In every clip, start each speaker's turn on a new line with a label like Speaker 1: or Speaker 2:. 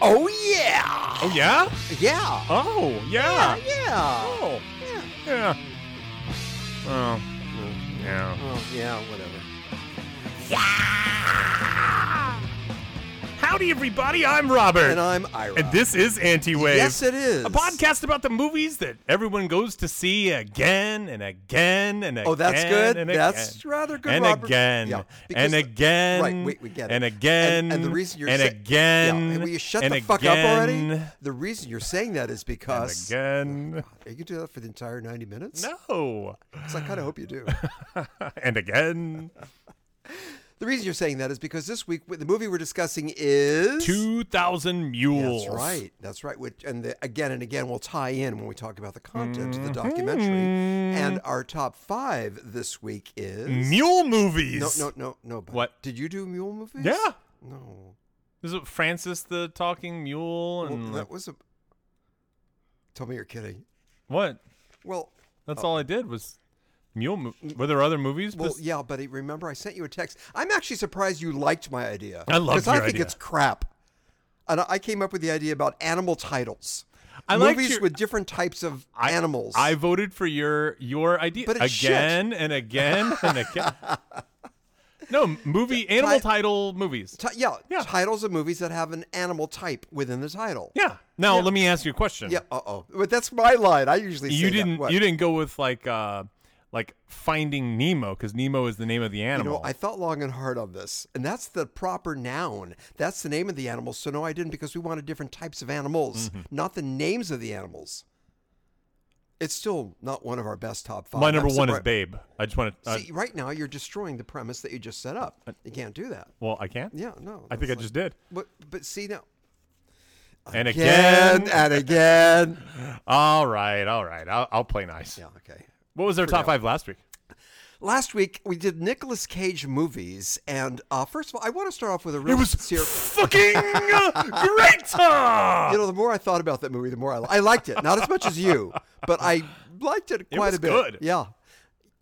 Speaker 1: Oh yeah.
Speaker 2: Oh yeah.
Speaker 1: Yeah.
Speaker 2: Oh
Speaker 1: Yeah.
Speaker 2: yeah.
Speaker 1: Yeah.
Speaker 2: Oh
Speaker 1: Yeah.
Speaker 2: yeah. Oh mm, yeah.
Speaker 1: Oh yeah. Whatever.
Speaker 2: Howdy everybody. I'm Robert,
Speaker 1: And I'm Ira.
Speaker 2: And this is Anti-Wave.
Speaker 1: Yes, it is
Speaker 2: A podcast about the movies that everyone goes to see again and again and again.
Speaker 1: Oh, that's good.
Speaker 2: and
Speaker 1: That's
Speaker 2: again.
Speaker 1: rather good,
Speaker 2: And
Speaker 1: Robert.
Speaker 2: again.
Speaker 1: Yeah, because
Speaker 2: and
Speaker 1: the-
Speaker 2: again.
Speaker 1: Right, we, we get it.
Speaker 2: And again.
Speaker 1: And, and the reason you're
Speaker 2: And
Speaker 1: sa-
Speaker 2: again.
Speaker 1: yeah, will you shut
Speaker 2: and
Speaker 1: the fuck up already?
Speaker 2: again,
Speaker 1: The reason you're saying that is
Speaker 2: and
Speaker 1: because
Speaker 2: again.
Speaker 1: are you gonna do that for the entire ninety minutes?
Speaker 2: No.
Speaker 1: 'Cause I kind of hope you do.
Speaker 2: and again.
Speaker 1: the reason you're saying that is because this week the movie we're discussing is
Speaker 2: 2,000 mules.
Speaker 1: That's right. That's right. Which and the, again and again we'll tie in when we talk about the content of the documentary. And
Speaker 2: Mm-hmm.
Speaker 1: our top five this week is
Speaker 2: Mule
Speaker 1: no,
Speaker 2: movies.
Speaker 1: no, no, no. But
Speaker 2: What?
Speaker 1: did you do mule movies?
Speaker 2: Yeah.
Speaker 1: No.
Speaker 2: Is it Francis the talking mule
Speaker 1: Well,
Speaker 2: and
Speaker 1: that was a. Tell me you're kidding.
Speaker 2: what?
Speaker 1: Well,
Speaker 2: That's all I did was mule. Mo- were there other movies?
Speaker 1: Oh. well,
Speaker 2: bes-
Speaker 1: yeah, but I- remember I sent you a text. I'm actually surprised you liked my idea.
Speaker 2: I loved
Speaker 1: because I
Speaker 2: your
Speaker 1: think
Speaker 2: idea.
Speaker 1: it's crap. And I- I came up with the idea about animal titles.
Speaker 2: I liked
Speaker 1: movies
Speaker 2: your-
Speaker 1: with different types of animals.
Speaker 2: I voted for your your idea
Speaker 1: But it's shit.
Speaker 2: again and again and again. no movie animal title movies.
Speaker 1: Ti- yeah,
Speaker 2: Yeah.
Speaker 1: titles of movies that have an animal type within the title.
Speaker 2: yeah. Now let me ask you a question.
Speaker 1: Yeah. Uh oh. But that's my line. I usually say
Speaker 2: You
Speaker 1: that.
Speaker 2: didn't
Speaker 1: What?
Speaker 2: you didn't go with like uh like Finding Nemo because Nemo is the name of the
Speaker 1: You
Speaker 2: animal.
Speaker 1: know, I thought long and hard on this, and that's the proper noun. That's the name of the animal. So no, I didn't because we wanted different types of animals,
Speaker 2: Mm-hmm.
Speaker 1: not the names of the animals. It's still not one of our best top five.
Speaker 2: My
Speaker 1: I'm
Speaker 2: number one is
Speaker 1: surprised-
Speaker 2: Babe. I just want to. Uh,
Speaker 1: See, right now you're destroying the premise that you just set up. You can't do that.
Speaker 2: well, I can't.
Speaker 1: Yeah, no.
Speaker 2: I think I
Speaker 1: that's
Speaker 2: just did.
Speaker 1: like- But but see now.
Speaker 2: And
Speaker 1: Again and again.
Speaker 2: All right, all right. I'll, I'll play nice.
Speaker 1: yeah. Okay.
Speaker 2: What was our top five last week?
Speaker 1: Last week we did Nicolas Cage movies, and uh, first of all, I want to start off with a real sincere.
Speaker 2: fucking great.
Speaker 1: You know, the more I thought about that movie, the more I, li- I liked it. Not as much as you, but I liked it quite
Speaker 2: was
Speaker 1: a bit.
Speaker 2: good.
Speaker 1: Yeah.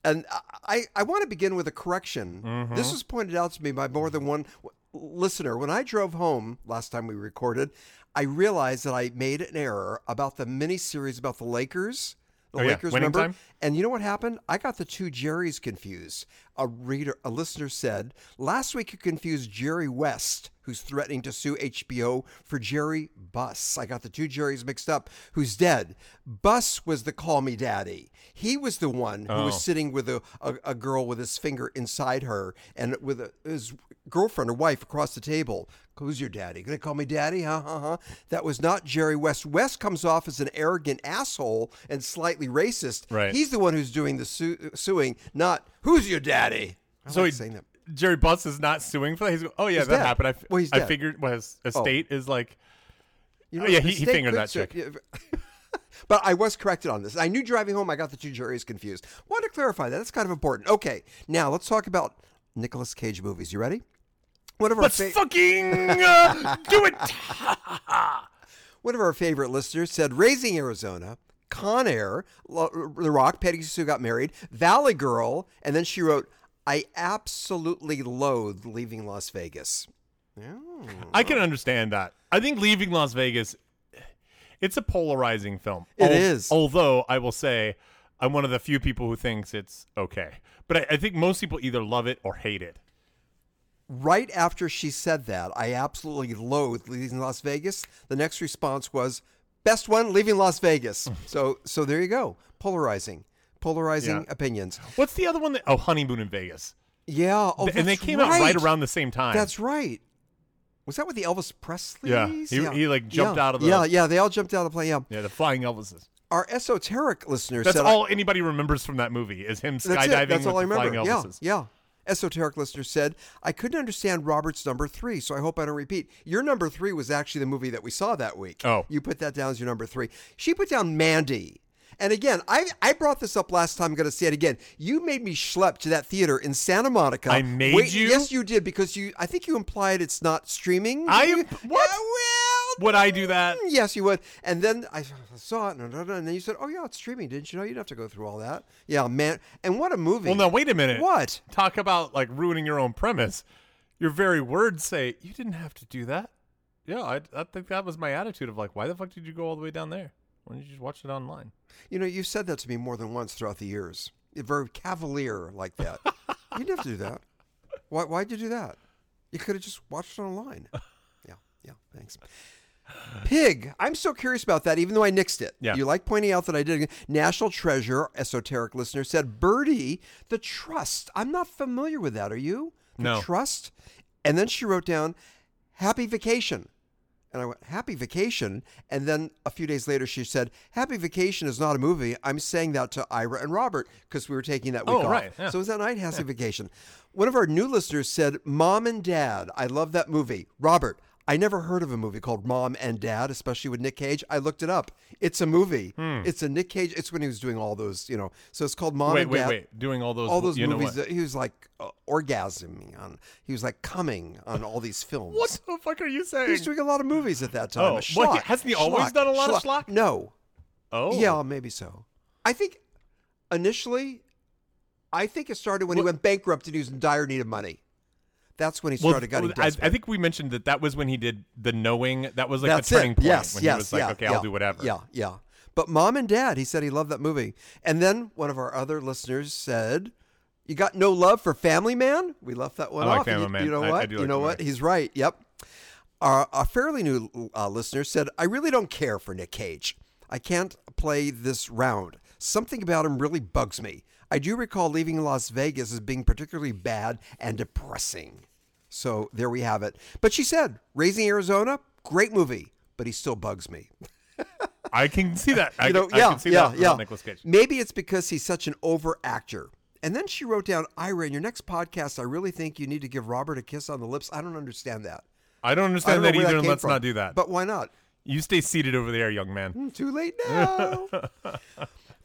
Speaker 1: And I, I want to begin with a correction.
Speaker 2: Mm-hmm.
Speaker 1: This was pointed out to me by more than one w- listener. When I drove home last time we recorded, I realized that I made an error about the miniseries about the Lakers. The
Speaker 2: Oh, yeah.
Speaker 1: Lakers,
Speaker 2: Winning
Speaker 1: remember?
Speaker 2: Time?
Speaker 1: And you know what happened? I got the two Jerrys confused. A reader, a listener said, last week you confused Jerry West, who's threatening to sue HBO for Jerry Buss. I got the two Jerrys mixed up, who's dead. Buss was the call me daddy. He was the one who was sitting with a, a, a girl with his finger inside her and with a, his girlfriend or wife across the table. Who's your daddy? Gonna call me daddy? Huh, huh, huh. That was not Jerry West. West comes off as an arrogant asshole and slightly racist.
Speaker 2: Right.
Speaker 1: He's the one who's doing the su- suing, not who's your daddy. I
Speaker 2: So
Speaker 1: like
Speaker 2: he-
Speaker 1: saying that.
Speaker 2: Jerry Butts is not suing for that. He's oh yeah, that
Speaker 1: dead.
Speaker 2: happened. I, f-
Speaker 1: Well, he's
Speaker 2: I
Speaker 1: dead. Oh.
Speaker 2: figured well, his estate is like
Speaker 1: You
Speaker 2: Oh, yeah,
Speaker 1: the
Speaker 2: he- he
Speaker 1: state
Speaker 2: fingered
Speaker 1: could
Speaker 2: that
Speaker 1: sue-
Speaker 2: chick.
Speaker 1: yeah. but I was corrected on this. I knew driving home, I got the two juries confused. Want to clarify that? That's kind of important. Okay, now let's talk about Nicolas Cage movies. You ready? One of our
Speaker 2: let's
Speaker 1: fa-
Speaker 2: fucking uh, do it.
Speaker 1: One of our favorite listeners said Raising Arizona, Con Air, Lo- The Rock, Patty Sue got married, Valley Girl, and then she wrote, I absolutely loathe leaving Las Vegas.
Speaker 2: I can understand that. I think leaving Las Vegas, it's a polarizing film.
Speaker 1: It
Speaker 2: It is.
Speaker 1: is.
Speaker 2: Although I will say, I'm one of the few people who thinks it's okay. But I, I think most people either love it or hate it.
Speaker 1: Right after she said that, I absolutely loathe leaving Las Vegas. The next response was, Best one, leaving Las Vegas. so, so there you go. Polarizing, polarizing
Speaker 2: Yeah.
Speaker 1: opinions.
Speaker 2: What's the other one? That, oh, honeymoon in Vegas.
Speaker 1: Yeah. Oh,
Speaker 2: and they
Speaker 1: that's
Speaker 2: came out right around the same time.
Speaker 1: That's right. Was that with the Elvis Presley?
Speaker 2: Yeah. He- he, like, jumped out of the-
Speaker 1: Yeah, yeah, they all jumped out of the plane. Yeah.
Speaker 2: yeah, the flying Elvises.
Speaker 1: Our esoteric listener
Speaker 2: That's
Speaker 1: said
Speaker 2: all anybody remembers from that movie is him
Speaker 1: That's it.
Speaker 2: skydiving
Speaker 1: That's
Speaker 2: with
Speaker 1: all I
Speaker 2: the
Speaker 1: remember.
Speaker 2: flying
Speaker 1: Yeah,
Speaker 2: Elvises.
Speaker 1: yeah. Esoteric listener said, I couldn't understand Robert's number three, so I hope I don't repeat. Your number three was actually the movie that we saw that week.
Speaker 2: Oh.
Speaker 1: You put that down as your number three. She put down Mandy. And again, I, I brought this up last time. I'm going to say it again. You made me schlep to that theater in Santa Monica.
Speaker 2: I made you?
Speaker 1: Yes, you did because you. I think you implied it's not streaming.
Speaker 2: I
Speaker 1: Did
Speaker 2: am-
Speaker 1: you?
Speaker 2: what?
Speaker 1: Yeah, well,
Speaker 2: Would I do that?
Speaker 1: Yes, you would. And then I saw it, and then you said, "Oh yeah, it's streaming." Didn't you know you'd have to go through all that? Yeah, man. And what a movie!
Speaker 2: Well, now wait a minute.
Speaker 1: What?
Speaker 2: Talk about like ruining your own premise. Your very words say you didn't have to do that. Yeah, I, I think that was my attitude of like, why the fuck did you go all the way down there? Why didn't you just watch it online?
Speaker 1: You know, you've said that to me more than once throughout the years. You're very cavalier like that. you never do that. Why, why'd you do that? You could have just watched it online. Yeah, yeah, thanks. Pig. I'm so curious about that, even though I nixed it.
Speaker 2: Yeah.
Speaker 1: You like pointing out that I did. National Treasure, esoteric listener, said Birdie, the trust. I'm not familiar with that. Are you? The
Speaker 2: No.
Speaker 1: Trust? And then she wrote down Happy Vacation. And I went, Happy Vacation. And then a few days later, she said, Happy Vacation is not a movie. I'm saying that to Ira and Robert because we were taking that week
Speaker 2: Oh,
Speaker 1: off.
Speaker 2: right, yeah.
Speaker 1: So it was that night, Happy Vacation. One of our new listeners said, Mom and Dad, I love that movie. Robert, I never heard of a movie called Mom and Dad, especially with Nick Cage. I looked it up. It's a movie. It's a Nick Cage. It's when he was doing all those, you know. So it's called Mom
Speaker 2: Hmm. wait,
Speaker 1: and
Speaker 2: wait,
Speaker 1: Dad.
Speaker 2: wait. Doing all those,
Speaker 1: All those
Speaker 2: you know
Speaker 1: movies
Speaker 2: what?
Speaker 1: that he was like uh, orgasming on. He was like coming on all these films.
Speaker 2: What the fuck are you
Speaker 1: He
Speaker 2: saying?
Speaker 1: was doing a lot of movies at that time.
Speaker 2: Oh,
Speaker 1: a
Speaker 2: well, he-
Speaker 1: schlock,
Speaker 2: hasn't he always
Speaker 1: schlock,
Speaker 2: done a lot of schlock?
Speaker 1: No.
Speaker 2: oh,
Speaker 1: Yeah, maybe so. I think initially, I think it started when he went bankrupt and he was in dire need of money. That's when he
Speaker 2: Well,
Speaker 1: started getting
Speaker 2: I,
Speaker 1: desperate.
Speaker 2: I think we mentioned that that was when he did the knowing. That was like
Speaker 1: That's
Speaker 2: the turning
Speaker 1: it.
Speaker 2: point
Speaker 1: yes,
Speaker 2: when
Speaker 1: yes,
Speaker 2: he was like,
Speaker 1: yeah,
Speaker 2: okay,
Speaker 1: yeah,
Speaker 2: I'll do whatever.
Speaker 1: Yeah, yeah. But mom and dad, he said he loved that movie. And then one of our other listeners said, "You got no love for Family Man." We left that one
Speaker 2: I like
Speaker 1: off. And
Speaker 2: Family
Speaker 1: you,
Speaker 2: Man.
Speaker 1: you know
Speaker 2: I- I
Speaker 1: what?
Speaker 2: do
Speaker 1: you
Speaker 2: like
Speaker 1: know
Speaker 2: that
Speaker 1: what?
Speaker 2: movie.
Speaker 1: He's right. Yep. Our, a fairly new uh, listener said, "I really don't care for Nick Cage. I can't play this round. Something about him really bugs me. I do recall leaving Las Vegas as being particularly bad and depressing." So there we have it. But she said, Raising Arizona, great movie, but he still bugs me.
Speaker 2: I can see that. I,
Speaker 1: You know,
Speaker 2: I
Speaker 1: yeah,
Speaker 2: can see
Speaker 1: yeah,
Speaker 2: that
Speaker 1: yeah.
Speaker 2: Nicholas Cage.
Speaker 1: Maybe it's because he's such an over actor. And then she wrote down, Ira, in your next podcast, I really think you need to give Robert a kiss on the lips. I don't understand that.
Speaker 2: I don't
Speaker 1: I
Speaker 2: understand
Speaker 1: don't know
Speaker 2: that
Speaker 1: where
Speaker 2: either, and
Speaker 1: came
Speaker 2: let's
Speaker 1: from.
Speaker 2: not do that.
Speaker 1: But why not?
Speaker 2: you stay seated over there, young man.
Speaker 1: Mm, Too late now.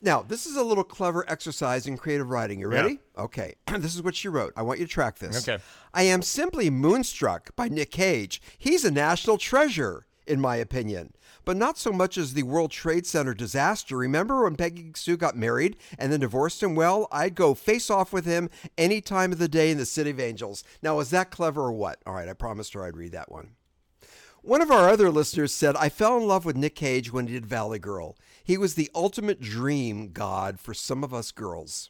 Speaker 1: now, this is a little clever exercise in creative writing. You ready? Okay. this is what she wrote. I want you to track this.
Speaker 2: Okay.
Speaker 1: I am simply moonstruck by Nick Cage. He's a national treasure, in my opinion, but not so much as the World Trade Center disaster. Remember when Peggy Sue got married and then divorced him? Well, I'd go face off with him any time of the day in the City of Angels. Now, is that clever or what? All right, I promised her I'd read that one. One of our other listeners said, I fell in love with Nick Cage when he did Valley Girl. He was the ultimate dream god for some of us girls.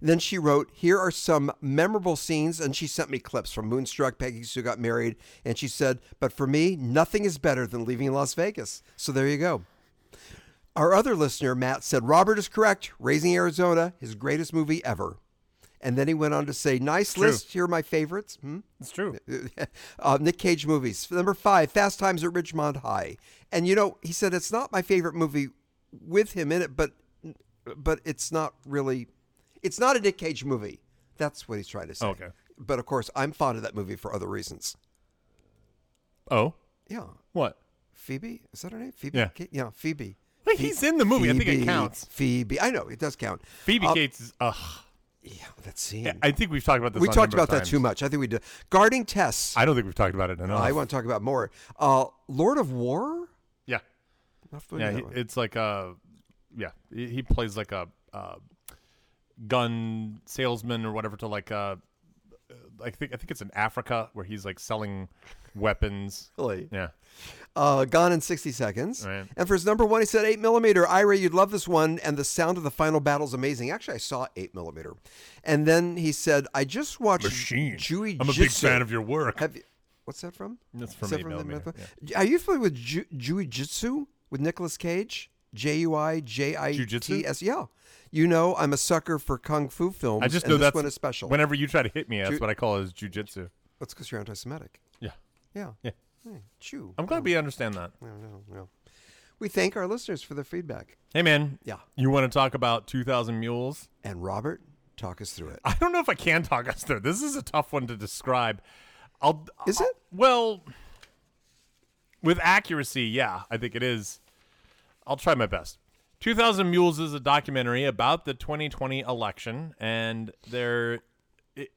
Speaker 1: Then she wrote, Here are some memorable scenes, and she sent me clips from Moonstruck, Peggy Sue Got Married, and she said, But for me, nothing is better than leaving Las Vegas. So there you go. Our other listener, Matt, said, Robert is correct. Raising Arizona, his greatest movie ever. And then he went on to say, Nice list. Here are my favorites. Hmm?
Speaker 2: It's true.
Speaker 1: uh, Nick Cage movies. Number five, Fast Times at Ridgemont High. And you know, he said it's not my favorite movie with him in it, but but it's not really, it's not a Nick Cage movie. That's what he's trying to say.
Speaker 2: Okay.
Speaker 1: But of course, I'm fond of that movie for other reasons.
Speaker 2: Oh,
Speaker 1: Yeah,
Speaker 2: what?
Speaker 1: Phoebe is that her name? Phoebe.
Speaker 2: Yeah.
Speaker 1: Ca- yeah, Phoebe.
Speaker 2: Like, he's in the movie. I think it
Speaker 1: Phoebe,
Speaker 2: counts.
Speaker 1: Phoebe. I know it does count.
Speaker 2: Phoebe
Speaker 1: Uh,
Speaker 2: Gates is. Ugh.
Speaker 1: Yeah, that scene.
Speaker 2: I think we've talked about this.
Speaker 1: we
Speaker 2: on a
Speaker 1: talked
Speaker 2: number
Speaker 1: about
Speaker 2: of
Speaker 1: that
Speaker 2: times.
Speaker 1: too much. I think we did. Guarding Tess.
Speaker 2: I don't think we've talked about it enough.
Speaker 1: I want to talk about more. Uh, Lord of War.
Speaker 2: yeah,
Speaker 1: Not familiar with
Speaker 2: yeah. He,
Speaker 1: that one.
Speaker 2: it's like a. Yeah, he he plays like a uh, gun salesman or whatever to like a. I think I think it's in Africa where he's like selling weapons.
Speaker 1: Really?
Speaker 2: Yeah.
Speaker 1: Uh, gone in 60 seconds.
Speaker 2: Right.
Speaker 1: And for his number one, he said 8 millimeter. Ira, you'd love this one. And the sound of the final battle is amazing. Actually, I saw 8 millimeter. And then he said, I just watched Jui
Speaker 2: I'm a big
Speaker 1: Jitsu."
Speaker 2: fan of your work.
Speaker 1: Have you, what's that from?
Speaker 2: That's
Speaker 1: Is
Speaker 2: from
Speaker 1: that
Speaker 2: 8
Speaker 1: the-
Speaker 2: millimeter,
Speaker 1: Are you familiar with Ju- Jui Jitsu with Nicolas Cage? J U I J I T S.
Speaker 2: Jujitsu?
Speaker 1: Yeah. You know, I'm a sucker for kung fu films.
Speaker 2: I just
Speaker 1: and
Speaker 2: know
Speaker 1: this
Speaker 2: that's
Speaker 1: one is special.
Speaker 2: Whenever you try to hit me, that's
Speaker 1: Ju-
Speaker 2: what I call is jujitsu.
Speaker 1: That's because you're anti Semitic.
Speaker 2: Yeah. Um,
Speaker 1: Yeah.
Speaker 2: Yeah.
Speaker 1: Hmm, Jew.
Speaker 2: I'm glad we understand that.
Speaker 1: No, no, no. We thank our listeners for their feedback.
Speaker 2: Hey man.
Speaker 1: Yeah.
Speaker 2: You want to talk about 2000 mules?
Speaker 1: And Robert, talk us through it.
Speaker 2: I don't know if I can talk us through. This is a tough one to describe. I'll
Speaker 1: Is
Speaker 2: I'll-
Speaker 1: it?
Speaker 2: Well, with accuracy, yeah, I think it is. I'll try my best. 2000 Mules is a documentary about the 2020 election and there it,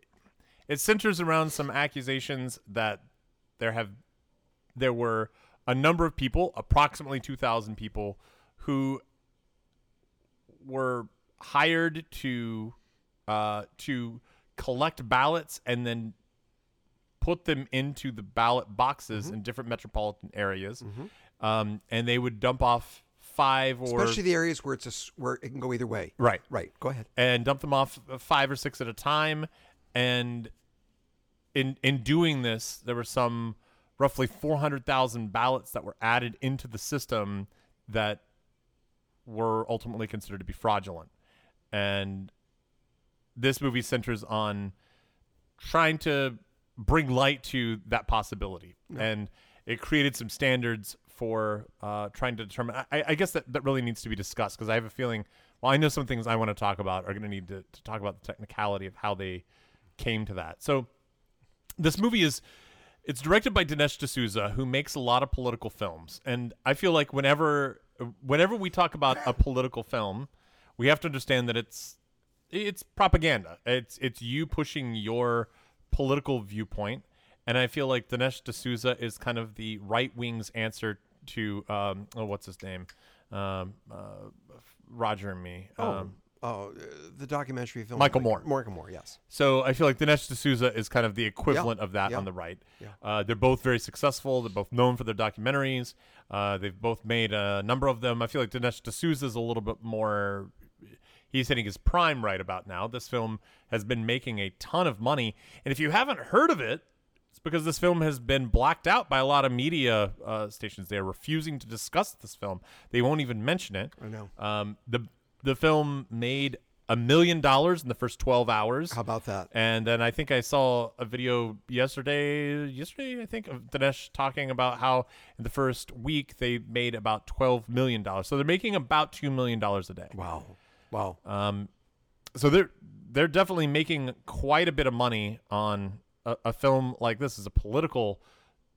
Speaker 2: it centers around some accusations that there have there were a number of people, approximately 2,000 people, who were hired to uh, to collect ballots and then put them into the ballot boxes in different metropolitan areas, um, and they would dump off five or
Speaker 1: especially the areas where it's a s where it can go either way.
Speaker 2: right,
Speaker 1: Right. Go ahead.
Speaker 2: and dump them off uh, five or six at a time. And in in doing this, there were some roughly four hundred thousand ballots that were added into the system that were ultimately considered to be fraudulent. And this movie centers on trying to bring light to that possibility, and it created some standards for uh, trying to determine. I, I guess that that really needs to be discussed because I have a feeling. Well, I know some things I want to talk about are going to need to to talk about the technicality of how they came to that. So this movie is it's directed by Dinesh D'Souza, who makes a lot of political films, and I feel like whenever whenever we talk about a political film, we have to understand that it's it's propaganda. It's it's you pushing your political viewpoint, and I feel like Dinesh D'Souza is kind of the right wing's answer to um, oh, what's his name, um, uh, Roger and Me. Um,
Speaker 1: Oh, uh, the documentary film.
Speaker 2: Michael Moore.
Speaker 1: Michael Moore. Yes.
Speaker 2: So I feel like Dinesh D'Souza is kind of the equivalent of that
Speaker 1: yeah.
Speaker 2: on the right. Uh, they're both very successful. They're both known for their documentaries. Uh, they've both made a number of them. I feel like Dinesh D'Souza is a little bit more. He's hitting his prime right about now. This film has been making a ton of money, and if you haven't heard of it, it's because this film has been blacked out by a lot of media uh, stations. They are refusing to discuss this film. They won't even mention it.
Speaker 1: I know.
Speaker 2: Um, the the film made a million dollars in the first twelve hours.
Speaker 1: How about that?
Speaker 2: And then I think I saw a video yesterday, yesterday I think of Dinesh talking about how in the first week they made about twelve million dollars. So they're making about two million dollars a day. Um,
Speaker 1: Wow. Wow.
Speaker 2: Uh, So they're they're definitely making quite a bit of money on a, a film like this. Is a political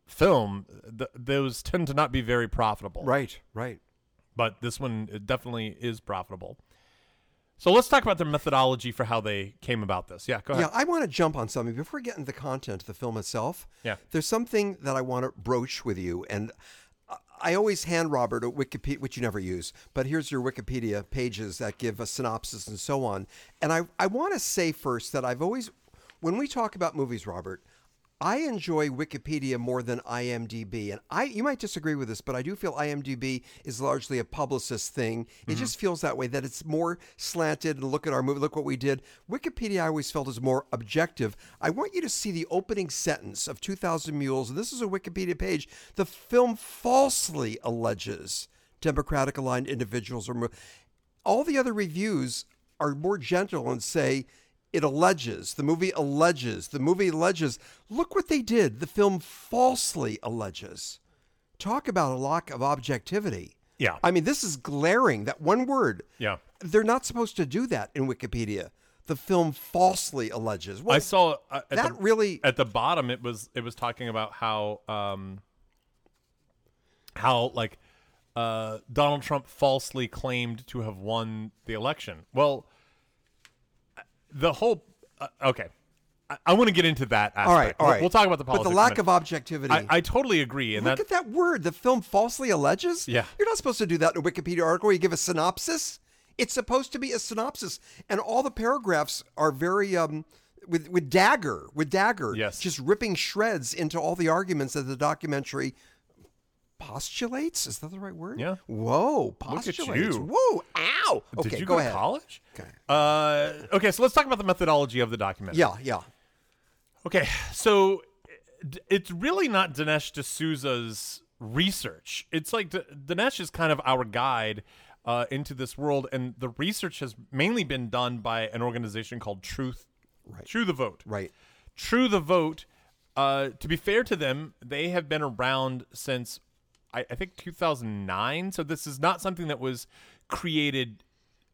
Speaker 2: film. Th- those tend to not be very profitable.
Speaker 1: right. Right.
Speaker 2: but this one uh, definitely is profitable. So let's talk about their methodology for how they came about this. Yeah, go ahead.
Speaker 1: Yeah, I want to jump on something before we get into the content of the film itself.
Speaker 2: Yeah.
Speaker 1: There's something that I want to broach with you. And I- I always hand Robert a Wikipedia, which you never use, but here's your Wikipedia pages that give a synopsis and so on. And I, I want to say first that I've always, when we talk about movies, Robert, I enjoy Wikipedia more than IMDb, and I you might disagree with this, but I do feel IMDb is largely a publicist thing. It
Speaker 2: Mm-hmm.
Speaker 1: just feels that way that it's more slanted and look at our movie, look what we did. Wikipedia I always felt is more objective. I want you to see the opening sentence of 2000 Mules, and this is a Wikipedia page. The film falsely alleges democratic aligned individuals are mo- all the other reviews are more gentle and say it alleges the movie alleges the movie alleges look what they did the film falsely alleges talk about a lack of objectivity
Speaker 2: Yeah.
Speaker 1: i mean this is glaring that one word
Speaker 2: Yeah.
Speaker 1: they're not supposed to do that in wikipedia the film falsely alleges well
Speaker 2: I saw uh, at,
Speaker 1: that
Speaker 2: the,
Speaker 1: really
Speaker 2: at the bottom it was it was talking about how um how like uh Donald Trump falsely claimed to have won the election. Well, the whole uh, okay. I, I want to get into that aspect.
Speaker 1: all right all
Speaker 2: We'll-
Speaker 1: right
Speaker 2: We'll talk about the
Speaker 1: but
Speaker 2: politics.
Speaker 1: the
Speaker 2: in a
Speaker 1: lack
Speaker 2: minute.
Speaker 1: of objectivity
Speaker 2: I, I totally agree and
Speaker 1: Look
Speaker 2: that
Speaker 1: at that word. The film falsely alleges.
Speaker 2: Yeah.
Speaker 1: You're not supposed to do that in a Wikipedia article. Where you give a synopsis. It's supposed to be a synopsis, and all the paragraphs are very um, with with dagger with dagger.
Speaker 2: Yes.
Speaker 1: Just ripping shreds into all the arguments that the documentary postulates. Is that the right word?
Speaker 2: Yeah.
Speaker 1: Whoa.
Speaker 2: at
Speaker 1: Postulates.
Speaker 2: you.
Speaker 1: Whoa. Ow. Okay.
Speaker 2: Did you
Speaker 1: go,
Speaker 2: go, to
Speaker 1: ahead.
Speaker 2: college?
Speaker 1: Okay.
Speaker 2: Uh, okay, so let's talk about the methodology of the documentary.
Speaker 1: Yeah. Yeah.
Speaker 2: Okay, so d- it's really not Dinesh D'Souza's research. It's like D- Dinesh is kind of our guide uh, into this world, and the research has mainly been done by an organization called Truth,
Speaker 1: Right.
Speaker 2: True the Vote.
Speaker 1: Right.
Speaker 2: True the Vote. Uh, to be fair to them, they have been around since I, I think 2009. So this is not something that was created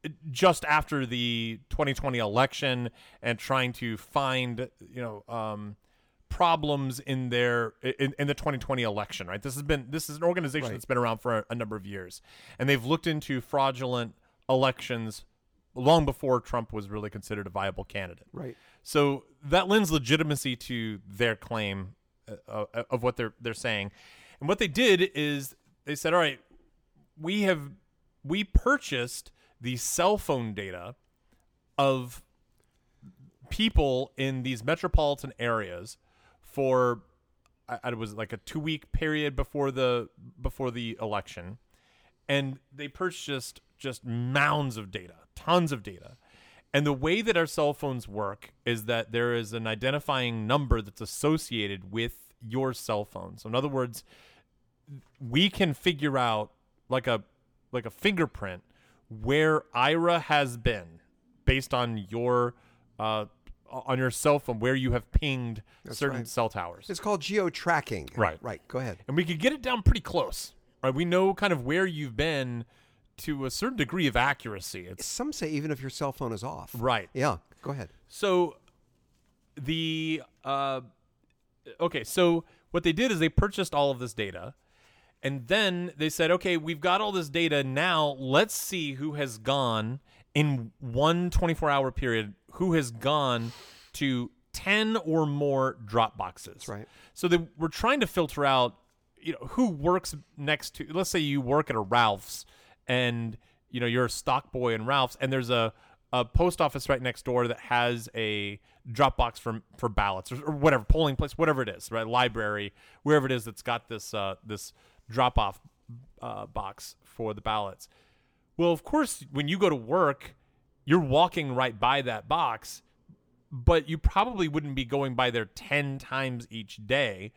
Speaker 2: uh, just after the 2020 election and trying to find you know um, problems in their in, in the 2020 election. Right. This has been this is an organization that's been around for a, a number of years, and they've looked into fraudulent elections long before Trump was really considered a viable candidate.
Speaker 1: Right.
Speaker 2: So that lends legitimacy to their claim uh, uh, of what they're they're saying. And what they did is they said, "All right, we have we purchased the cell phone data of people in these metropolitan areas for I, I was like a two week period before the before the election, and they purchased just mounds of data, tons of data. And the way that our cell phones work is that there is an identifying number that's associated with your cell phone. So in other words, we can figure out like a like a fingerprint where Ira has been based on your uh, on your cell phone where you have pinged certain
Speaker 1: right.
Speaker 2: cell towers.
Speaker 1: It's called geo tracking.
Speaker 2: Right.
Speaker 1: Right. Go ahead.
Speaker 2: and we could get it down pretty close. Right? We know kind of where you've been to a certain degree of accuracy. It's
Speaker 1: Some say even if your cell phone is off.
Speaker 2: right.
Speaker 1: Yeah. Go ahead.
Speaker 2: So the uh, okay, so what they did is they purchased all of this data, and then they said, okay, we've got all this data now. Let's see who has gone in one 24-hour period. Who has gone to 10 or more drop boxes? That's
Speaker 1: right.
Speaker 2: So they were trying to filter out, you know, who works next to. Let's say you work at a Ralph's, and you know you're a stock boy in Ralph's, and there's a a post office right next door that has a drop box for for ballots or, or whatever polling place, whatever it is, right? Library, wherever it is that's got this uh, this drop off uh, box for the ballots. Well, of course, when you go to work, you're walking right by that box but you probably wouldn't be going by there 10 times each day.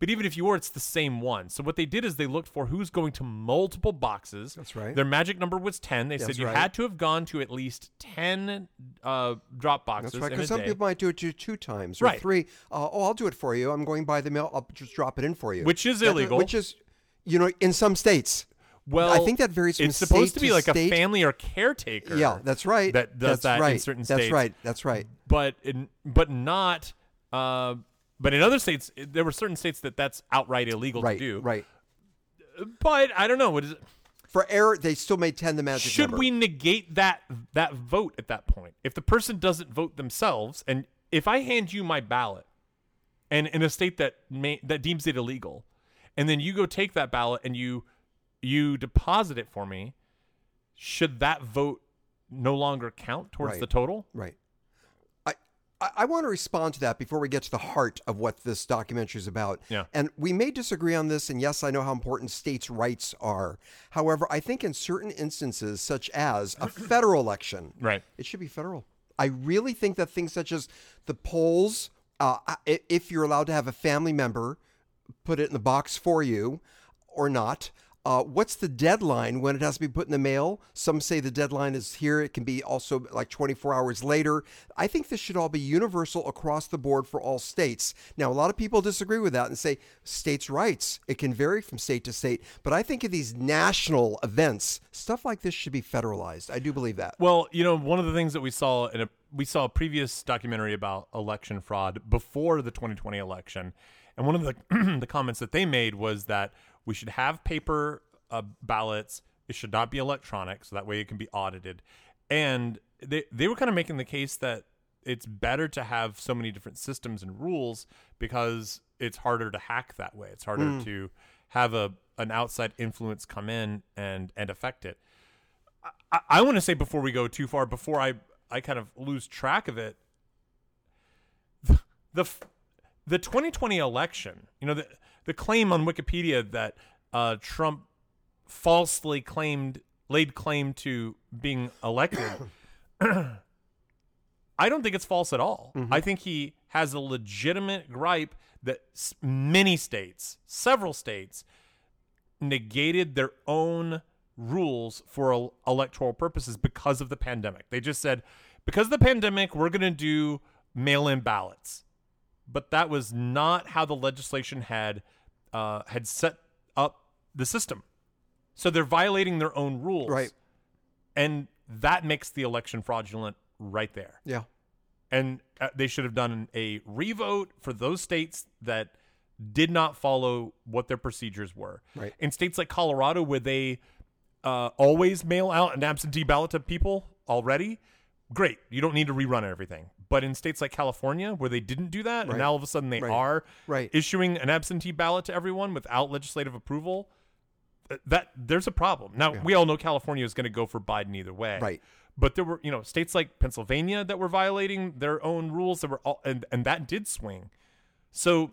Speaker 2: But even if you were, it's the same one. So what they did is they looked for who's going to multiple boxes.
Speaker 1: That's right.
Speaker 2: Their magic number was 10. They said
Speaker 1: That's
Speaker 2: you
Speaker 1: right.
Speaker 2: had to have gone to at least 10 uh, drop boxes
Speaker 1: That's right.
Speaker 2: in a
Speaker 1: Because some
Speaker 2: day,
Speaker 1: people might do it two, two times or
Speaker 2: Right.
Speaker 1: three. Uh, oh, I'll do it for you. I'm going by the mail. I'll just drop it in for you.
Speaker 2: which is
Speaker 1: That-
Speaker 2: illegal.
Speaker 1: Which is, you know, in some states.
Speaker 2: well,
Speaker 1: I think that varies from
Speaker 2: It's supposed
Speaker 1: state
Speaker 2: to be
Speaker 1: to
Speaker 2: like
Speaker 1: state.
Speaker 2: a family or caretaker.
Speaker 1: Yeah, that's right.
Speaker 2: That does
Speaker 1: that's
Speaker 2: that
Speaker 1: right.
Speaker 2: in certain
Speaker 1: That's
Speaker 2: states.
Speaker 1: right. That's right.
Speaker 2: but in, but not uh, but in other states there were certain states that that's outright illegal
Speaker 1: Right.
Speaker 2: to do
Speaker 1: Right.
Speaker 2: but i don't know what is it?
Speaker 1: For error, they still made 10 the magic
Speaker 2: should
Speaker 1: number.
Speaker 2: we negate that that vote at that point if the person doesn't vote themselves and if i hand you my ballot and in a state that may, that deems it illegal and then you go take that ballot and you you deposit it for me should that vote no longer count towards
Speaker 1: Right.
Speaker 2: the total
Speaker 1: Right. I, I, I want to respond to that before we get to the heart of what this documentary is about.
Speaker 2: Yeah.
Speaker 1: And we may disagree on this, and yes, I know how important states' rights are. However, I think in certain instances, such as a federal election,
Speaker 2: right
Speaker 1: it should be federal. I really think that things such as the polls, uh, i- if you're allowed to have a family member put it in the box for you or not, uh, what's the deadline when it has to be put in the mail? Some say the deadline is here. It can be also like 24 hours later. I think this should all be universal across the board for all states. Now, a lot of people disagree with that and say states' rights. It can vary from state to state. But I think of these national events, stuff like this should be federalized. I do believe that.
Speaker 2: Well, you know, one of the things that we saw in a we saw a previous documentary about election fraud before the 2020 election, and one of the the comments that they made was that we should have paper uh, ballots. It should not be electronic, so that way it can be audited. And they they were kind of making the case that it's better to have so many different systems and rules because it's harder to hack that way. It's harder to have a an outside influence come in and and affect it. I, I want to say before we go too far, before I, I kind of lose track of it, the f- the 2020 election, you know, the the claim on Wikipedia that uh, Trump falsely claimed laid claim to being elected. I don't think it's false at all. I think he has a legitimate gripe that s- many states, several states, negated their own rules for el- electoral purposes because of the pandemic. They just said, because of the pandemic, we're going to do mail in ballots. But that was not how the legislation had uh, had set up the system. So they're violating their own rules.
Speaker 1: Right.
Speaker 2: And that makes the election fraudulent right there
Speaker 1: Yeah.
Speaker 2: and uh, they should have done a revote for those states that did not follow what their procedures were.
Speaker 1: Right.
Speaker 2: In states like Colorado, where they uh, always mail out an absentee ballot to people already, great. You don't need to rerun everything. But in states like California, where they didn't do that, and now all of a sudden they
Speaker 1: Right.
Speaker 2: are
Speaker 1: Right.
Speaker 2: issuing an absentee ballot to everyone without legislative approval, th- that there's a problem. Now we all know California is going to go for Biden either way,
Speaker 1: Right.
Speaker 2: But there were you know states like Pennsylvania that were violating their own rules that were all and and that did swing. So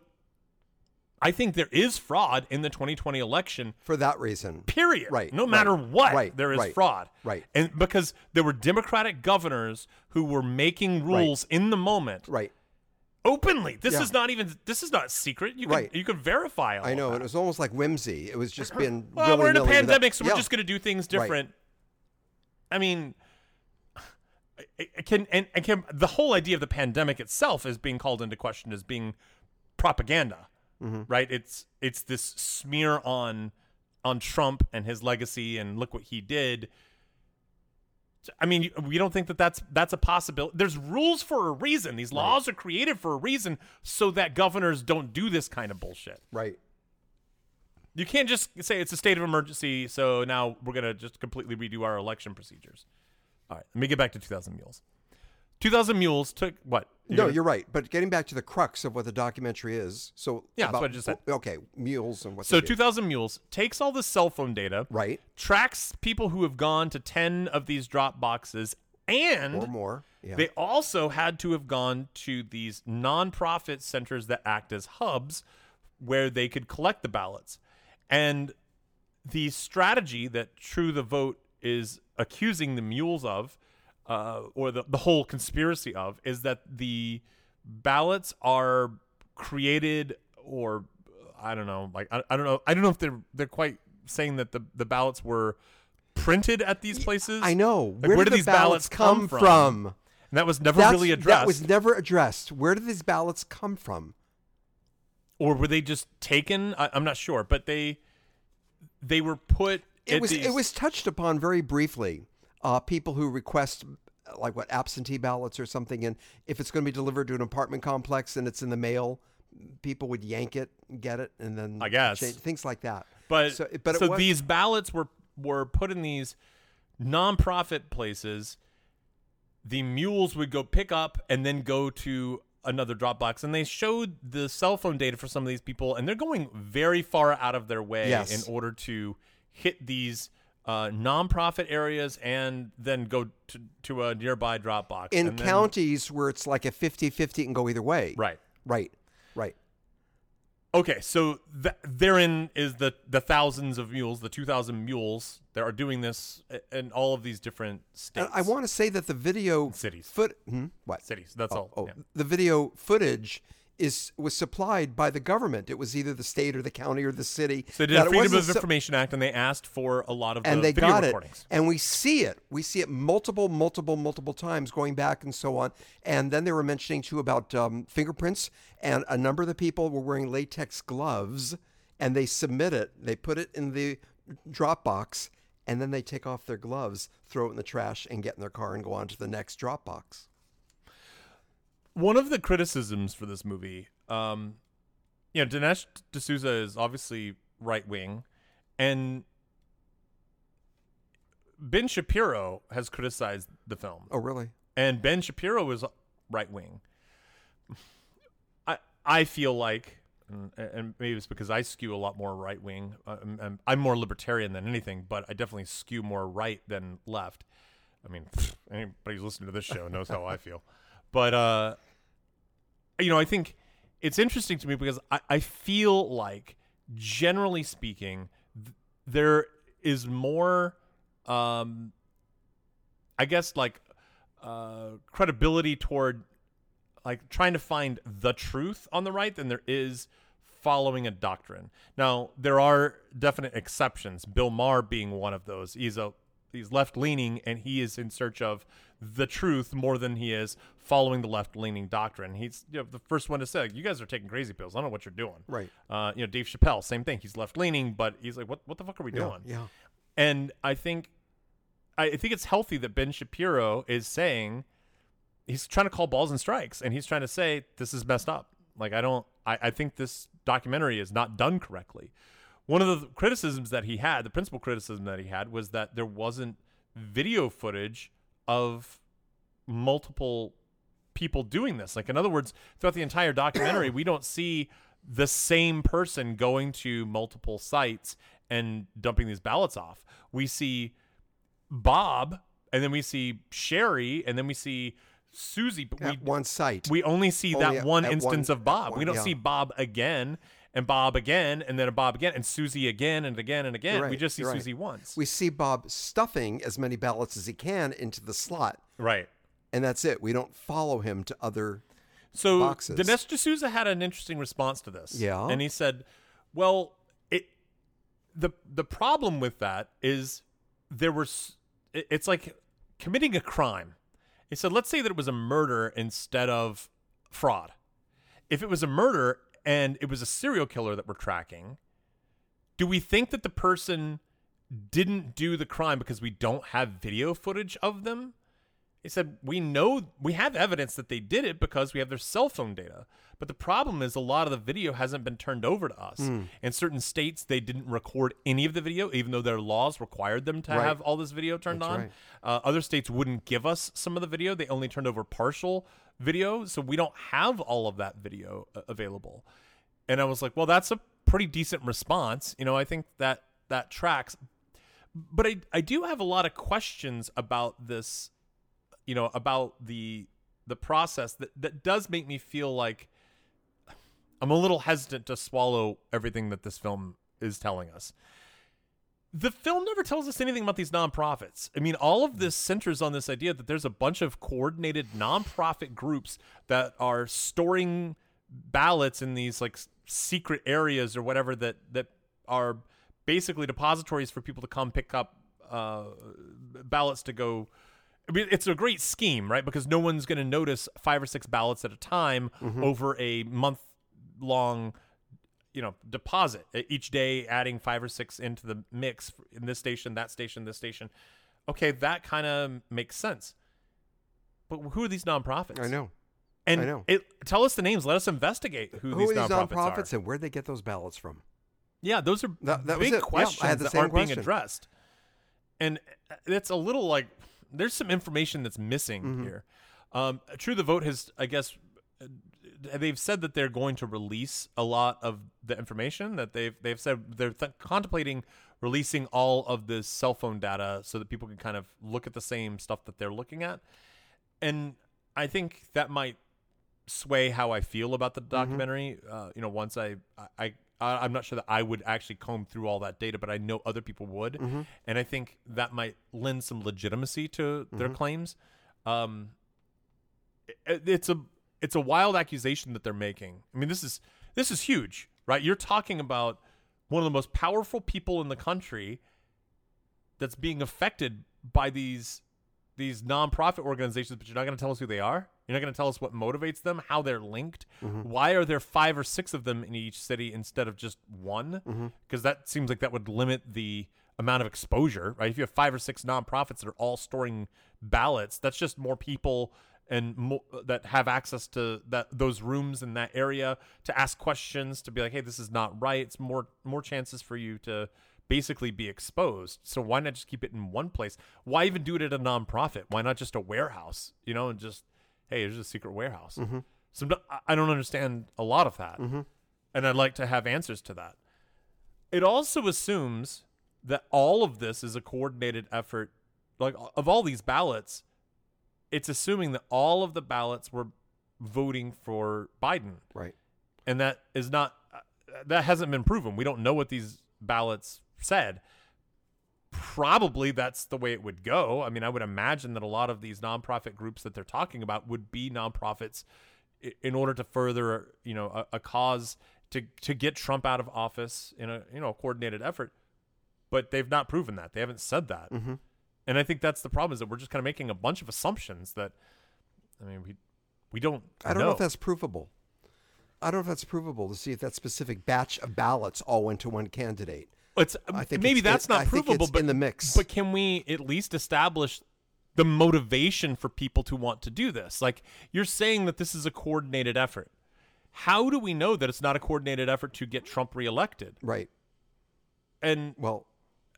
Speaker 2: I think there is fraud in the 2020 election,
Speaker 1: for that reason.
Speaker 2: period.
Speaker 1: Right,
Speaker 2: No
Speaker 1: right,
Speaker 2: matter what,
Speaker 1: right,
Speaker 2: there is
Speaker 1: right,
Speaker 2: fraud.
Speaker 1: right.
Speaker 2: And because there were Democratic governors who were making rules in the moment
Speaker 1: Right.
Speaker 2: openly. This
Speaker 1: Yeah.
Speaker 2: is not even this is not secret. You can
Speaker 1: Right.
Speaker 2: you can verify all
Speaker 1: I
Speaker 2: of
Speaker 1: know.
Speaker 2: that.
Speaker 1: And it was almost like whimsy. It was just been.
Speaker 2: Well, we're in a
Speaker 1: willy-nilly without-
Speaker 2: pandemic, so we're
Speaker 1: Yeah.
Speaker 2: just going to do things different. I mean, I- I can and, and can the whole idea of the pandemic itself is being called into question as being propaganda, right? It's it's this smear on on Trump and his legacy and look what he did. I mean, you- we don't think that that's that's a possibility. There's rules for a reason. These laws are created for a reason, so that governors don't do this kind of bullshit.
Speaker 1: Right.
Speaker 2: You can't just say it's a state of emergency, so now we're going to just completely redo our election procedures. All right, let me get back to 2,000 Mules. 2,000 Mules took what? You're
Speaker 1: no,
Speaker 2: gonna-
Speaker 1: you're right. But getting back to the crux of what the documentary is. So
Speaker 2: Yeah, that's
Speaker 1: about-
Speaker 2: what I just said.
Speaker 1: Okay, mules and what.
Speaker 2: so
Speaker 1: they do.
Speaker 2: 2,000 Mules takes all the cell phone data,
Speaker 1: Right.
Speaker 2: tracks people who have gone to 10 of these drop boxes, and
Speaker 1: or more. Yeah.
Speaker 2: They also had to have gone to these nonprofit centers that act as hubs where they could collect the ballots. And the strategy that True the Vote is accusing the mules of, uh, or the, the whole conspiracy of, is that the ballots are created or I don't know, like I, I don't know, I don't know if they're they're quite saying that the the ballots were printed at these places.
Speaker 1: I know.
Speaker 2: Like,
Speaker 1: where,
Speaker 2: where
Speaker 1: did
Speaker 2: do these
Speaker 1: ballots,
Speaker 2: ballots
Speaker 1: come
Speaker 2: come
Speaker 1: from?
Speaker 2: from? And that was never
Speaker 1: That's-
Speaker 2: really addressed.
Speaker 1: That was never addressed. Where did these ballots come from?
Speaker 2: or were they just taken? I, I'm not sure, but they they were put.
Speaker 1: It
Speaker 2: at
Speaker 1: was
Speaker 2: these-
Speaker 1: it was touched upon very briefly. Uh, people who request uh, like what absentee ballots or something, and if it's going to be delivered to an apartment complex and it's in the mail, people would yank it, and get it, and then
Speaker 2: I guess.
Speaker 1: change, things like that.
Speaker 2: but
Speaker 1: so,
Speaker 2: so,
Speaker 1: but it was,
Speaker 2: these ballots were were put in these nonprofit places. The mules would go pick up and then go to another Dropbox, and they showed the cell phone data for some of these people, and they're going very far out of their way
Speaker 1: Yes.
Speaker 2: in order to hit these. Uh, nonprofit areas and then go to, to a nearby Dropbox
Speaker 1: in
Speaker 2: and then-
Speaker 1: counties where it's like a 50-50 and go either way.
Speaker 2: right
Speaker 1: Right. Right.
Speaker 2: Okay, so th- therein is the the thousands of mules, the two thousand mules that are doing this i- in all of these different
Speaker 1: And
Speaker 2: states.
Speaker 1: I want to say that the video
Speaker 2: cities.
Speaker 1: foot hmm? what
Speaker 2: cities. That's all.
Speaker 1: Oh,
Speaker 2: yeah.
Speaker 1: the video footage is was supplied by the government. It was either the state or the county or the city.
Speaker 2: So they did
Speaker 1: That it
Speaker 2: a Freedom
Speaker 1: wasn't
Speaker 2: of
Speaker 1: so-
Speaker 2: Information Act, and they asked for a lot of the
Speaker 1: and they
Speaker 2: video
Speaker 1: got
Speaker 2: recordings.
Speaker 1: it, and we see it. We see it multiple, multiple, multiple times, going back and so on. And then they were mentioning too about um, fingerprints, and a number of the people were wearing latex gloves, and they submit it. They put it in the Dropbox, and then they take off their gloves, throw it in the trash, and get in their car and go on to the next Dropbox.
Speaker 2: One of the criticisms for this movie, um, you know, Dinesh D'Souza is obviously right wing, and Ben Shapiro has criticized the film.
Speaker 1: Oh, really?
Speaker 2: and Ben Shapiro was right wing. I I feel like, and, and maybe it's because I skew a lot more right wing. I'm, I'm, I'm more libertarian than anything, but I definitely skew more right than left. I mean, anybody who's listening to this show knows how I feel. But uh, you know, I think it's interesting to me because I, I feel like, generally speaking, th- there is more, um, I guess, like uh, credibility toward like trying to find the truth on the right than there is following a doctrine. Now, there are definite exceptions, Bill Maher being one of those. He's a he's left-leaning and he is in search of the truth more than he is following the left-leaning doctrine. He's you know, the first one to say, "You guys are taking crazy pills. I don't know what you're doing."
Speaker 1: Right.
Speaker 2: Uh, you know, Dave Chappelle, same thing. He's left-leaning, but he's like, "What what the fuck are we doing?"
Speaker 1: Yeah.
Speaker 2: And I think I I think it's healthy that Ben Shapiro is saying he's trying to call balls and strikes and he's trying to say this is messed up. Like I don't I, I think this documentary is not done correctly. One of the criticisms that he had, the principal criticism that he had was that there wasn't video footage of multiple people doing this. Like in other words, throughout the entire documentary, we don't see the same person going to multiple sites and dumping these ballots off. We see Bob, and then we see Sherry, and then we see Susie, but we
Speaker 1: at one site.
Speaker 2: we only see
Speaker 1: Only
Speaker 2: that
Speaker 1: at-
Speaker 2: one
Speaker 1: at
Speaker 2: instance
Speaker 1: one-
Speaker 2: of
Speaker 1: at
Speaker 2: Bob. we
Speaker 1: one-
Speaker 2: don't
Speaker 1: yeah.
Speaker 2: see Bob again and Bob again and then Bob again and Susie again and again and again.
Speaker 1: You're
Speaker 2: We
Speaker 1: right,
Speaker 2: just see
Speaker 1: you're right.
Speaker 2: Susie once.
Speaker 1: we see Bob stuffing as many ballots as he can into the slot,
Speaker 2: right.
Speaker 1: and that's it. We don't follow him to other.
Speaker 2: So
Speaker 1: boxes.
Speaker 2: Dinesh D'Souza had an interesting response to this.
Speaker 1: Yeah.
Speaker 2: And he said, well, it the the problem with that is there were s- it- it's like committing a crime. He said, let's say that it was a murder instead of fraud. If it was a murder and it was a serial killer that we're tracking, do we think that the person didn't do the crime because we don't have video footage of them? He said, We know we have evidence that they did it because we have their cell phone data. But the problem is a lot of the video hasn't been turned over to us. In certain states, they didn't record any of the video, even though their laws required them to
Speaker 1: Right.
Speaker 2: have all this video turned
Speaker 1: That's
Speaker 2: on.
Speaker 1: right.
Speaker 2: Uh, other states wouldn't give us some of the video, they only turned over partial video. So we don't have all of that video uh, available. And I was like, Well, that's a pretty decent response. You know, I think that that tracks. But I, I do have a lot of questions about this you know about the the process that that does make me feel like I'm a little hesitant to swallow everything that this film is telling us. The film never tells us anything about these nonprofits. I mean, all of this centers on this idea that there's a bunch of coordinated nonprofit groups that are storing ballots in these like s- secret areas or whatever that that are basically depositories for people to come pick up uh, ballots to go. I mean, it's a great scheme, right? Because no one's going to notice five or six ballots at a time
Speaker 1: Mm-hmm.
Speaker 2: over a month long, you know, deposit. E- Each day, adding five or six into the mix f- in this station, that station, this station. Okay, that kind of makes sense. But who are these nonprofits?
Speaker 1: I know
Speaker 2: And
Speaker 1: I know.
Speaker 2: It, tell us the names. Let us investigate who,
Speaker 1: who
Speaker 2: these,
Speaker 1: are these
Speaker 2: nonprofits,
Speaker 1: nonprofits
Speaker 2: are.
Speaker 1: and where'd they get those ballots from.
Speaker 2: Yeah, those are
Speaker 1: That- that was
Speaker 2: big
Speaker 1: it. Yeah, I
Speaker 2: questions
Speaker 1: had the
Speaker 2: that
Speaker 1: same
Speaker 2: aren't being
Speaker 1: question.
Speaker 2: addressed. And uh, it's a little like there's some information that's missing
Speaker 1: Mm-hmm.
Speaker 2: here. Um, True, the vote has, I guess, uh, they've said that they're going to release a lot of the information that they've they've said they're th- contemplating releasing all of the cell phone data so that people can kind of look at the same stuff that they're looking at. And I think that might sway how I feel about the documentary. Uh, you know, once I, I, I, I'm not sure that I would actually comb through all that data, but I know other people would, and I think that might lend some legitimacy to their claims. Um, it- it's a it's a wild accusation that they're making. I mean, this is this is huge, right? You're talking about one of the most powerful people in the country that's being affected by these these nonprofit organizations, but you're not going to tell us who they are. You're not going to tell us what motivates them, how they're linked. Why are there five or six of them in each city instead of just one? Because that seems like that would limit the amount of exposure, right? If you have five or six nonprofits that are all storing ballots, that's just more people and mo- that have access to that those rooms in that area to ask questions, to be like, hey, this is not right. It's more more chances for you to basically be exposed. So why not just keep it in one place? Why even do it at a nonprofit? Why not just a warehouse? You know, and just hey, there's a secret warehouse. So I'm not- I- I don't understand a lot of that, and I'd like to have answers to that. It also assumes that all of this is a coordinated effort. Like of all these ballots, it's assuming that all of the ballots were voting for Biden
Speaker 1: Right.
Speaker 2: and that is not uh, that hasn't been proven. We don't know what these ballots said. Probably that's the way it would go. I mean, I would imagine that a lot of these nonprofit groups that they're talking about would be nonprofits i- in order to further, you know, a, a cause to to get Trump out of office in a you know coordinated effort. But they've not proven that. They haven't said that.
Speaker 1: Mm-hmm.
Speaker 2: And I think that's the problem is that we're just kind of making a bunch of assumptions that, I mean, we we don't.
Speaker 1: I don't know. if that's provable. I don't know if that's provable to see if that specific batch of ballots all went to one candidate.
Speaker 2: It's
Speaker 1: I think
Speaker 2: maybe
Speaker 1: it's-
Speaker 2: that's
Speaker 1: it-
Speaker 2: not
Speaker 1: I think
Speaker 2: provable,
Speaker 1: it's
Speaker 2: but
Speaker 1: in the mix.
Speaker 2: But can we at least establish the motivation for people to want to do this? Like you're saying that this is a coordinated effort. How do we know that it's not a coordinated effort to get Trump reelected?
Speaker 1: Right.
Speaker 2: And
Speaker 1: Well,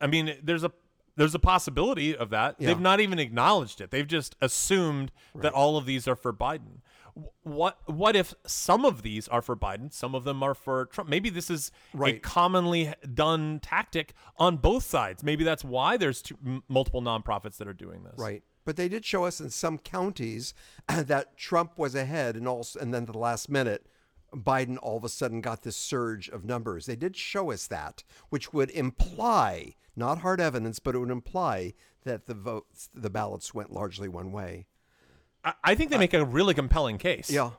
Speaker 2: I mean, there's a there's a possibility of that.
Speaker 1: Yeah.
Speaker 2: They've not even acknowledged it. They've just assumed that all of these are for Biden. Wh- What what if some of these are for Biden, some of them are for Trump? Maybe this is a
Speaker 1: Right.
Speaker 2: commonly done tactic on both sides. Maybe that's why there's two, m- multiple nonprofits that are doing this.
Speaker 1: right. But they did show us in some counties that Trump was ahead, and also, and then at the last minute, Biden all of a sudden got this surge of numbers. They did show us that, which would imply, not hard evidence, but it would imply that the votes, the ballots went largely one way.
Speaker 2: I, I think they make a really compelling case.
Speaker 1: Yeah,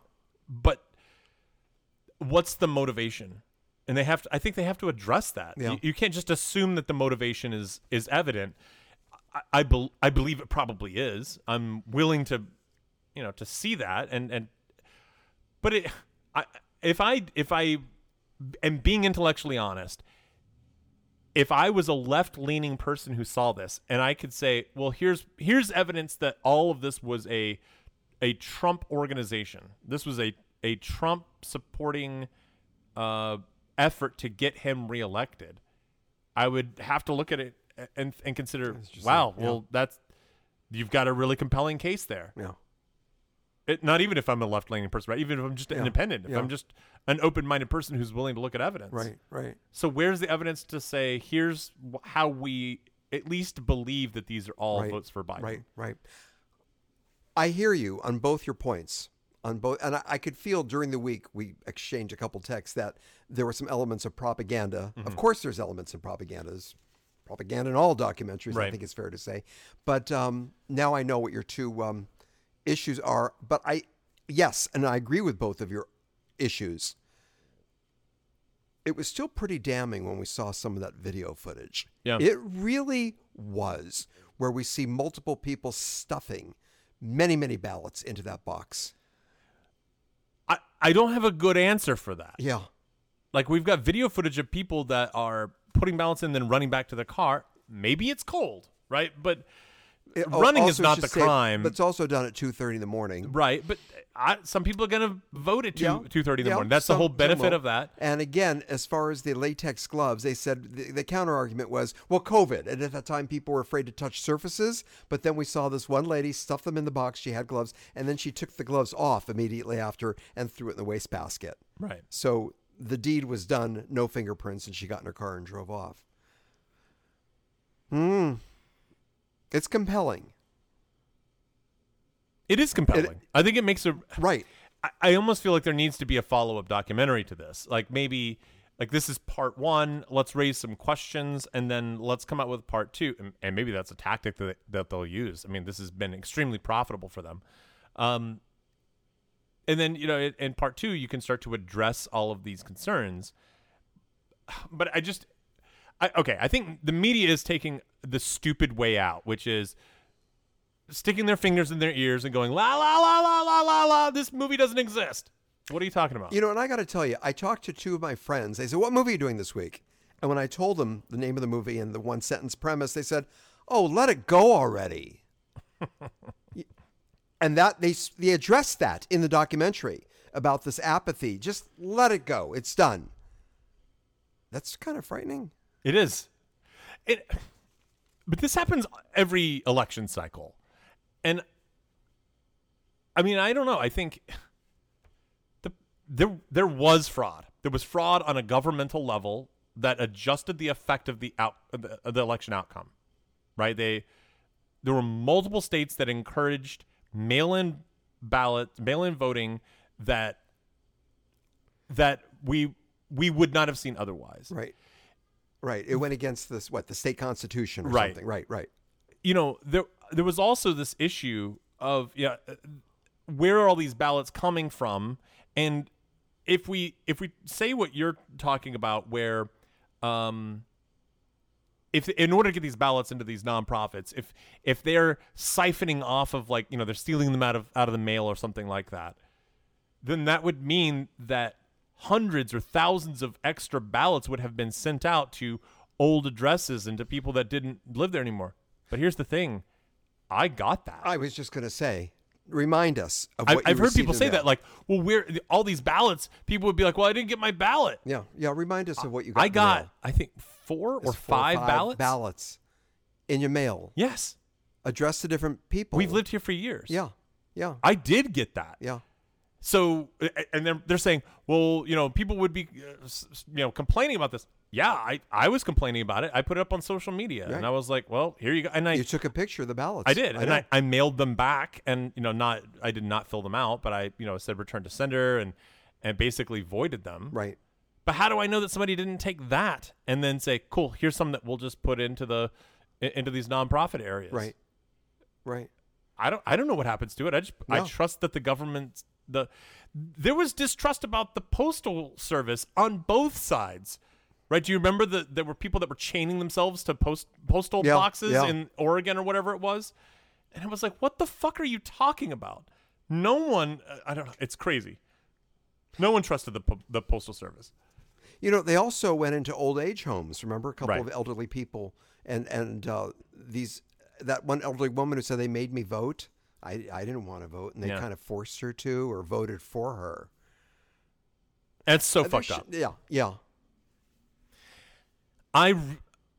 Speaker 2: but what's the motivation and they have to i think they have to address that
Speaker 1: Yeah.
Speaker 2: you, you can't just assume that the motivation is is evident I, I, bel I believe it probably is i'm willing to you know to see that and and but it i if i if i am being intellectually honest if i was a left leaning person who saw this and i could say well here's here's evidence that all of this was a a trump organization this was a a trump supporting uh effort to get him reelected i would have to look at it a- and and consider wow well that's you've got a really compelling case there
Speaker 1: yeah,
Speaker 2: it, not even if I'm a left leaning person, right? Even if I'm just an independent, if
Speaker 1: yeah.
Speaker 2: I'm just an open minded person who's willing to look at evidence.
Speaker 1: right, right.
Speaker 2: So where's the evidence to say here's wh- how we at least believe that these are all
Speaker 1: Right,
Speaker 2: votes for Biden?
Speaker 1: Right, right. I hear you on both your points. On both, and I, I could feel during the week we exchanged a couple texts that there were some elements of propaganda.
Speaker 2: Mm-hmm.
Speaker 1: Of course, there's elements of propaganda. There's propaganda in all documentaries. I
Speaker 2: Right.
Speaker 1: think it's fair to say. But um, now I know what your two um, issues are. But I, yes, and I agree with both of your issues. It was still pretty damning when we saw some of that video footage.
Speaker 2: Yeah.
Speaker 1: It really was, where we see multiple people stuffing many, many ballots into that box.
Speaker 2: I, I don't have a good answer for that.
Speaker 1: Yeah.
Speaker 2: Like we've got video footage of people that are putting ballots in then running back to the car. Maybe it's cold, right? But
Speaker 1: It- al-
Speaker 2: running is
Speaker 1: also
Speaker 2: not
Speaker 1: should
Speaker 2: the
Speaker 1: say-
Speaker 2: crime.
Speaker 1: But it's also done at 2.30 in the morning.
Speaker 2: right, but uh, I, some people are going to vote at two
Speaker 1: Yeah.
Speaker 2: two thirty in the
Speaker 1: Yeah,
Speaker 2: morning. That's the
Speaker 1: some-
Speaker 2: whole
Speaker 1: some
Speaker 2: benefit
Speaker 1: will.
Speaker 2: of that.
Speaker 1: And again, as far as the latex gloves, they said the, the counter argument was, well, COVID. And at that time, people were afraid to touch surfaces. But then we saw this one lady stuff them in the box. She had gloves. And then she took the gloves off immediately after and threw it in the wastebasket.
Speaker 2: Right.
Speaker 1: So the deed was done, no fingerprints, and she got in her car and drove off. Hmm. It's compelling.
Speaker 2: It is compelling. I think it makes a
Speaker 1: Right.
Speaker 2: I, I almost feel like there needs to be a follow up documentary to this. Like maybe like this is part one. Let's raise some questions and then let's come out with part two. And, and maybe that's a tactic that, that they'll use. I mean, this has been extremely profitable for them. Um, and then you know, in, in part two, you can start to address all of these concerns. But I just, I okay. I think the media is taking the stupid way out, which is sticking their fingers in their ears and going la la la la la la la this movie doesn't exist what are you talking about
Speaker 1: You know, and I got to tell you, I talked to two of my friends. They said, What movie are you doing this week? And when I told them the name of the movie and the one sentence premise, they said, Oh, let it go already. Y- and that they, s- they addressed that in the documentary about this apathy. Just let it go. It's done. That's kind of frightening.
Speaker 2: it is it but this happens every election cycle and i mean i don't know i think the there there was fraud there was fraud on a governmental level that adjusted the effect of the out of the, of the election outcome right they there were multiple states that encouraged mail-in ballots, mail-in voting that that we we would not have seen otherwise.
Speaker 1: Right. Right. It went against this what the state constitution or
Speaker 2: Right.
Speaker 1: something. Right. Right.
Speaker 2: You know, there there was also this issue of yeah, uh, where are all these ballots coming from? And if we if we say what you're talking about, where um, if in order to get these ballots into these nonprofits, if if they're siphoning off of like you know they're stealing them out of out of the mail or something like that, then that would mean that hundreds or thousands of extra ballots would have been sent out to old addresses and to people that didn't live there anymore. But here's the thing, I got that.
Speaker 1: I was just going to say, remind us of
Speaker 2: I,
Speaker 1: what you
Speaker 2: I've heard
Speaker 1: received
Speaker 2: people
Speaker 1: in
Speaker 2: say
Speaker 1: the
Speaker 2: that,
Speaker 1: mail.
Speaker 2: like, well, where all these ballots? People would be like, well, I didn't get my ballot.
Speaker 1: yeah. Yeah. Remind us of what you got.
Speaker 2: I
Speaker 1: in the mail.
Speaker 2: got, I think, four or
Speaker 1: It's four
Speaker 2: five, ballots.
Speaker 1: Ballots in your mail,
Speaker 2: Yes,
Speaker 1: addressed to different people.
Speaker 2: we've lived here for years.
Speaker 1: Yeah. Yeah.
Speaker 2: I did get that.
Speaker 1: Yeah.
Speaker 2: So, a- and they're they're saying, well, you know, people would be, uh, s- s- you know, complaining about this. Yeah, I I was complaining about it. I put it up on social media,
Speaker 1: Right.
Speaker 2: and I was like, well, here you go. And I
Speaker 1: You took a picture of the ballots.
Speaker 2: I did,
Speaker 1: I
Speaker 2: and
Speaker 1: know.
Speaker 2: I, I mailed them back, and you know, not I did not fill them out, but I you know said return to sender, and and basically voided them.
Speaker 1: right.
Speaker 2: But how do I know that somebody didn't take that and then say, cool, here's some that we'll just put into the i- into these nonprofit areas.
Speaker 1: Right. Right.
Speaker 2: I don't I don't know what happens to it. I just I
Speaker 1: No.
Speaker 2: trust that the government the there was distrust about the postal service on both sides. Right? Do you remember that there were people that were chaining themselves to post postal
Speaker 1: Yeah,
Speaker 2: boxes
Speaker 1: yeah.
Speaker 2: in Oregon or whatever it was? And I was like, "What the fuck are you talking about?" No one uh, I- I don't know, it's crazy. No one trusted the po- the postal service.
Speaker 1: You know, they also went into old age homes. Remember, a couple
Speaker 2: Right.
Speaker 1: of elderly people, and and uh, these that one elderly woman who said they made me vote. I, I didn't want to vote, and they
Speaker 2: Yeah.
Speaker 1: kind of forced her to, or voted for her.
Speaker 2: And it's so
Speaker 1: Uh, There
Speaker 2: fucked
Speaker 1: should-
Speaker 2: up.
Speaker 1: Yeah, yeah.
Speaker 2: I, r-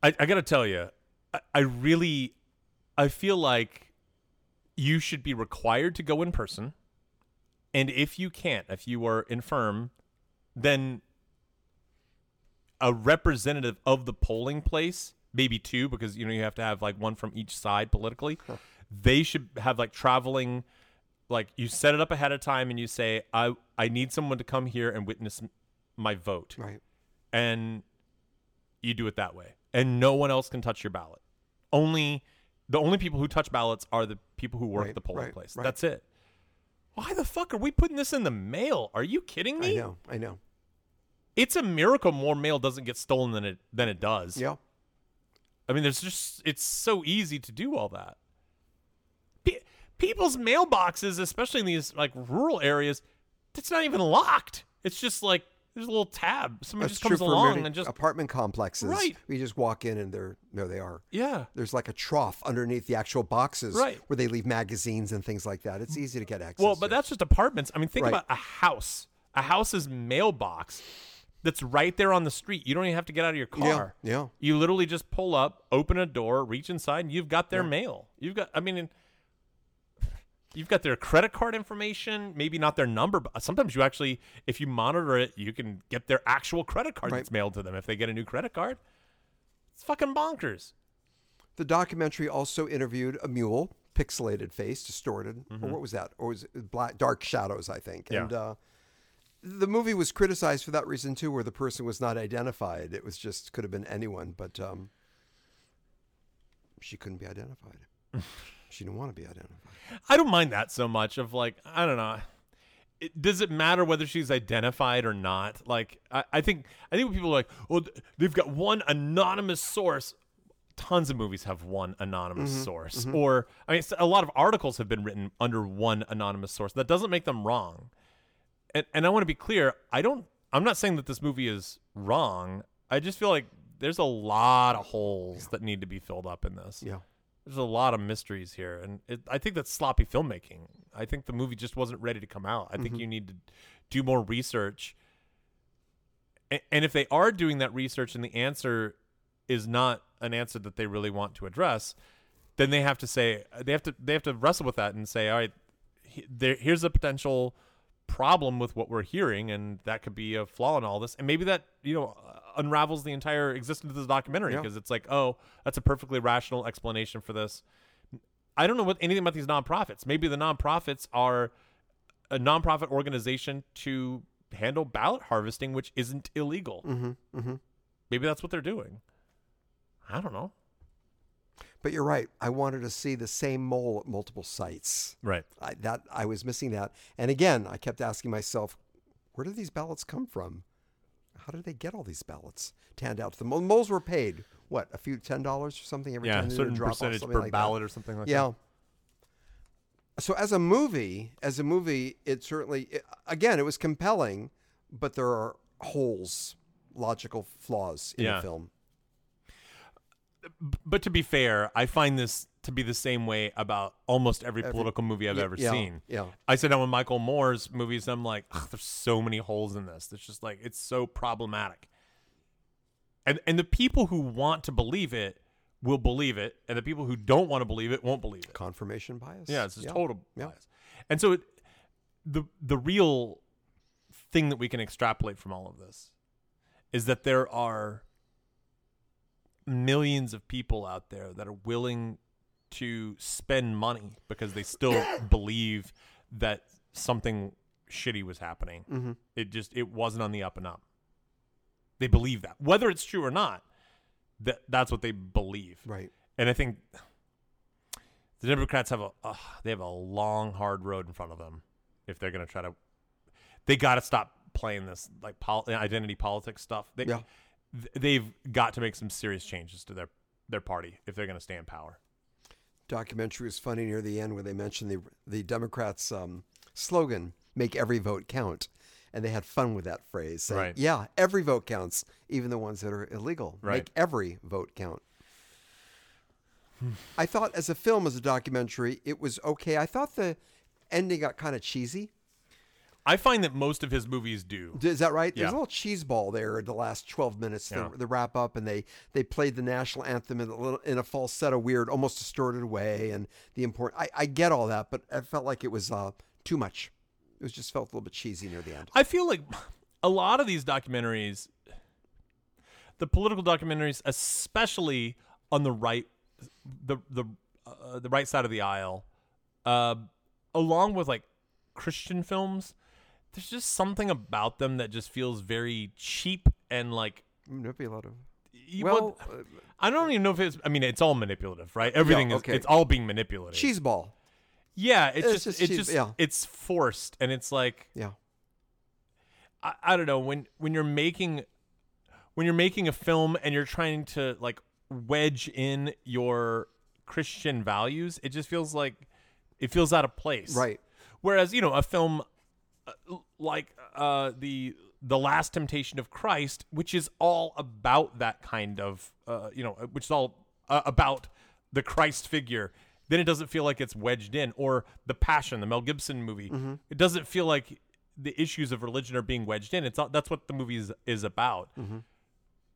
Speaker 2: I, I gotta tell you, I, I really, I feel like you should be required to go in person, and if you can't, if you are infirm, then a representative of the polling place, maybe two, because you know you have to have like one from each side politically. they should have like traveling, like you set it up ahead of time, and you say, I I need someone to come here and witness m- my vote
Speaker 1: Right.
Speaker 2: and you do it that way and no one else can touch your ballot only the only people who touch ballots are the people who work
Speaker 1: Right,
Speaker 2: the polling
Speaker 1: right,
Speaker 2: place
Speaker 1: right.
Speaker 2: that's it why the fuck are we putting this in the mail are you kidding
Speaker 1: I
Speaker 2: me
Speaker 1: know. I know.
Speaker 2: it's a miracle more mail doesn't get stolen than it than it does
Speaker 1: Yeah.
Speaker 2: i mean there's just it's so easy to do all that Pe- people's mailboxes especially in these like rural areas it's not even locked it's just like there's a little tab somebody
Speaker 1: That's
Speaker 2: just comes
Speaker 1: true for
Speaker 2: along
Speaker 1: many
Speaker 2: and just
Speaker 1: apartment complexes.
Speaker 2: Right.
Speaker 1: We just walk in and they're no, they are.
Speaker 2: yeah
Speaker 1: There's like a trough underneath the actual boxes
Speaker 2: Right. Mm.
Speaker 1: where they leave magazines and things like that. It's easy to get access.
Speaker 2: Well, but
Speaker 1: to.
Speaker 2: that's just apartments. I mean, think
Speaker 1: Right.
Speaker 2: about a house. A house's mailbox that's right there on the street. You don't even have to get out of your car.
Speaker 1: yeah.
Speaker 2: You literally just pull up, open a door, reach inside, and you've got their mail. You've got, I mean, and you've got their credit card information, maybe not their number, but sometimes you actually, if you monitor it, you can get their actual credit card
Speaker 1: Right.
Speaker 2: that's mailed to them if they get a new credit card. It's fucking bonkers.
Speaker 1: The documentary also interviewed a mule, pixelated face, distorted, or what was that? Or was it black, dark shadows? I think.
Speaker 2: Mm-hmm. Yeah.
Speaker 1: And uh, the movie was criticized for that reason too, where the person was not identified. It was just could have been anyone, but um, she couldn't be identified. she didn't want to be identified.
Speaker 2: I don't mind that so much. Of like, I don't know. It, does it matter whether she's identified or not? Like, I, I think I think when people are like, well, th- they've got one anonymous source. Tons of movies have one anonymous source, or I mean, s- a lot of articles have been written under one anonymous source. That doesn't make them wrong. And and I want to be clear. I don't. I'm not saying that this movie is wrong. I just feel like there's a lot of holes that need to be filled up in this
Speaker 1: Yeah.
Speaker 2: there's a lot of mysteries here and it, i think that's sloppy filmmaking i think the movie just wasn't ready to come out i think you need to do more research and, and if they are doing that research and the answer is not an answer that they really want to address then they have to say they have to they have to wrestle with that and say all right he- there, here's a potential problem with what we're hearing and that could be a flaw in all this and maybe that you know uh, unravels the entire existence of the documentary
Speaker 1: Yeah.
Speaker 2: because it's like oh that's a perfectly rational explanation for this i don't know what anything about these nonprofits maybe the nonprofits are a nonprofit organization to handle ballot harvesting which isn't illegal
Speaker 1: Mm-hmm. Mm-hmm.
Speaker 2: maybe that's what they're doing i don't know
Speaker 1: But you're right. I wanted to see the same mole at multiple sites.
Speaker 2: right
Speaker 1: I, that I was missing that. And again, I kept asking myself, where do these ballots come from? How did they get all these ballots to hand out to them? Well, moles were paid what a few ten dollars or something every
Speaker 2: yeah
Speaker 1: time they did a
Speaker 2: certain
Speaker 1: drop-off,
Speaker 2: percentage
Speaker 1: something
Speaker 2: per
Speaker 1: like that.
Speaker 2: ballot or something like
Speaker 1: Yeah. So as a movie, as a movie, it certainly it- again it was compelling, but there are holes, logical flaws in
Speaker 2: Yeah.
Speaker 1: the film.
Speaker 2: but to be fair, I find this to be the same way about almost every, political movie I've ever
Speaker 1: yeah,
Speaker 2: seen.
Speaker 1: yeah.
Speaker 2: I sit down with Michael Moore's movies and I'm like, "Ugh, there's so many holes in this. It's just like it's so problematic. And and the people who want to believe it will believe it, and the people who don't want to believe it won't believe it.
Speaker 1: Confirmation bias.
Speaker 2: Yeah, it's just total
Speaker 1: Yeah.
Speaker 2: bias. And so it, the the real thing that we can extrapolate from all of this is that there are millions of people out there that are willing to spend money because they still believe that something shitty was happening.
Speaker 1: Mm.
Speaker 2: It just it wasn't on the up and up. They believe that. Whether it's true or not, that that's what they believe.
Speaker 1: Right.
Speaker 2: And I think the Democrats have a uh, they have a long hard road in front of them if they're going to try to they got to stop playing this like pol- identity politics stuff. They
Speaker 1: Yeah.
Speaker 2: th- they've got to make some serious changes to their their party if they're going to stay in power.
Speaker 1: Documentary was funny near the end where they mentioned the the Democrats' um, slogan "Make every vote count," and they had fun with that phrase. saying,
Speaker 2: Right.
Speaker 1: Yeah, every vote counts, even the ones that are illegal.
Speaker 2: Right.
Speaker 1: Make every vote count. I thought as a film, as a documentary, it was okay. I thought the ending got kind of cheesy.
Speaker 2: I find that most of his movies do.
Speaker 1: Is that right?
Speaker 2: Yeah.
Speaker 1: There's a little cheese ball there in the last 12 minutes, the,
Speaker 2: Yeah.
Speaker 1: the wrap up, and they, they played the national anthem in a, little, in a falsetto, weird, almost distorted way. And the important, I, I get all that, but I felt like it was uh, too much. It was just felt a little bit cheesy near the end.
Speaker 2: I feel like a lot of these documentaries, the political documentaries, especially on the right, the the uh, the right side of the aisle, uh, along with like Christian films, there's just something about them that just feels very cheap and like.
Speaker 1: Mm, There'd be a lot of.
Speaker 2: you-
Speaker 1: Well,
Speaker 2: what-
Speaker 1: uh,
Speaker 2: I don't even know if it's. I mean, it's all manipulative, right? Everything
Speaker 1: okay.
Speaker 2: is. It's all being manipulated.
Speaker 1: cheese ball.
Speaker 2: yeah, it's,
Speaker 1: it's
Speaker 2: just.
Speaker 1: just
Speaker 2: it's
Speaker 1: cheap,
Speaker 2: just.
Speaker 1: yeah.
Speaker 2: It's forced, and it's like.
Speaker 1: Yeah.
Speaker 2: I, I don't know when when you're making when you're making a film and you're trying to like wedge in your Christian values, it just feels like it feels out of place.
Speaker 1: Right.
Speaker 2: Whereas you know a film uh, l- like uh, the the Last Temptation of Christ, which is all about that kind of uh, you know, which is all uh, about the Christ figure. Then it doesn't feel like it's wedged in, or the Passion, the Mel Gibson movie. It doesn't feel like the issues of religion are being wedged in. It's all, that's what the movie is, is about.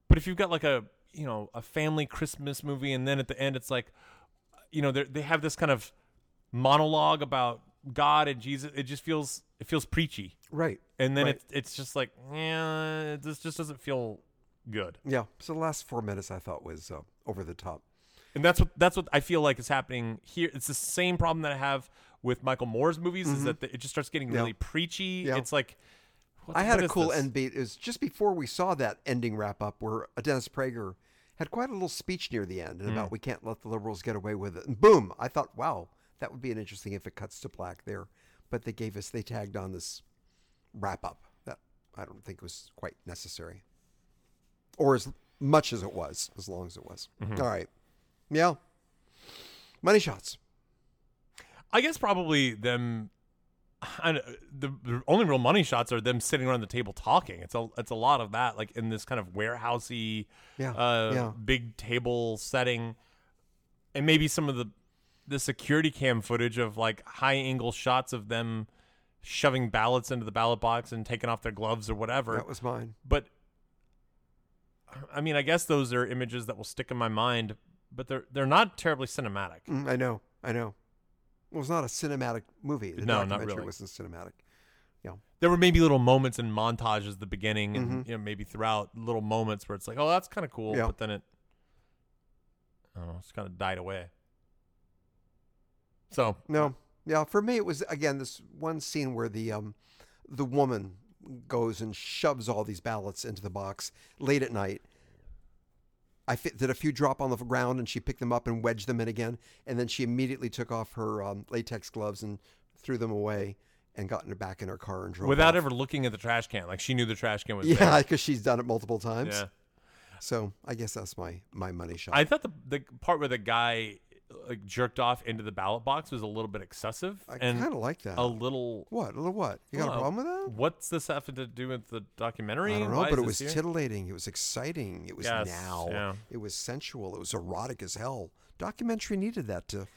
Speaker 2: But if you've got like a you know a family Christmas movie, and then at the end it's like, you know, they they have this kind of monologue about God and Jesus. It just feels it feels preachy,
Speaker 1: Right.
Speaker 2: and then
Speaker 1: Right.
Speaker 2: it's it's just like yeah, this just doesn't feel good.
Speaker 1: Yeah. So the last four minutes I thought was uh, over the top.
Speaker 2: And that's what that's what I feel like is happening here. It's the same problem that I have with Michael Moore's movies is that it just starts getting really preachy.
Speaker 1: Mm-hmm. Yeah.
Speaker 2: It's like what-
Speaker 1: I had
Speaker 2: what
Speaker 1: a
Speaker 2: is
Speaker 1: cool
Speaker 2: this?
Speaker 1: end beat. It was just before we saw that ending wrap up where Dennis Prager had quite a little speech near the
Speaker 2: Hmm.
Speaker 1: end and about we can't let the liberals get away with it. And boom, I thought, wow, that would be an interesting if it cuts to black there. But they gave us, they tagged on this wrap up that I don't think was quite necessary or as much as it was, as long as it was.
Speaker 2: Mm-hmm.
Speaker 1: All right. Yeah. Money shots.
Speaker 2: I guess probably them. I don't- the, the only real money shots are them sitting around the table talking. It's a it's a lot of that, like in this kind of warehousey,
Speaker 1: Yeah,
Speaker 2: uh,
Speaker 1: yeah.
Speaker 2: big table setting, and maybe some of the the security cam footage of like high angle shots of them shoving ballots into the ballot box and taking off their gloves or whatever
Speaker 1: That was mine.
Speaker 2: but I mean, I guess those are images that will stick in my mind, but they're they're not terribly cinematic.
Speaker 1: Mm, I know. I know. It was not a cinematic movie. The
Speaker 2: No, not
Speaker 1: documentary
Speaker 2: really.
Speaker 1: wasn't cinematic.
Speaker 2: There were maybe little moments in montages at the beginning, and you know maybe throughout little moments where it's like, oh, that's kind of cool,
Speaker 1: Mm-hmm. Yeah.
Speaker 2: but then it, I don't know, it's kind of died away. So
Speaker 1: No. Yeah, for me it was again this one scene where the um the woman goes and shoves all these ballots into the box late at night. I fi- did a few drop on the ground and she picked them up and wedged them in again and then she immediately took off her um, latex gloves and threw them away and got in her back in her car and drove
Speaker 2: without
Speaker 1: off.
Speaker 2: ever looking at the trash can, like she knew the trash can was
Speaker 1: Yeah,
Speaker 2: there.
Speaker 1: because she's done it multiple times.
Speaker 2: Yeah.
Speaker 1: So I guess that's my my money shot.
Speaker 2: I thought the the part where the guy like jerked off into the ballot box was a little bit excessive
Speaker 1: I
Speaker 2: and
Speaker 1: kind of like that.
Speaker 2: a little
Speaker 1: what? A little what? You got a
Speaker 2: Well,
Speaker 1: problem with that?
Speaker 2: What's this have to do with the documentary?
Speaker 1: I don't know,
Speaker 2: Why
Speaker 1: but
Speaker 2: is
Speaker 1: it was
Speaker 2: this here?
Speaker 1: titillating. It was exciting. It was
Speaker 2: Yes,
Speaker 1: now.
Speaker 2: yeah.
Speaker 1: It was sensual. It was erotic as hell. Documentary needed that to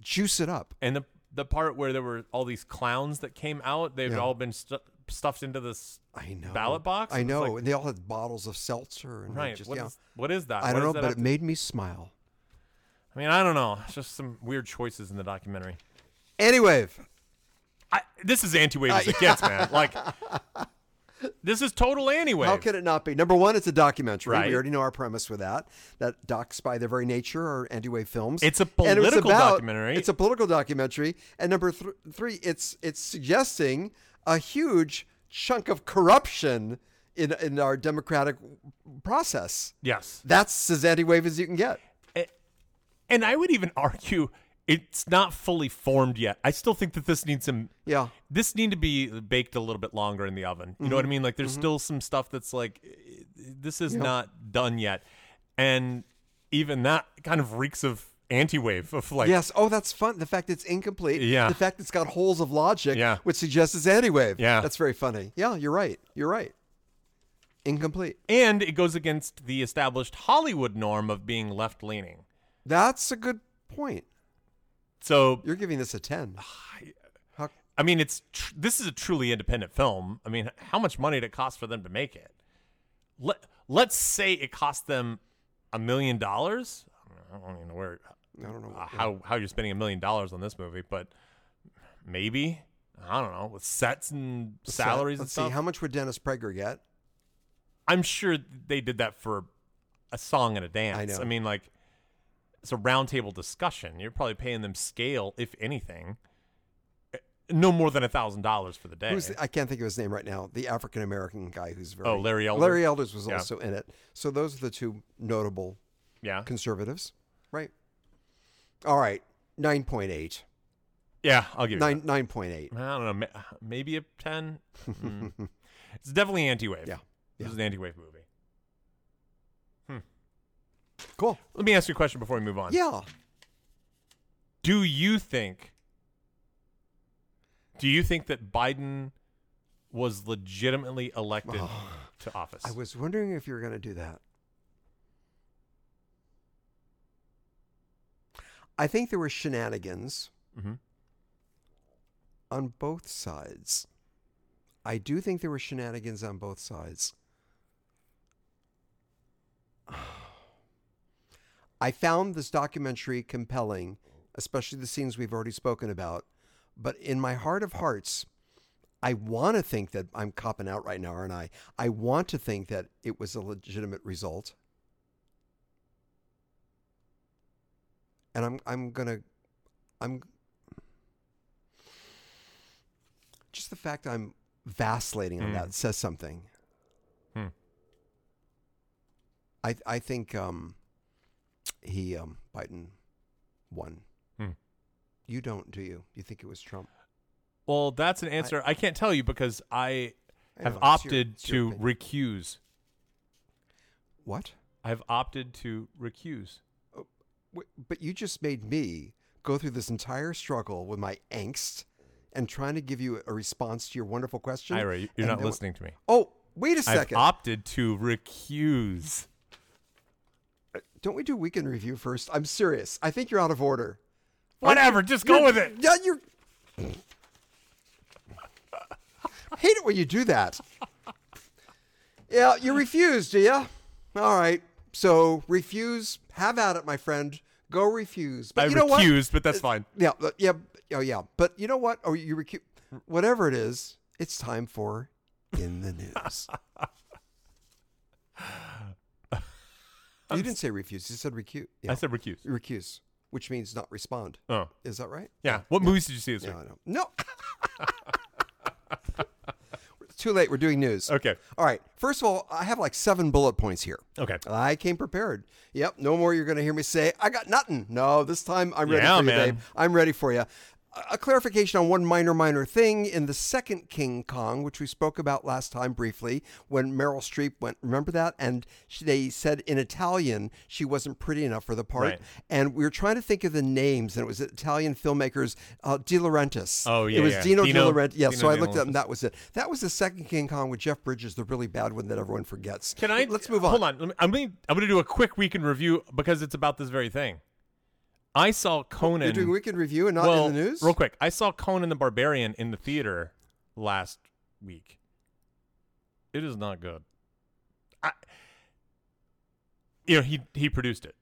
Speaker 1: juice it up.
Speaker 2: and the the part where there were all these clowns that came out. They've
Speaker 1: Yeah.
Speaker 2: all been stu- stuffed into this.
Speaker 1: I know.
Speaker 2: Ballot box?
Speaker 1: I
Speaker 2: It's
Speaker 1: know.
Speaker 2: like-
Speaker 1: and they all had bottles of seltzer. And they
Speaker 2: Right.
Speaker 1: Just,
Speaker 2: what,
Speaker 1: yeah.
Speaker 2: is- what is that?
Speaker 1: I
Speaker 2: What
Speaker 1: don't know,
Speaker 2: does that
Speaker 1: but
Speaker 2: have
Speaker 1: it
Speaker 2: to-
Speaker 1: made me smile.
Speaker 2: I mean, I don't know. It's just some weird choices in the documentary.
Speaker 1: Anyway,
Speaker 2: I, this is anti wave as it gets, man. Like, this is total anti
Speaker 1: How
Speaker 2: wave.
Speaker 1: could it not be? Number one, it's a documentary.
Speaker 2: Right.
Speaker 1: We already know our premise with that. That docs, by their very nature, are anti-wave films.
Speaker 2: It's a
Speaker 1: And it was
Speaker 2: political
Speaker 1: about-
Speaker 2: documentary.
Speaker 1: It's a political documentary. And number thr three, it's it's suggesting a huge chunk of corruption in in our democratic process.
Speaker 2: yes.
Speaker 1: That's as anti-wave as you can get.
Speaker 2: And I would even argue it's not fully formed yet. I still think that this needs some.
Speaker 1: Yeah.
Speaker 2: This need to be baked a little bit longer in the oven. You know what I mean? Like, there's still some stuff that's like, eh, this is not done yet, and even that kind of reeks of anti-wave of like,
Speaker 1: Yes. Oh, that's fun. The fact it's incomplete.
Speaker 2: Yeah.
Speaker 1: The fact it's got holes of logic.
Speaker 2: Yeah.
Speaker 1: Which suggests it's anti-wave.
Speaker 2: Yeah.
Speaker 1: That's very funny. Yeah, you're right. You're right. Incomplete.
Speaker 2: and it goes against the established Hollywood norm of being left-leaning.
Speaker 1: That's a good point.
Speaker 2: So
Speaker 1: You're giving this a 10. How,
Speaker 2: Ah, I mean, it's tr- this is a truly independent film. I mean, how much money did it cost for them to make it? Let Let's say it cost them a million dollars. I don't even know where
Speaker 1: I don't know.
Speaker 2: uh, how how you're spending a million dollars on this movie, but maybe I don't know with sets and salaries
Speaker 1: Let's
Speaker 2: and
Speaker 1: see.
Speaker 2: stuff.
Speaker 1: How much would Dennis Prager get?
Speaker 2: I'm sure they did that for a song and a dance.
Speaker 1: know.
Speaker 2: I mean, like it's a roundtable discussion. You're probably paying them scale, if anything, eh, no more than a thousand dollars for the day.
Speaker 1: Who's the- I can't think of his name right now. The African American guy who's very.
Speaker 2: Oh, Larry Elder?
Speaker 1: Larry Elders was
Speaker 2: Yeah.
Speaker 1: also in it. So those are the two notable
Speaker 2: yeah,
Speaker 1: conservatives, right? All right. 9.8.
Speaker 2: yeah. I'll give you.
Speaker 1: Nine, 9.8.
Speaker 2: that. I don't know. ma- Maybe a ten. Mm. it's definitely anti-wave.
Speaker 1: Yeah. Yeah.
Speaker 2: this is an anti-wave movie.
Speaker 1: Cool.
Speaker 2: Let me ask you a question before we move on.
Speaker 1: Yeah.
Speaker 2: do you think do you think that Biden was legitimately elected
Speaker 1: Oh.
Speaker 2: to office?
Speaker 1: I was wondering if you were going to do that. I think there were shenanigans
Speaker 2: Mhm.
Speaker 1: on both sides. I do think there were shenanigans on both sides. I found this documentary compelling, especially the scenes we've already spoken about. But in my heart of hearts, I want to think that I'm copping out right now, aren't I? I want to think that it was a legitimate result. And I'm I'm gonna I'm just the fact I'm vacillating on
Speaker 2: Hmm.
Speaker 1: that says something.
Speaker 2: Hmm.
Speaker 1: I I think um he um Biden won.
Speaker 2: Hmm.
Speaker 1: You don't, do you? You think it was Trump?
Speaker 2: well, that's an answer I, can't tell you because I
Speaker 1: I
Speaker 2: have
Speaker 1: know, it's your-
Speaker 2: opted
Speaker 1: it's your
Speaker 2: to
Speaker 1: opinion.
Speaker 2: recuse.
Speaker 1: what?
Speaker 2: I've opted to recuse.
Speaker 1: Wait, But you just made me go through this entire struggle with my angst and trying to give you a response to your wonderful question.
Speaker 2: Ira, you're
Speaker 1: and
Speaker 2: not
Speaker 1: then-
Speaker 2: listening to me.
Speaker 1: Oh, wait a
Speaker 2: I've
Speaker 1: second.
Speaker 2: opted to recuse.
Speaker 1: Don't we do weekend review first? I'm serious. I think you're out of order.
Speaker 2: Whatever, just go with it.
Speaker 1: Yeah, you're. Hate it when you do that. Yeah, you refuse, do you? All right. So refuse. Have at it, my friend. Go refuse. But
Speaker 2: I
Speaker 1: you know what?
Speaker 2: recused, but that's fine.
Speaker 1: Yeah, but- yeah, but- oh yeah. But you know what? Oh, you recu- whatever it is, it's time for in the news. you didn't say refuse. You said recuse. Yeah,
Speaker 2: I said recuse.
Speaker 1: recuse, which means not respond.
Speaker 2: Oh.
Speaker 1: Is that right?
Speaker 2: Yeah. What movies did you see this
Speaker 1: No,
Speaker 2: week?
Speaker 1: I don't. No. It's Too late. We're doing news.
Speaker 2: Okay.
Speaker 1: All right. First of all, I have like seven bullet points here.
Speaker 2: Okay.
Speaker 1: I came prepared. Yep. No more. You're going to hear me say, I got nothing. No, this time I'm ready
Speaker 2: Yeah,
Speaker 1: for you,
Speaker 2: man.
Speaker 1: babe. I'm ready for you. A- A clarification on one minor, minor thing in the second King Kong, which we spoke about last time briefly, when Meryl Streep went, remember that? And she, they said in Italian she wasn't pretty enough for the part.
Speaker 2: Right.
Speaker 1: And we were trying to think of the names, and it was Italian filmmakers uh, De Laurentiis.
Speaker 2: Oh, yeah,
Speaker 1: It was
Speaker 2: yeah.
Speaker 1: Dino, De
Speaker 2: Dino-
Speaker 1: Laurentiis. Yeah,
Speaker 2: Dino
Speaker 1: so I
Speaker 2: De
Speaker 1: looked up,
Speaker 2: Laurentiis.
Speaker 1: and that was it. That was the second King Kong with Jeff Bridges, the really bad one that everyone forgets.
Speaker 2: Can I?
Speaker 1: Let's move on.
Speaker 2: Hold on. Let me- I'm going. I'm going to do a quick weekend review because it's about this very thing. I saw Conan.
Speaker 1: You're doing weekend review and not
Speaker 2: well,
Speaker 1: in the news?
Speaker 2: real quick. I saw Conan the Barbarian in the theater last week. It is not good. I, you know, he he produced it.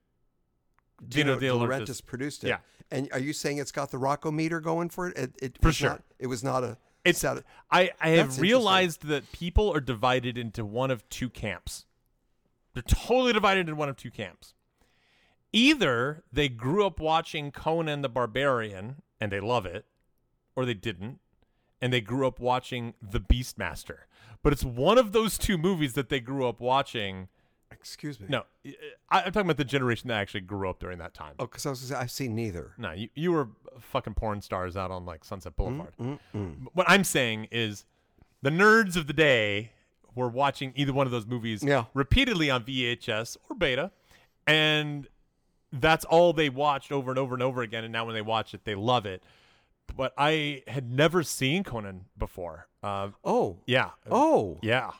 Speaker 2: Dino De Laurentiis.
Speaker 1: produced it.
Speaker 2: Yeah.
Speaker 1: And are you saying it's got the Rocco meter going for it? It, it
Speaker 2: For
Speaker 1: was
Speaker 2: sure.
Speaker 1: Not, it was not a.
Speaker 2: It's
Speaker 1: not a-
Speaker 2: I, I have
Speaker 1: interesting.
Speaker 2: realized that people are divided into one of two camps. They're totally divided into one of two camps. Either they grew up watching Conan the Barbarian and they love it, or they didn't, and they grew up watching The Beastmaster. But it's one of those two movies that they grew up watching.
Speaker 1: excuse me.
Speaker 2: No, I, I'm talking about the generation that actually grew up during that time.
Speaker 1: Oh, because I was gonna say, I've seen neither.
Speaker 2: No, you, you were fucking porn stars out on like Sunset Boulevard.
Speaker 1: Mm,
Speaker 2: What I'm saying is the nerds of the day were watching either one of those movies
Speaker 1: Yeah.
Speaker 2: repeatedly on VHS or beta, and that's all they watched over and over and over again. And now when they watch it, they love it. But I had never seen Conan before. Uh,
Speaker 1: Oh.
Speaker 2: yeah.
Speaker 1: Oh.
Speaker 2: Yeah.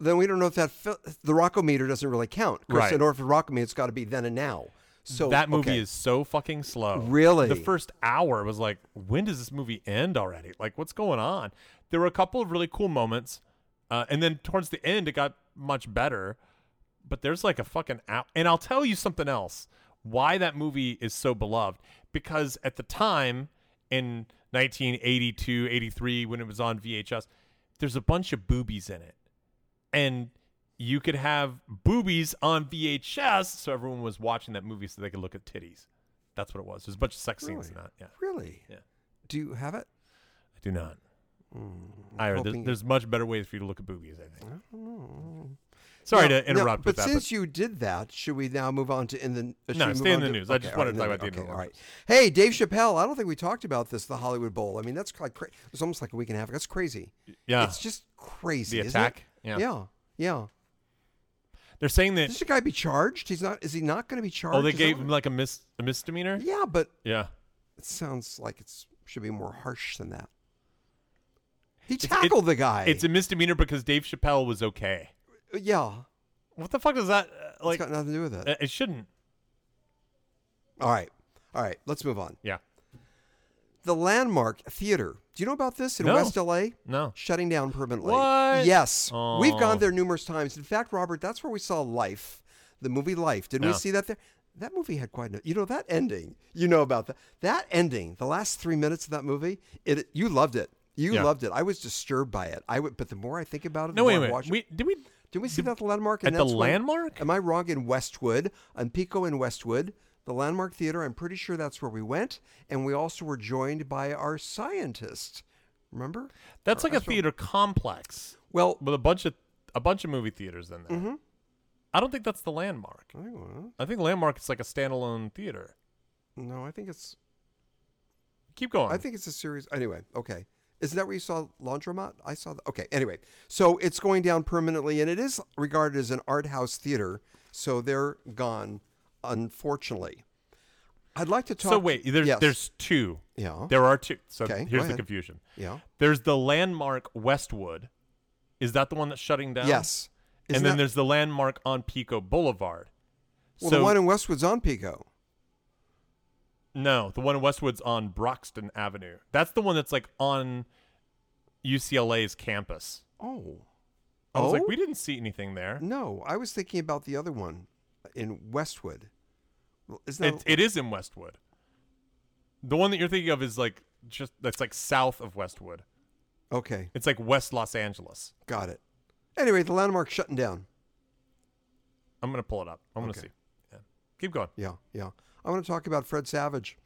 Speaker 1: Then we don't know if that fil- the Rocco meter doesn't really count. 'Cause
Speaker 2: Right.
Speaker 1: In order for Rocco meter, it's got to be then and now. So
Speaker 2: that movie
Speaker 1: okay.
Speaker 2: is so fucking slow.
Speaker 1: Really?
Speaker 2: The first hour was like, when does this movie end already? Like, what's going on? There were a couple of really cool moments, uh, and then towards the end, it got much better. But there's like a fucking hour, and I'll tell you something else. Why that movie is so beloved? Because at the time in 1982, 83, when it was on VHS, there's a bunch of boobies in it and you could have boobies on VHS, so everyone was watching that movie so they could look at titties. That's what it was. There's a bunch of sex scenes in that. Yeah,
Speaker 1: really.
Speaker 2: Yeah.
Speaker 1: Do you have it?
Speaker 2: I do not. Ira, there's,
Speaker 1: Hmm. hoping-
Speaker 2: there's much better ways for you to look at boobies. I think. Sorry
Speaker 1: Now-
Speaker 2: to interrupt
Speaker 1: Now, but
Speaker 2: with that.
Speaker 1: since you did that, should we now move on to in the uh, should
Speaker 2: No,
Speaker 1: we
Speaker 2: stay
Speaker 1: move
Speaker 2: in
Speaker 1: on
Speaker 2: the
Speaker 1: to-
Speaker 2: news. I just wanted to talk
Speaker 1: all right,
Speaker 2: about the
Speaker 1: okay,
Speaker 2: Indiana
Speaker 1: All right.
Speaker 2: Jones.
Speaker 1: Hey, Dave Chappelle. I don't think we talked about this. The Hollywood Bowl. I mean, that's like cra- it's almost like a week and a half. That's crazy.
Speaker 2: yeah,
Speaker 1: It's just crazy.
Speaker 2: The
Speaker 1: isn't it?
Speaker 2: attack? Yeah.
Speaker 1: Yeah. Yeah.
Speaker 2: they're saying that.
Speaker 1: Does the guy be charged? He's not. Is he not going to be charged?
Speaker 2: Oh, they
Speaker 1: Is that
Speaker 2: gave
Speaker 1: what-
Speaker 2: him like a mis a misdemeanor.
Speaker 1: Yeah, but
Speaker 2: Yeah,
Speaker 1: it sounds like it's should be more harsh than that. He
Speaker 2: it-
Speaker 1: tackled the guy.
Speaker 2: it's a misdemeanor because Dave Chappelle was okay.
Speaker 1: yeah.
Speaker 2: What the fuck is that? uh, Like,
Speaker 1: it's got nothing to do with it.
Speaker 2: uh, it shouldn't.
Speaker 1: all right. All right. Let's move on.
Speaker 2: Yeah.
Speaker 1: The Landmark Theater. Do you know about this in
Speaker 2: No.
Speaker 1: West LA?
Speaker 2: No.
Speaker 1: Shutting down permanently.
Speaker 2: What?
Speaker 1: Yes. We've
Speaker 2: Oh.
Speaker 1: gone there numerous times. In fact, Robert, that's where we saw Life, the movie Life. Didn't we
Speaker 2: Yeah.
Speaker 1: see that there? That movie had quite a you know that ending. You know about that. That ending, the last 3 minutes of that movie, it you loved it. You
Speaker 2: Yeah.
Speaker 1: loved it. I was disturbed by it. I would, but the more I think about it,
Speaker 2: No,
Speaker 1: the
Speaker 2: wait,
Speaker 1: more I
Speaker 2: wait.
Speaker 1: watch it-
Speaker 2: We did we
Speaker 1: Did we see that at the landmark?
Speaker 2: at the
Speaker 1: that's when-
Speaker 2: landmark?
Speaker 1: am I wrong in Westwood? On Pico in Westwood, the landmark theater. I'm pretty sure that's where we went, and we also were joined by our scientist. Remember?
Speaker 2: That's like a theater complex
Speaker 1: Well,
Speaker 2: with a bunch of a bunch of movie theaters in there.
Speaker 1: Mm-hmm.
Speaker 2: I don't think that's the landmark.
Speaker 1: I think- well,
Speaker 2: I think landmark is like a standalone theater.
Speaker 1: no, I think it's.
Speaker 2: Keep going.
Speaker 1: I think it's a series. Anyway, okay. Isn't that where you saw Laundromat? I saw that. Okay. Anyway, so it's going down permanently, and it is regarded as an art house theater. So they're gone, unfortunately. I'd like to talk.
Speaker 2: so. Wait, there's
Speaker 1: Yes.
Speaker 2: there's two.
Speaker 1: yeah
Speaker 2: There are two. So
Speaker 1: Okay, go
Speaker 2: here's the
Speaker 1: ahead.
Speaker 2: confusion.
Speaker 1: yeah
Speaker 2: There's the landmark Westwood. Is that the one that's shutting down?
Speaker 1: yes. Isn't
Speaker 2: and then
Speaker 1: that-
Speaker 2: there's the landmark on Pico Boulevard.
Speaker 1: Well,
Speaker 2: so
Speaker 1: the one in Westwood's on Pico.
Speaker 2: no, the one in Westwood's on Broxton Avenue. That's the one that's like on UCLA's campus.
Speaker 1: Oh.
Speaker 2: I was
Speaker 1: Oh?
Speaker 2: like, we didn't see anything there.
Speaker 1: No, I was thinking about the other one in Westwood. Well, Isn't that,
Speaker 2: It, it is in Westwood. The one that you're thinking of is like just that's like south of Westwood.
Speaker 1: okay?
Speaker 2: It's like West Los Angeles.
Speaker 1: Got it. Anyway, the landmark shutting down.
Speaker 2: I'm gonna pull it up. I'm
Speaker 1: Okay.
Speaker 2: gonna see. Yeah. Keep going.
Speaker 1: Yeah, yeah. I want to talk about Fred Savage.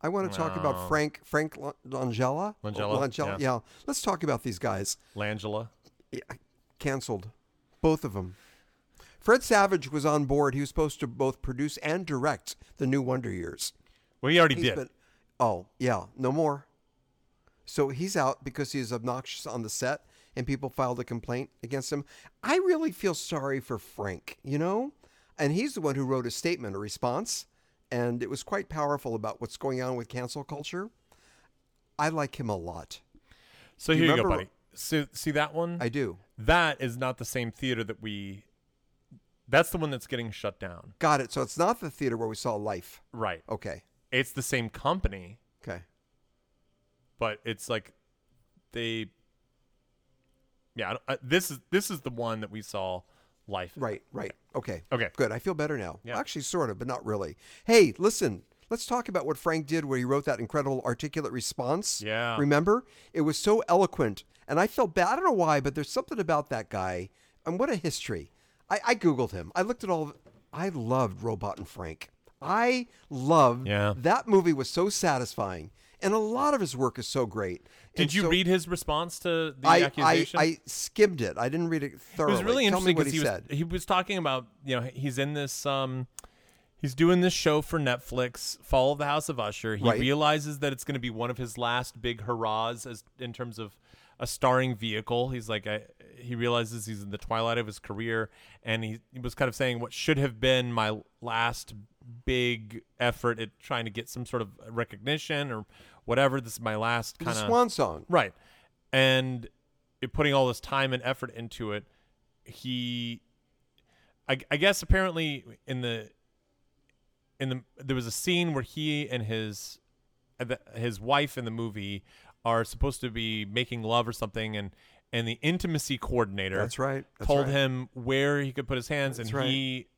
Speaker 1: I want to talk about
Speaker 2: No.
Speaker 1: Frank Frank Lan- Langella. Oh,
Speaker 2: Langella,
Speaker 1: Langella. Yeah.
Speaker 2: yeah.
Speaker 1: Let's talk about these guys.
Speaker 2: Langela.
Speaker 1: Yeah, canceled, both of them. Fred Savage was on board. He was supposed to both produce and direct the new Wonder Years.
Speaker 2: Well, he already
Speaker 1: He's
Speaker 2: did.
Speaker 1: been- oh, yeah, no more. So he's out because he's obnoxious on the set and people filed a complaint against him. I really feel sorry for Frank, you know? And he's the one who wrote a statement, a response, and it was quite powerful about what's going on with cancel culture. I like him a lot.
Speaker 2: so
Speaker 1: you
Speaker 2: here you, go,
Speaker 1: remember-
Speaker 2: buddy. So see that one?
Speaker 1: I do.
Speaker 2: that is not the same theater that we. That's the one that's getting shut down.
Speaker 1: Got it. So it's not the theater where we saw life.
Speaker 2: Right.
Speaker 1: Okay.
Speaker 2: It's the same company,
Speaker 1: Okay.
Speaker 2: but it's like they. Yeah, I don't- I, this is this is the one that we saw life.
Speaker 1: Right, right. Okay.
Speaker 2: Okay.
Speaker 1: Good. I feel better now.
Speaker 2: Yeah.
Speaker 1: Actually, sort of, but not really. Hey, listen. Let's talk about what Frank did where he wrote that incredible articulate response.
Speaker 2: Yeah.
Speaker 1: Remember? It was so eloquent. And I felt bad. I don't know why, but there's something about that guy. And what a history. I, I Googled him. I looked at all of I loved Robot and Frank. I loved
Speaker 2: Yeah.
Speaker 1: that movie was so satisfying. And a lot of his work is so great.
Speaker 2: Did
Speaker 1: And
Speaker 2: you
Speaker 1: so
Speaker 2: read his response to the
Speaker 1: I, I,
Speaker 2: accusation?
Speaker 1: I skimmed it. I didn't read it
Speaker 2: it
Speaker 1: thoroughly.
Speaker 2: was really
Speaker 1: Tell me
Speaker 2: interesting
Speaker 1: what
Speaker 2: because
Speaker 1: he,
Speaker 2: he, was
Speaker 1: said.
Speaker 2: he was talking about you know he's in this um he's doing this show for Netflix, Fall of the House of Usher. He
Speaker 1: Right.
Speaker 2: realizes that it's going to be one of his last big hurrahs as in terms of a starring vehicle. He's like I, he realizes he's in the twilight of his career, and he, he was kind of saying what should have been my last big effort at trying to get some sort of recognition or whatever. This is my last
Speaker 1: The
Speaker 2: kind of
Speaker 1: swan song.
Speaker 2: Right. And it, putting all this time and effort into it, he I, I guess apparently in the in the there was a scene where he and his uh, the- his wife in the movie are supposed to be making love or something and and the intimacy coordinator
Speaker 1: That's right. That's
Speaker 2: told
Speaker 1: right.
Speaker 2: him where he could put his hands
Speaker 1: That's
Speaker 2: and
Speaker 1: right.
Speaker 2: he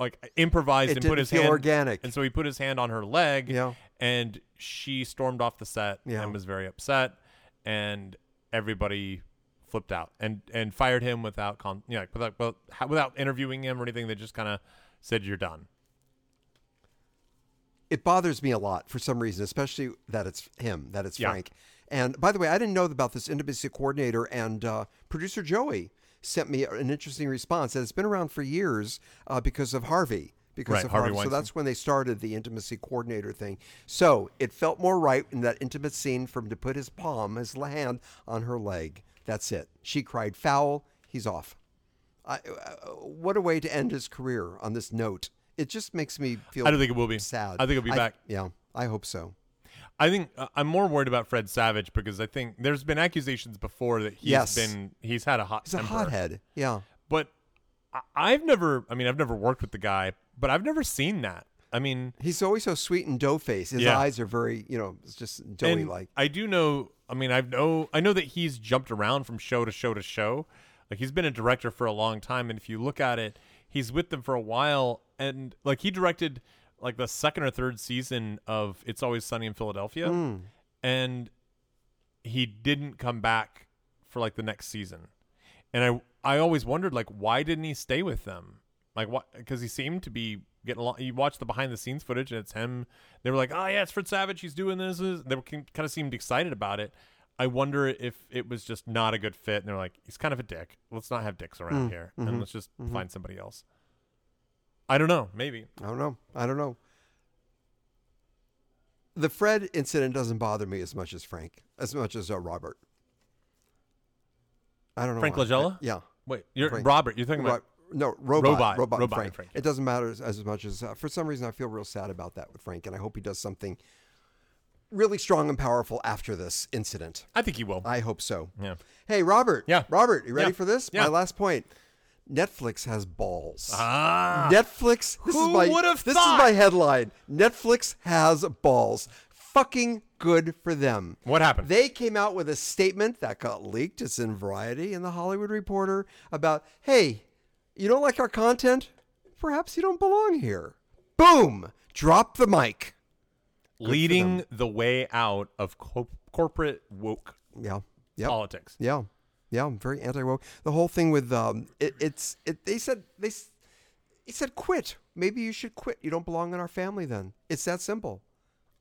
Speaker 2: like improvised
Speaker 1: It
Speaker 2: and
Speaker 1: didn't
Speaker 2: put his
Speaker 1: feel
Speaker 2: hand
Speaker 1: organic.
Speaker 2: and so he put his hand on her leg
Speaker 1: Yeah.
Speaker 2: and she stormed off the set
Speaker 1: Yeah.
Speaker 2: and was very upset and everybody flipped out and and fired him without con you know, like, without well, ho- without interviewing him or anything they just kind of said you're done
Speaker 1: It bothers me a lot for some reason, especially that it's him, that it's
Speaker 2: Yeah.
Speaker 1: Frank. And by the way, I didn't know about this intimacy coordinator, and uh, producer Joey sent me an interesting response. And it's been around for years uh, because of Harvey. Because
Speaker 2: Right,
Speaker 1: of
Speaker 2: Harvey
Speaker 1: Harvey. So
Speaker 2: Weinstein.
Speaker 1: that's when they started the intimacy coordinator thing. So it felt more right in that intimate scene for him to put his palm, his hand on her leg. That's it. She cried foul. He's off. I, uh, what a way to end his career on this note. It just makes me feel
Speaker 2: i don't think it will be
Speaker 1: sad.
Speaker 2: i think it'll be back
Speaker 1: Yeah, I hope so.
Speaker 2: i think uh, i'm more worried about fred savage because i think there's been accusations before that he's
Speaker 1: Yes.
Speaker 2: been he's had a hot
Speaker 1: He's a
Speaker 2: temper.
Speaker 1: hothead. Yeah.
Speaker 2: but I, i've never i mean i've never worked with the guy but i've never seen that i mean
Speaker 1: He's always so sweet and dough face. His
Speaker 2: Yeah.
Speaker 1: eyes are very, you know, it's just doughy
Speaker 2: And
Speaker 1: like.
Speaker 2: I do know. I mean, I know. I know that he's jumped around from show to show to show. Like he's been a director for a long time, and if you look at it, he's with them for a while. And like he directed like the second or third season of It's Always Sunny in Philadelphia, and he didn't come back for like the next season. And I I always wondered like why didn't he stay with them? Like what? Because he seemed to be getting along. You watch the behind the scenes footage and it's him. They were like, oh yeah, it's Fred Savage. He's doing this. this." They were kind of seemed excited about it. I wonder if it was just not a good fit. And they're like, he's kind of a dick. Let's not have dicks around here, and let's just find somebody else. I don't know. Maybe.
Speaker 1: I don't know. I don't know. The Fred incident doesn't bother me as much as Frank, as much as uh, Robert. I don't know.
Speaker 2: Frank
Speaker 1: why.
Speaker 2: Lagella?
Speaker 1: Yeah.
Speaker 2: Wait, you're
Speaker 1: Frank.
Speaker 2: Robert. You're talking about
Speaker 1: Ro- no robot, robot, and
Speaker 2: Robot. Robot and
Speaker 1: Frank.
Speaker 2: Frank.
Speaker 1: It doesn't matter as, as much as uh, for some reason I feel real sad about that with Frank, and I hope he does something really strong and powerful after this incident.
Speaker 2: I think he will.
Speaker 1: I hope so.
Speaker 2: Yeah.
Speaker 1: Hey, Robert.
Speaker 2: Yeah.
Speaker 1: Robert, you ready
Speaker 2: Yeah.
Speaker 1: for this?
Speaker 2: Yeah.
Speaker 1: My last point. Netflix has balls.
Speaker 2: Ah.
Speaker 1: Netflix. This
Speaker 2: Who
Speaker 1: is my,
Speaker 2: would have
Speaker 1: This is
Speaker 2: thought?
Speaker 1: my headline. Netflix has balls. Fucking good for them.
Speaker 2: What happened?
Speaker 1: They came out with a statement that got leaked. It's in Variety and the Hollywood Reporter about, hey, you don't like our content? Perhaps you don't belong here. Boom! Drop the mic.
Speaker 2: leading the way out of co- corporate woke
Speaker 1: Yeah. Yep.
Speaker 2: politics.
Speaker 1: Yeah, yeah, I'm very anti woke. The whole thing with um, it, it's it, they said they s- he said quit. Maybe you should quit. You don't belong in our family. Then it's that simple.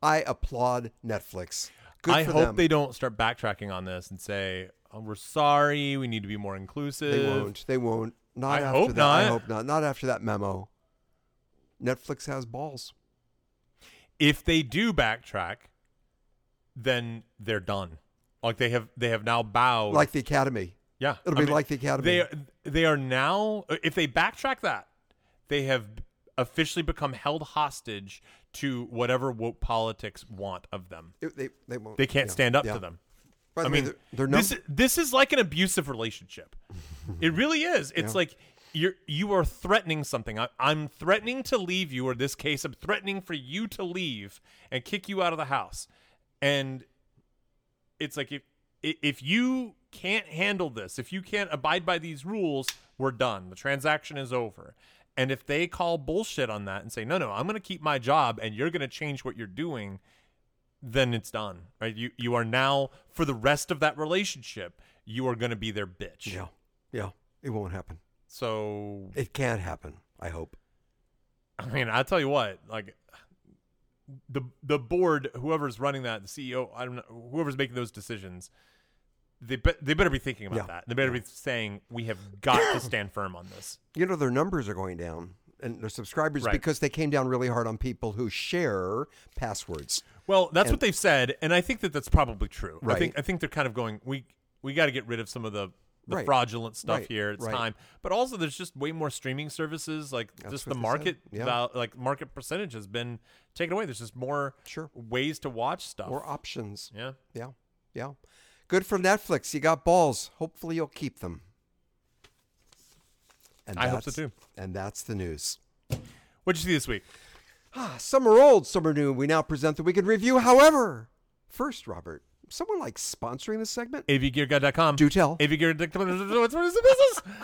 Speaker 1: I applaud Netflix. Good
Speaker 2: I
Speaker 1: for
Speaker 2: hope
Speaker 1: them.
Speaker 2: they don't start backtracking on this and say, oh, "We're sorry, we need to be more inclusive."
Speaker 1: They won't. They won't. Not
Speaker 2: I
Speaker 1: after
Speaker 2: hope
Speaker 1: that. I
Speaker 2: not.
Speaker 1: hope not. Not after that memo. Netflix has balls.
Speaker 2: If they do backtrack, then they're done. Like they have, they have now bowed.
Speaker 1: Like the Academy.
Speaker 2: yeah,
Speaker 1: it'll be like the Academy.
Speaker 2: They they are now. If they backtrack that, they have officially become held hostage to whatever woke politics want of them.
Speaker 1: It- they, they won't.
Speaker 2: They can't
Speaker 1: yeah,
Speaker 2: stand up
Speaker 1: yeah.
Speaker 2: to them.
Speaker 1: By the
Speaker 2: I
Speaker 1: way,
Speaker 2: mean,
Speaker 1: they're, they're num-
Speaker 2: this this is like an abusive relationship. it really is. It's like you're you are threatening something. I, I'm threatening to leave you, or this case, I'm threatening for you to leave and kick you out of the house. And it's like if i- if you can't handle this, if you can't abide by these rules, We're done. The transaction is over. And if they call bullshit on that and say, no, no, I'm going to keep my job and you're going to change what you're doing, then it's done, right? You, you are now, for the rest of that relationship, you are going to be their bitch.
Speaker 1: Yeah. Yeah. It won't happen.
Speaker 2: So,
Speaker 1: It can't happen. I hope.
Speaker 2: I mean, I'll tell you what, like, the the board, whoever's running that, the CEO, I don't know, whoever's making those decisions, they be, they better be thinking about
Speaker 1: Yeah.
Speaker 2: that. They better be saying we have got to stand firm on this.
Speaker 1: You know, their numbers are going down and their subscribers
Speaker 2: Right.
Speaker 1: because they came down really hard on people who share passwords.
Speaker 2: Well, that's what they've said, and I think that that's probably true. I
Speaker 1: Right.
Speaker 2: think I think they're kind of going we we got to get rid of some of the, the
Speaker 1: Right.
Speaker 2: fraudulent stuff
Speaker 1: Right.
Speaker 2: here. It's
Speaker 1: Right.
Speaker 2: time, but also there's just way more streaming services. Like just the
Speaker 1: what they said.
Speaker 2: market
Speaker 1: Yeah.
Speaker 2: val- like market percentage has been taken away. There's just more
Speaker 1: Sure.
Speaker 2: ways to watch stuff.
Speaker 1: More options.
Speaker 2: yeah.
Speaker 1: Yeah. Yeah. Good for Netflix. You got balls. Hopefully you'll keep them. And
Speaker 2: I hope so
Speaker 1: that's-
Speaker 2: too.
Speaker 1: And that's the news.
Speaker 2: What'd you see this week?
Speaker 1: Ah, Some are old, some are new. We now present the weekend review. However, first, Robert, someone like sponsoring this segment?
Speaker 2: avgearguy.com.
Speaker 1: Do tell.
Speaker 2: avgear.com. It's what is the business?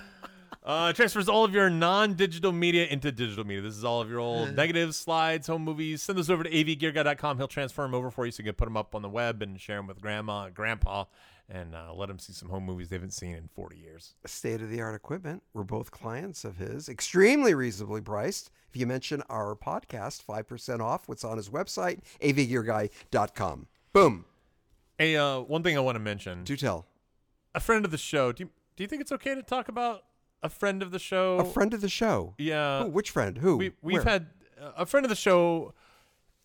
Speaker 2: Uh, transfers all of your non-digital media into digital media. This is all of your old negatives, slides, home movies. Send those over to avgearguy.com. He'll transfer them over for you so you can put them up on the web and share them with grandma, and grandpa, and uh, let them see some home movies they haven't seen in 40 years.
Speaker 1: state of the art equipment. We're both clients of his, extremely reasonably priced. If you mention our podcast, 5% off what's on his website, avgearguy.com. Boom.
Speaker 2: Hey, uh, one thing I want to mention.
Speaker 1: Do tell.
Speaker 2: a friend of the show. Do you, do you think it's okay to talk about a friend of the show?
Speaker 1: A friend of the show.
Speaker 2: Yeah.
Speaker 1: Who, which friend? Who?
Speaker 2: Uh, we, we've
Speaker 1: Where?
Speaker 2: had uh, a friend of the show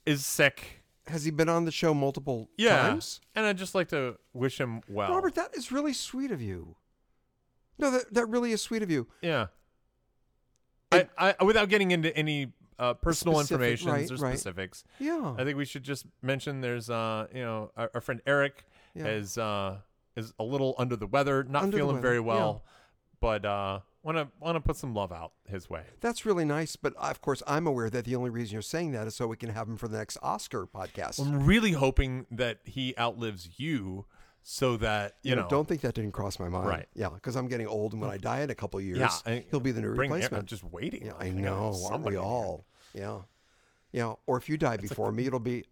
Speaker 2: is sick
Speaker 1: Has he been on the show multiple
Speaker 2: yeah.
Speaker 1: times?
Speaker 2: And I'd just like to wish him well.
Speaker 1: Robert, that is really sweet of you. No, that, that really is sweet of you.
Speaker 2: yeah. I, I, without getting into any uh, personal
Speaker 1: Specific,
Speaker 2: information
Speaker 1: right,
Speaker 2: or
Speaker 1: right.
Speaker 2: specifics,
Speaker 1: Yeah.
Speaker 2: I think we should just mention there's, uh, you know, our, our friend Eric
Speaker 1: Yeah.
Speaker 2: is uh, is a little under the weather, not
Speaker 1: Under the
Speaker 2: feeling
Speaker 1: weather,
Speaker 2: very
Speaker 1: yeah.
Speaker 2: well, but uh, want to want to put some love out his way.
Speaker 1: That's really nice, but of course, I'm aware that the only reason you're saying that is so we can have him for the next Oscar podcast.
Speaker 2: I'm really hoping that he outlives you, so that you,
Speaker 1: You
Speaker 2: know,
Speaker 1: know, don't think that didn't cross my mind.
Speaker 2: Right.
Speaker 1: Yeah, because I'm getting old, and when I die in a couple years,
Speaker 2: yeah, I-
Speaker 1: he'll be the new
Speaker 2: bring Eric-
Speaker 1: replacement.
Speaker 2: I'm just waiting.
Speaker 1: yeah,
Speaker 2: Like,
Speaker 1: I
Speaker 2: gotta
Speaker 1: know.
Speaker 2: have
Speaker 1: Aren't we
Speaker 2: somebody here.
Speaker 1: all? Yeah, yeah. Or if you die before me, it'll be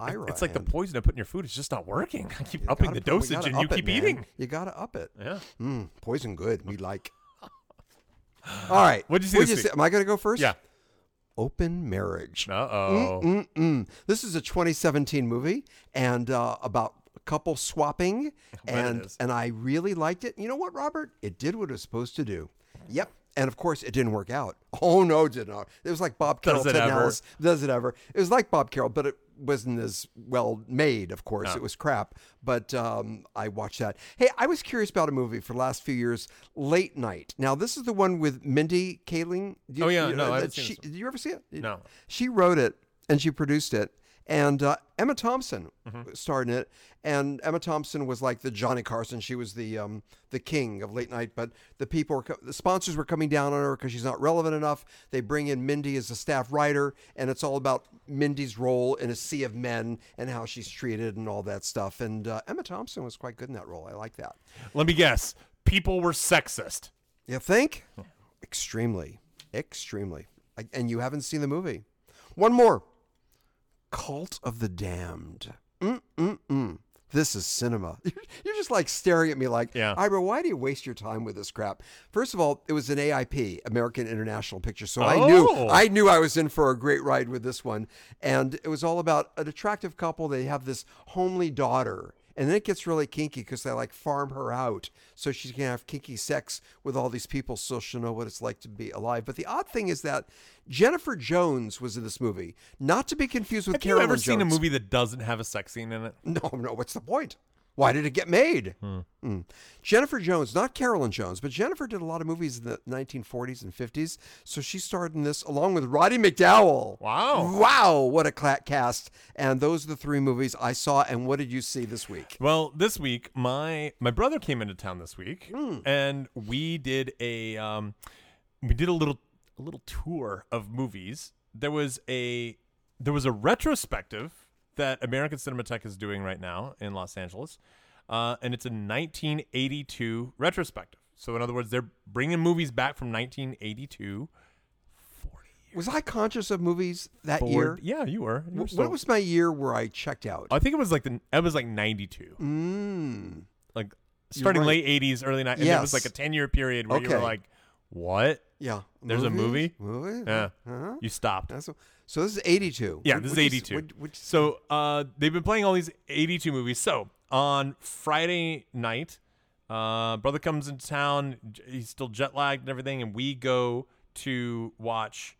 Speaker 1: Ira.
Speaker 2: It's like the
Speaker 1: and
Speaker 2: poison I put in your food is just not working. I keep
Speaker 1: you
Speaker 2: upping
Speaker 1: gotta
Speaker 2: the
Speaker 1: put- we
Speaker 2: dosage
Speaker 1: gotta
Speaker 2: and you
Speaker 1: up it,
Speaker 2: keep
Speaker 1: man.
Speaker 2: eating.
Speaker 1: You gotta up it.
Speaker 2: Yeah.
Speaker 1: Mm, poison good. We like. All right.
Speaker 2: What'd you see this week?
Speaker 1: Am I gonna go first?
Speaker 2: Yeah.
Speaker 1: Open marriage.
Speaker 2: Uh oh.
Speaker 1: Mm-mm. This is a 2017 movie and uh, about couple swapping,
Speaker 2: bet it
Speaker 1: and
Speaker 2: is.
Speaker 1: and I really liked it. You know what, Robert? It did what it was supposed to do. Yep. And of course, it didn't work out. Oh no, it did not. It was like Bob Carroll.
Speaker 2: Does it
Speaker 1: Ted
Speaker 2: ever?
Speaker 1: Nellis. Does it ever? It was like Bob Carroll, but it wasn't as well made. Of course, it was crap. But um, I watched that. Hey, I was curious about a movie for the last few years, Late Night. Now this is the one with Mindy Kaling. Do
Speaker 2: Oh, yeah, no, I haven't
Speaker 1: that
Speaker 2: seen
Speaker 1: she-
Speaker 2: this
Speaker 1: Did you ever see it?
Speaker 2: No.
Speaker 1: She wrote it and she produced it. And uh, Emma Thompson starred in it, and Emma Thompson was like the Johnny Carson. She was the um, the king of late night. But the people, were co- the sponsors were coming down on her because she's not relevant enough. They bring in Mindy as a staff writer, and it's all about Mindy's role in a sea of men and how she's treated and all that stuff. And uh, Emma Thompson was quite good in that role. I like that.
Speaker 2: Let me guess. People were sexist.
Speaker 1: You think? Extremely. Extremely. I, and you haven't seen the movie. One more Cult of the Damned. Mm-mm-mm. This is cinema. You're just like staring at me like,
Speaker 2: Yeah.
Speaker 1: Ira, why do you waste your time with this crap? First of all, it was an AIP, American International Picture, so I knew
Speaker 2: Oh.
Speaker 1: I knew I was in for a great ride with this one. And it was all about an attractive couple. They have this homely daughter. And then it gets really kinky because they like farm her out so she can have kinky sex with all these people so she'll know what it's like to be alive. But the odd thing is that Jennifer Jones was in this movie, not to be confused with
Speaker 2: Have
Speaker 1: Carolyn
Speaker 2: you ever seen a
Speaker 1: Jones.
Speaker 2: movie that doesn't have a sex scene in it?
Speaker 1: No, no. What's the point? Why did it get made?
Speaker 2: Hmm.
Speaker 1: Mm. Jennifer Jones, not Carolyn Jones, but Jennifer did a lot of movies in the 1940s and 50s. So she starred in this along with Roddy McDowell.
Speaker 2: Wow.
Speaker 1: Wow. What a cla- cast. And those are the three movies I saw. And what did you see this week?
Speaker 2: Well, this week my my brother came into town this week,
Speaker 1: Hmm.
Speaker 2: and we did a um, we did a little a little tour of movies. There was a there was a retrospective that American Cinematheque is doing right now in Los Angeles, uh, and it's a 1982 retrospective. So in other words, they're bringing movies back from 1982.
Speaker 1: Was I conscious of movies that year?
Speaker 2: Forward- Yeah, you were. You were Uh,
Speaker 1: Wh-
Speaker 2: still-
Speaker 1: What was my year where I checked out?
Speaker 2: I think it was like the it was like 92.
Speaker 1: Mm.
Speaker 2: Like starting
Speaker 1: right.
Speaker 2: late 80s, early 90s. And it
Speaker 1: Yes.
Speaker 2: was like a 10 year period where you were
Speaker 1: Okay.
Speaker 2: like, "What?"
Speaker 1: Yeah.
Speaker 2: There's a
Speaker 1: Movies? Movie?
Speaker 2: Yeah.
Speaker 1: Huh?
Speaker 2: You stopped.
Speaker 1: That's a- so this is 82.
Speaker 2: Yeah,
Speaker 1: Which-
Speaker 2: this is
Speaker 1: which
Speaker 2: 82.
Speaker 1: which- which-
Speaker 2: So uh, they've been playing all these 82 movies. So on Friday night, uh, brother comes into town. j- He's still jet lagged and everything, and we go to watch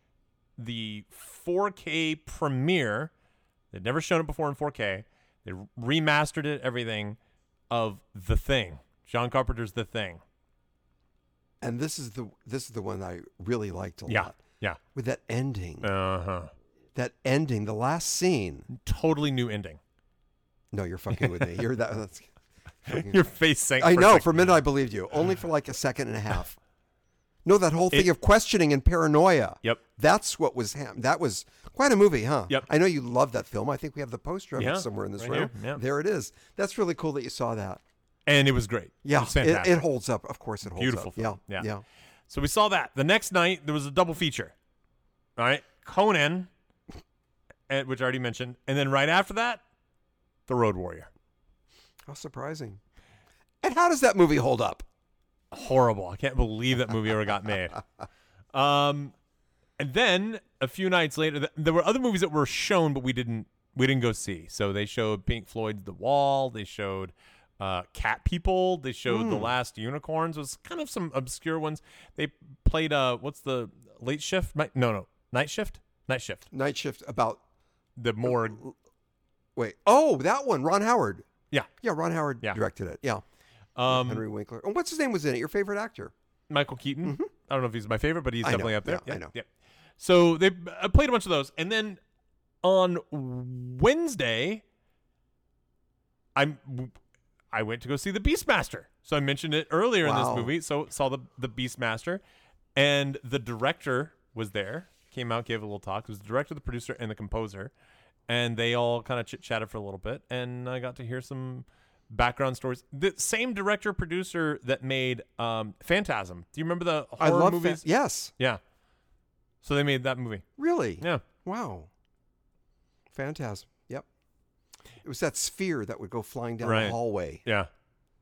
Speaker 2: the 4K premiere. They'd never shown it before in 4K. They remastered it, everything of The Thing, John Carpenter's The Thing.
Speaker 1: and this is the this is the one I really liked a
Speaker 2: Yeah,
Speaker 1: lot.
Speaker 2: yeah,
Speaker 1: With that ending.
Speaker 2: uh huh.
Speaker 1: that ending, the last scene.
Speaker 2: Totally new ending.
Speaker 1: No, you're fucking with me. You're that that's
Speaker 2: Your face sank.
Speaker 1: I
Speaker 2: for a
Speaker 1: know.
Speaker 2: second.
Speaker 1: For a minute, I believed you. Only for like a second and a half. No, that whole thing of questioning and paranoia.
Speaker 2: Yep.
Speaker 1: That's what was ham. That was quite a movie, huh?
Speaker 2: Yep.
Speaker 1: I know you love that film. I think we have the poster of
Speaker 2: Yeah,
Speaker 1: it somewhere in this
Speaker 2: right
Speaker 1: room.
Speaker 2: here, yeah.
Speaker 1: There it is. That's really cool that you saw that.
Speaker 2: and it was great.
Speaker 1: Yeah.
Speaker 2: it's
Speaker 1: It,
Speaker 2: fantastic.
Speaker 1: it holds up. Of course, it holds
Speaker 2: Beautiful
Speaker 1: up.
Speaker 2: film.
Speaker 1: Yeah.
Speaker 2: Yeah. So we saw that. The next night there was a double feature. All right, Conan, eh, which I already mentioned, and then right after that, The Road Warrior.
Speaker 1: How surprising. And how does that movie hold up?
Speaker 2: Horrible. I can't believe that movie ever got made. Um, and then a few nights later, th- there were other movies that were shown, but we didn't we didn't go see. So they showed Pink Floyd's The Wall. They showed uh, Cat People. They showed The Last Unicorns. Was kind of some obscure ones. They played uh, what's the late shift? Mi- no, no, night shift. Night shift.
Speaker 1: Night Shift about.
Speaker 2: The morgue.
Speaker 1: Wait. Oh, that one. Ron Howard.
Speaker 2: Yeah.
Speaker 1: Yeah, Ron Howard
Speaker 2: Yeah.
Speaker 1: directed it. Yeah.
Speaker 2: Um,
Speaker 1: Henry Winkler. And what's his name was in it? Your favorite actor?
Speaker 2: Michael Keaton. I don't know if he's my favorite, but he's
Speaker 1: Mm-hmm. I know.
Speaker 2: definitely up there.
Speaker 1: Yeah, I
Speaker 2: Yep,
Speaker 1: know.
Speaker 2: Yep. So they I played a bunch of those, and then on Wednesday, I'm I went to go see the Beastmaster. So I mentioned it earlier in
Speaker 1: Wow.
Speaker 2: this movie. So saw the the Beastmaster, and the director was there. Came out, gave a little talk. It was the director, the producer, and the composer, and they all kind of chit chatted for a little bit, and I got to hear some background stories. The same director producer that made um, Phantasm. Do you remember the horror
Speaker 1: I love
Speaker 2: movies?
Speaker 1: Fan- yes.
Speaker 2: Yeah. So they made that movie.
Speaker 1: Really?
Speaker 2: Yeah.
Speaker 1: Wow. Phantasm. Yep. It was that sphere that would go flying down
Speaker 2: Right.
Speaker 1: the hallway,
Speaker 2: Yeah.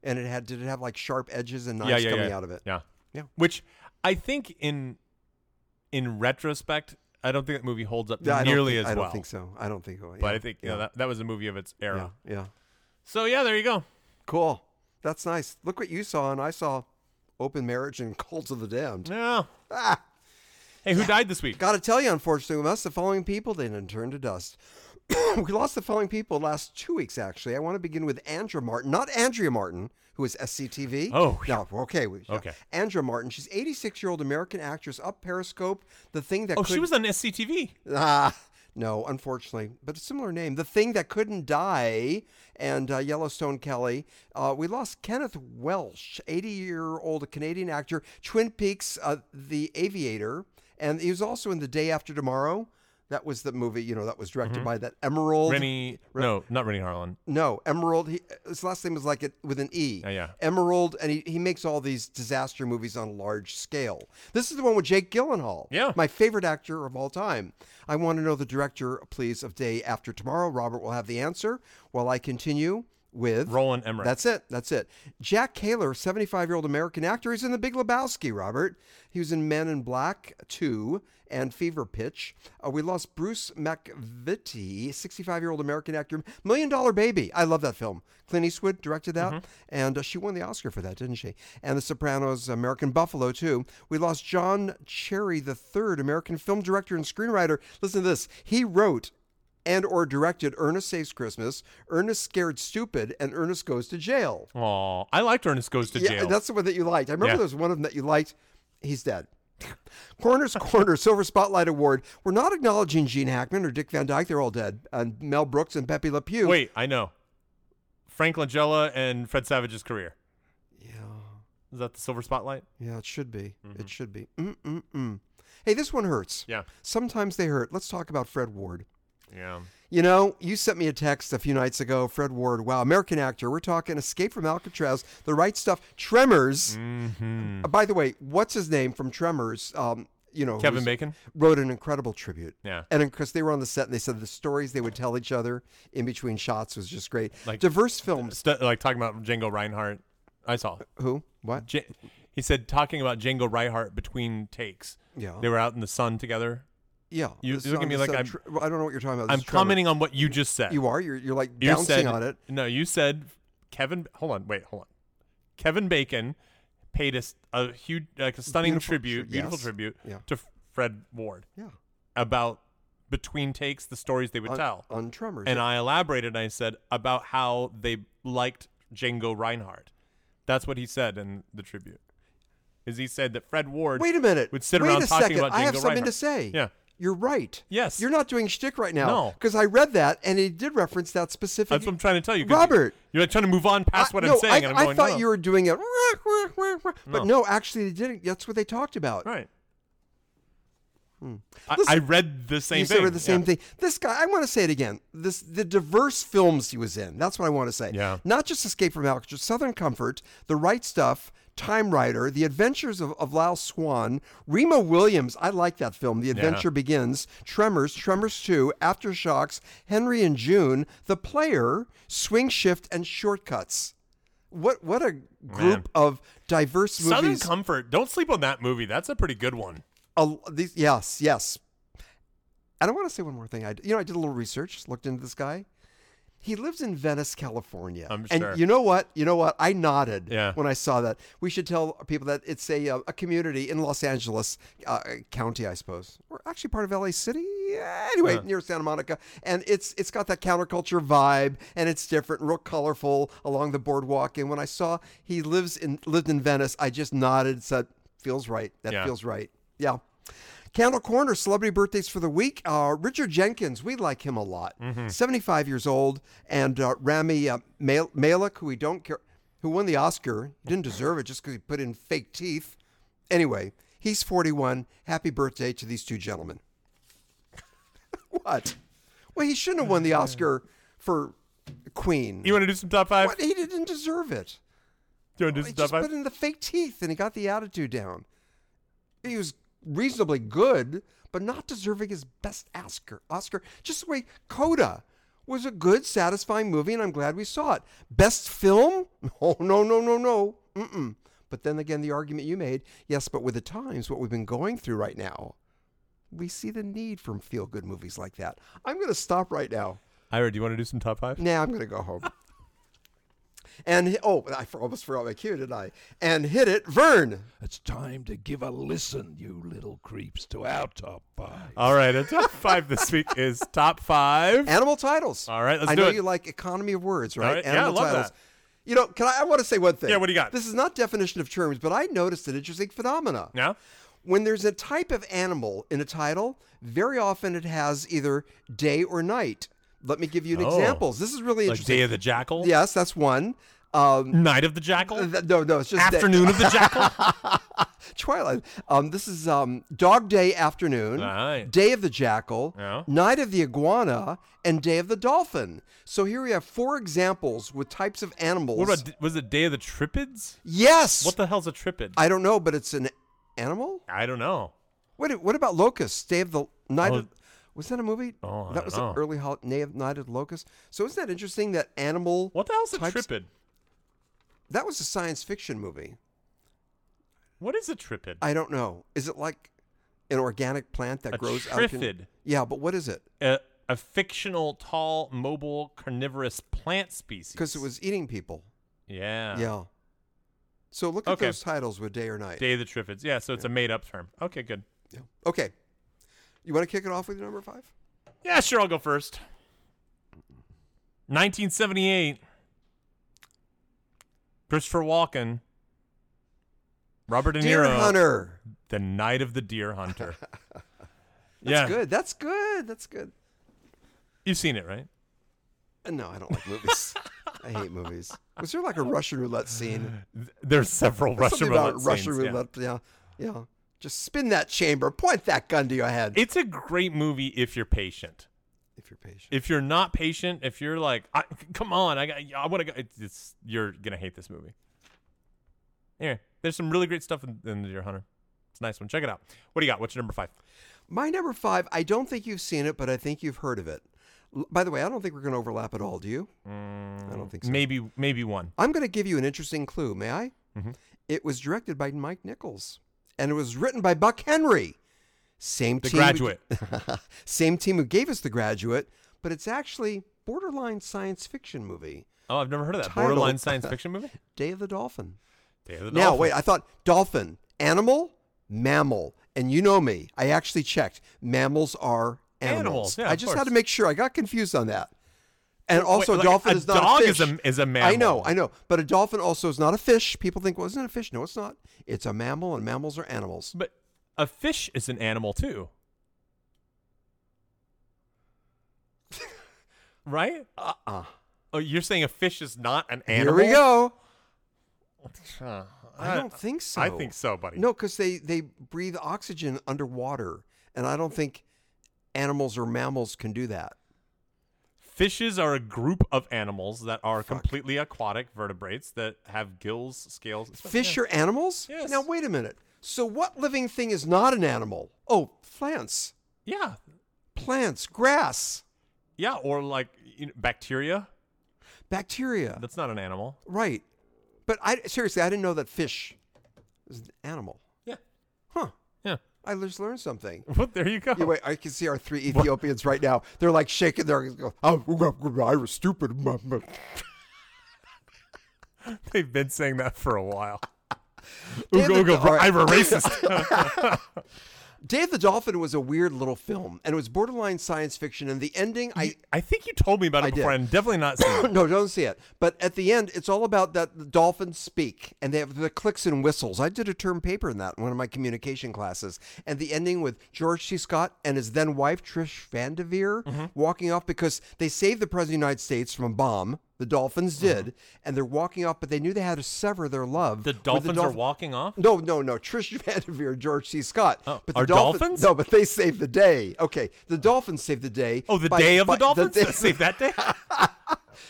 Speaker 1: and it had did it have like sharp edges and knives
Speaker 2: yeah, yeah,
Speaker 1: coming
Speaker 2: yeah.
Speaker 1: out of it?
Speaker 2: Yeah.
Speaker 1: Yeah.
Speaker 2: Which I think in in retrospect, I don't think that movie holds up
Speaker 1: Yeah, I don't
Speaker 2: nearly
Speaker 1: think-
Speaker 2: as
Speaker 1: I
Speaker 2: well.
Speaker 1: don't think so. I don't think. so.
Speaker 2: But
Speaker 1: Yeah,
Speaker 2: I think you
Speaker 1: yeah,
Speaker 2: know, that that was a movie of its era.
Speaker 1: yeah, yeah.
Speaker 2: So yeah, there you go.
Speaker 1: Cool. That's nice. Look what you saw, and I saw Open Marriage and Cult of the Damned.
Speaker 2: Yeah.
Speaker 1: Ah,
Speaker 2: Hey, who died this week?
Speaker 1: Got to tell you, unfortunately, we lost the following people. They didn't turn to dust. we lost the following people last two weeks, actually. I want to begin with Andrea Martin, not Andrea Martin, who is SCTV.
Speaker 2: Oh,
Speaker 1: no, okay, we-
Speaker 2: Okay.
Speaker 1: Andrea Martin. She's 86 year old American actress. Up Periscope, the thing that
Speaker 2: Oh,
Speaker 1: could,
Speaker 2: she was on SCTV.
Speaker 1: ah. No, unfortunately, but a similar name. The Thing That Couldn't Die and uh, Yellowstone Kelly. Uh, we lost Kenneth Welsh, 80 year old Canadian actor, Twin Peaks, uh, The Aviator. And he was also in The Day After Tomorrow. That was the movie, you know, that was directed by that Emerald.
Speaker 2: Rennie No, not Rennie Harlan.
Speaker 1: No, Emerald. He, his last name is like it with an E.
Speaker 2: Oh, yeah.
Speaker 1: Emerald, and he, he makes all these disaster movies on a large scale. This is the one with Jake Gyllenhaal.
Speaker 2: Yeah.
Speaker 1: my favorite actor of all time. I want to know the director, please, of Day After Tomorrow. Robert will have the answer while I continue with
Speaker 2: Roland Emmerich.
Speaker 1: That's it. That's it. Jack Kaler, 75 year old American actor, he's in The Big Lebowski, Robert. He was in Men in Black 2 and Fever Pitch. Uh, we lost Bruce McVitie, 65 year old American actor, Million Dollar Baby. I love that film. Clint Eastwood directed that, and uh, she won the Oscar for that, didn't she? And The Sopranos, American Buffalo, too. We lost John Cherry III, American film director and screenwriter. Listen to this. He wrote and or directed Ernest Saves Christmas, Ernest Scared Stupid, and Ernest Goes to Jail.
Speaker 2: Aw. I liked Ernest Goes to
Speaker 1: Yeah,
Speaker 2: Jail.
Speaker 1: that's the one that you liked. I remember
Speaker 2: Yeah.
Speaker 1: there was one of them that you liked. He's dead. Corner's Corner Silver Spotlight Award. We're not acknowledging Gene Hackman or Dick Van Dyke. They're all dead. And Mel Brooks and Pepe Le Pew.
Speaker 2: Wait, I know. Frank Langella and Fred Savage's career.
Speaker 1: Yeah,
Speaker 2: Is that the silver spotlight?
Speaker 1: yeah, it should be. It should be. Mm-mm-mm. Hey, this one hurts.
Speaker 2: Mm-hmm. Yeah.
Speaker 1: Sometimes they hurt. Let's talk about Fred Ward.
Speaker 2: Yeah.
Speaker 1: You know, you sent me a text a few nights ago, Fred Ward. Wow, American actor. We're talking Escape from Alcatraz, The Right Stuff, Tremors.
Speaker 2: Mm-hmm.
Speaker 1: Uh, by the way, what's his name from Tremors? Um, you know,
Speaker 2: Kevin
Speaker 1: who's-
Speaker 2: Bacon?
Speaker 1: wrote an incredible tribute.
Speaker 2: Yeah.
Speaker 1: and because they were on the set, and they said the stories they would tell each other in between shots was just great.
Speaker 2: Like- uh,
Speaker 1: diverse films.
Speaker 2: St- like talking about Django Reinhardt. I saw.
Speaker 1: Who? What?
Speaker 2: J- he said talking about Django Reinhardt between takes.
Speaker 1: Yeah.
Speaker 2: They were out in the sun together.
Speaker 1: Yeah,
Speaker 2: You-
Speaker 1: this
Speaker 2: you look at
Speaker 1: song
Speaker 2: me
Speaker 1: is
Speaker 2: like
Speaker 1: so
Speaker 2: I'm-
Speaker 1: tr- I don't know what you're talking about. This
Speaker 2: I'm
Speaker 1: is Tremors.
Speaker 2: commenting on what you just said.
Speaker 1: You are. You're, you're like
Speaker 2: You
Speaker 1: bouncing
Speaker 2: said
Speaker 1: on it.
Speaker 2: No, you said Kevin. Hold on. Wait. Hold on. Kevin Bacon paid us a huge, like a stunning
Speaker 1: Beautiful
Speaker 2: tribute,
Speaker 1: tri-
Speaker 2: beautiful
Speaker 1: yes.
Speaker 2: tribute
Speaker 1: Yeah.
Speaker 2: to Fred Ward
Speaker 1: Yeah,
Speaker 2: about between takes the stories they would
Speaker 1: on,
Speaker 2: tell.
Speaker 1: on Tremors.
Speaker 2: And I elaborated and I said about how they liked Django Reinhardt. That's what he said in the tribute. Is he said that Fred Ward
Speaker 1: Wait a minute.
Speaker 2: would sit
Speaker 1: Wait
Speaker 2: around
Speaker 1: a
Speaker 2: talking
Speaker 1: second.
Speaker 2: about Django
Speaker 1: I have something
Speaker 2: Reinhardt.
Speaker 1: to say.
Speaker 2: Yeah.
Speaker 1: You're right.
Speaker 2: Yes.
Speaker 1: You're not doing shtick right now.
Speaker 2: No.
Speaker 1: Because I read that and it did reference that specific.
Speaker 2: That's what I'm trying to tell you. 'cause
Speaker 1: Robert.
Speaker 2: You, are trying to move on past
Speaker 1: I-
Speaker 2: what
Speaker 1: no,
Speaker 2: I'm saying.
Speaker 1: I,
Speaker 2: and I'm
Speaker 1: I
Speaker 2: going,
Speaker 1: thought
Speaker 2: no.
Speaker 1: you were doing it. But no, actually, they didn't. That's what they talked about.
Speaker 2: Right. I,
Speaker 1: Hmm. Listen-
Speaker 2: I read the same
Speaker 1: you
Speaker 2: thing.
Speaker 1: said we're the same
Speaker 2: yeah.
Speaker 1: thing. This guy, I want to say it again. This the diverse films he was in. That's what I want to say.
Speaker 2: Yeah.
Speaker 1: Not just Escape from Alcatraz, Southern Comfort, The Right Stuff, Time Rider, The Adventures of, of Lyle Swan, Remo Williams. I like that film. The Adventure Begins, Tremors, Tremors Two, Aftershocks, Henry and June, The Player, Swing Shift, and Shortcuts. What what a group of diverse
Speaker 2: Southern
Speaker 1: movies.
Speaker 2: Comfort. Don't sleep on that movie. That's a pretty good one.
Speaker 1: a, these, yes, yes. And I want to say one more thing. I d- you know I did a little research, looked into this guy. He lives in Venice, California.
Speaker 2: I'm
Speaker 1: and
Speaker 2: sure.
Speaker 1: you know what? You know what? I nodded
Speaker 2: Yeah.
Speaker 1: when I saw that. We should tell people that it's a uh, a community in Los Angeles uh, County, I suppose, or actually part of LA City. Yeah, Anyway, near Santa Monica, and it's it's got that counterculture vibe, and it's different, real colorful along the boardwalk. And when I saw he lives in lived in Venice, I just nodded, said, "Feels right. That
Speaker 2: Yeah.
Speaker 1: feels right." Yeah. Candle Corner, celebrity birthdays for the week. Uh, Richard Jenkins, we like him a lot. 75 years old. And uh, Rami uh, Mal- Malek, who we don't care, who won the Oscar, didn't deserve it just because he put in fake teeth. Anyway, he's 41. Happy birthday to these two gentlemen. what? Well, he shouldn't have won the Oscar for Queen.
Speaker 2: You want to do some top five?
Speaker 1: What? He didn't deserve it.
Speaker 2: You want to do
Speaker 1: He
Speaker 2: some top
Speaker 1: just
Speaker 2: five?
Speaker 1: put in the fake teeth and he got the attitude down. He was reasonably good, but not deserving his best Oscar. Oscar, just the way Coda was a good, satisfying movie, and I'm glad we saw it. Best film? Oh no, no, no, no. Mm-mm. But then again, the argument you made, yes, but with the times, what we've been going through right now, we see the need for feel-good movies like that. I'm going to stop right now.
Speaker 2: Ira, do you want to do some top five?
Speaker 1: Now I'm going to go home. and hi- oh, I for- almost forgot my cue, didn't I? And hit it, Vern.
Speaker 3: It's time to give a listen, you little creeps, to our top five.
Speaker 2: All right. A top five this week is top five.
Speaker 1: Animal titles.
Speaker 2: All right, let's
Speaker 1: I
Speaker 2: do
Speaker 1: know
Speaker 2: it.
Speaker 1: you like economy of words, right?
Speaker 2: right, yeah, I
Speaker 1: Animal
Speaker 2: love
Speaker 1: titles.
Speaker 2: that.
Speaker 1: You know, can I, I want to say one thing.
Speaker 2: Yeah, what do you got?
Speaker 1: This is not definition of terms, but I noticed an interesting phenomena.
Speaker 2: Yeah?
Speaker 1: When there's a type of animal in a title, very often it has either day or night. Let me give you an
Speaker 2: Oh.
Speaker 1: examples. This is really
Speaker 2: Like
Speaker 1: interesting.
Speaker 2: Day of the Jackal?
Speaker 1: yes, that's one. Um,
Speaker 2: Night of the Jackal?
Speaker 1: th- no, no, it's just day-
Speaker 2: Afternoon of the Jackal?
Speaker 1: Twilight. Um, this is um, Dog Day Afternoon,
Speaker 2: Right.
Speaker 1: Day of the Jackal,
Speaker 2: Yeah.
Speaker 1: Night of the Iguana, and Day of the Dolphin. So here we have four examples with types of animals.
Speaker 2: What about, was it Day of the Tripids?
Speaker 1: yes?
Speaker 2: What the hell's a Tripid?
Speaker 1: I don't know, but it's an animal.
Speaker 2: I don't know.
Speaker 1: What? What about locust? Day of the Night
Speaker 2: Oh.
Speaker 1: of. Was that a movie?
Speaker 2: Oh, I
Speaker 1: that
Speaker 2: don't
Speaker 1: was
Speaker 2: know.
Speaker 1: an early hol- Night of, Night of the Locust. So isn't that interesting that animal?
Speaker 2: What the hell's a
Speaker 1: types-
Speaker 2: Tripid?
Speaker 1: That was a science fiction movie.
Speaker 2: What is a Tripid?
Speaker 1: I don't know. Is it like an organic plant that
Speaker 2: A
Speaker 1: grows out? of con-
Speaker 2: trifid.
Speaker 1: Yeah, but what is it?
Speaker 2: a, a fictional, tall, mobile, carnivorous plant species.
Speaker 1: Because it was eating people.
Speaker 2: Yeah.
Speaker 1: Yeah. So look at
Speaker 2: Okay.
Speaker 1: those titles with day or night.
Speaker 2: Day of the Triffids. Yeah, so it's a made up term. Okay, good.
Speaker 1: Yeah. Okay. You want to kick it off with your number five?
Speaker 2: Yeah, sure, I'll go first. 1978. Christopher Walken. Robert De
Speaker 1: Deer
Speaker 2: Niro.
Speaker 1: Hunter.
Speaker 2: The Night of the Deer Hunter. yeah.
Speaker 1: That's good. That's good. That's good.
Speaker 2: You've seen it, right?
Speaker 1: Uh, No, I don't like movies. I hate movies. Was there like a Russian roulette scene?
Speaker 2: Th- There's several Russian
Speaker 1: Something
Speaker 2: roulette
Speaker 1: about Russian
Speaker 2: scenes, yeah.
Speaker 1: roulette. Yeah. yeah. Just spin that chamber. Point that gun to your head.
Speaker 2: It's a great movie if you're patient.
Speaker 1: if if you're patient.
Speaker 2: If you're not patient, if you're like, I, come on, I got, I want to go. It's, it's you're gonna hate this movie. Anyway, there's some really great stuff in, in the Deer Hunter. It's a nice one. Check it out. What do you got? What's your number five?
Speaker 1: My number five, I don't think you've seen it, but I think you've heard of it. L- By the way, I don't think we're going to overlap at all, do you?
Speaker 2: Mm,
Speaker 1: I don't think so.
Speaker 2: Maybe, maybe one.
Speaker 1: I'm going to give you an interesting clue, may I?
Speaker 2: Mm-hmm.
Speaker 1: It was directed by Mike Nichols, and it was written by Buck Henry. Same
Speaker 2: The
Speaker 1: team.
Speaker 2: Graduate.
Speaker 1: same team who gave us The Graduate, but it's actually borderline science fiction movie,
Speaker 2: Oh, I've never heard of that.
Speaker 1: Title.
Speaker 2: Borderline science fiction movie.
Speaker 1: Day of the Dolphin.
Speaker 2: Day of the
Speaker 1: Now,
Speaker 2: Dolphin.
Speaker 1: wait, I thought dolphin, animal, mammal. And you know me, I actually checked. Mammals are animals.
Speaker 2: Animals, yeah,
Speaker 1: I
Speaker 2: of
Speaker 1: just
Speaker 2: course.
Speaker 1: had to make sure. I got confused on that. And also,
Speaker 2: like,
Speaker 1: a dolphin
Speaker 2: a
Speaker 1: is not
Speaker 2: dog
Speaker 1: a
Speaker 2: is
Speaker 1: fish.
Speaker 2: a- is a
Speaker 1: I know,
Speaker 2: mammal.
Speaker 1: I know. But a dolphin also is not a fish. People think, well, isn't it a fish? No, it's not. It's a mammal, and mammals are animals.
Speaker 2: But a fish is an animal too. right? Uh,
Speaker 1: Uh-uh.
Speaker 2: oh, you're saying a fish is not an animal?
Speaker 1: Here we go.
Speaker 2: Huh.
Speaker 1: I don't think so.
Speaker 2: I think so, buddy.
Speaker 1: No, because they, they breathe oxygen underwater. And I don't think animals or mammals can do that.
Speaker 2: Fishes are a group of animals that are completely aquatic vertebrates that have gills, scales.
Speaker 1: Fish are animals?
Speaker 2: Yes.
Speaker 1: Now, wait a minute. So, what living thing is not an animal? Oh, plants.
Speaker 2: Yeah.
Speaker 1: Plants, grass,
Speaker 2: Yeah, or like you know, bacteria.
Speaker 1: bacteria.
Speaker 2: That's not an animal.
Speaker 1: right. But I seriously, I didn't know that fish is an animal.
Speaker 2: Yeah.
Speaker 1: Huh.
Speaker 2: Yeah.
Speaker 1: I just learned something.
Speaker 2: Well, there you go.
Speaker 1: Yeah, wait, I can see our three Ethiopians right now. They're like shaking their. Oh, I was stupid.
Speaker 2: They've been saying that for a while.
Speaker 1: Damn it,
Speaker 2: Ugo, ugo,
Speaker 1: all right.
Speaker 2: I'm a racist.
Speaker 1: Day of the Dolphin was a weird little film, and it was borderline science fiction. And the ending, I
Speaker 2: I think you told me about it
Speaker 1: I did.
Speaker 2: before. I'm definitely not saying it.
Speaker 1: no, don't see it. But at the end, it's all about that the dolphins speak and they have the clicks and whistles. I did a term paper in that in one of my communication classes, and the ending with George C. Scott and his then wife Trish Van Devere
Speaker 2: Mm-hmm.
Speaker 1: walking off because they saved the president of the United States from a bomb. The dolphins
Speaker 2: Mm-hmm.
Speaker 1: did, and they're walking off, but they knew they had to sever their love.
Speaker 2: The
Speaker 1: with
Speaker 2: dolphins are
Speaker 1: dolphin-
Speaker 2: walking off?
Speaker 1: no, no, no. Trish Vanderveer, George C. Scott.
Speaker 2: Oh,
Speaker 1: the
Speaker 2: are
Speaker 1: Dolphin-
Speaker 2: dolphins?
Speaker 1: No, but they saved the day. Okay, the Dolphins saved the day.
Speaker 2: Oh, the
Speaker 1: by-
Speaker 2: day of
Speaker 1: by
Speaker 2: the dolphins?
Speaker 1: day-
Speaker 2: Save that day?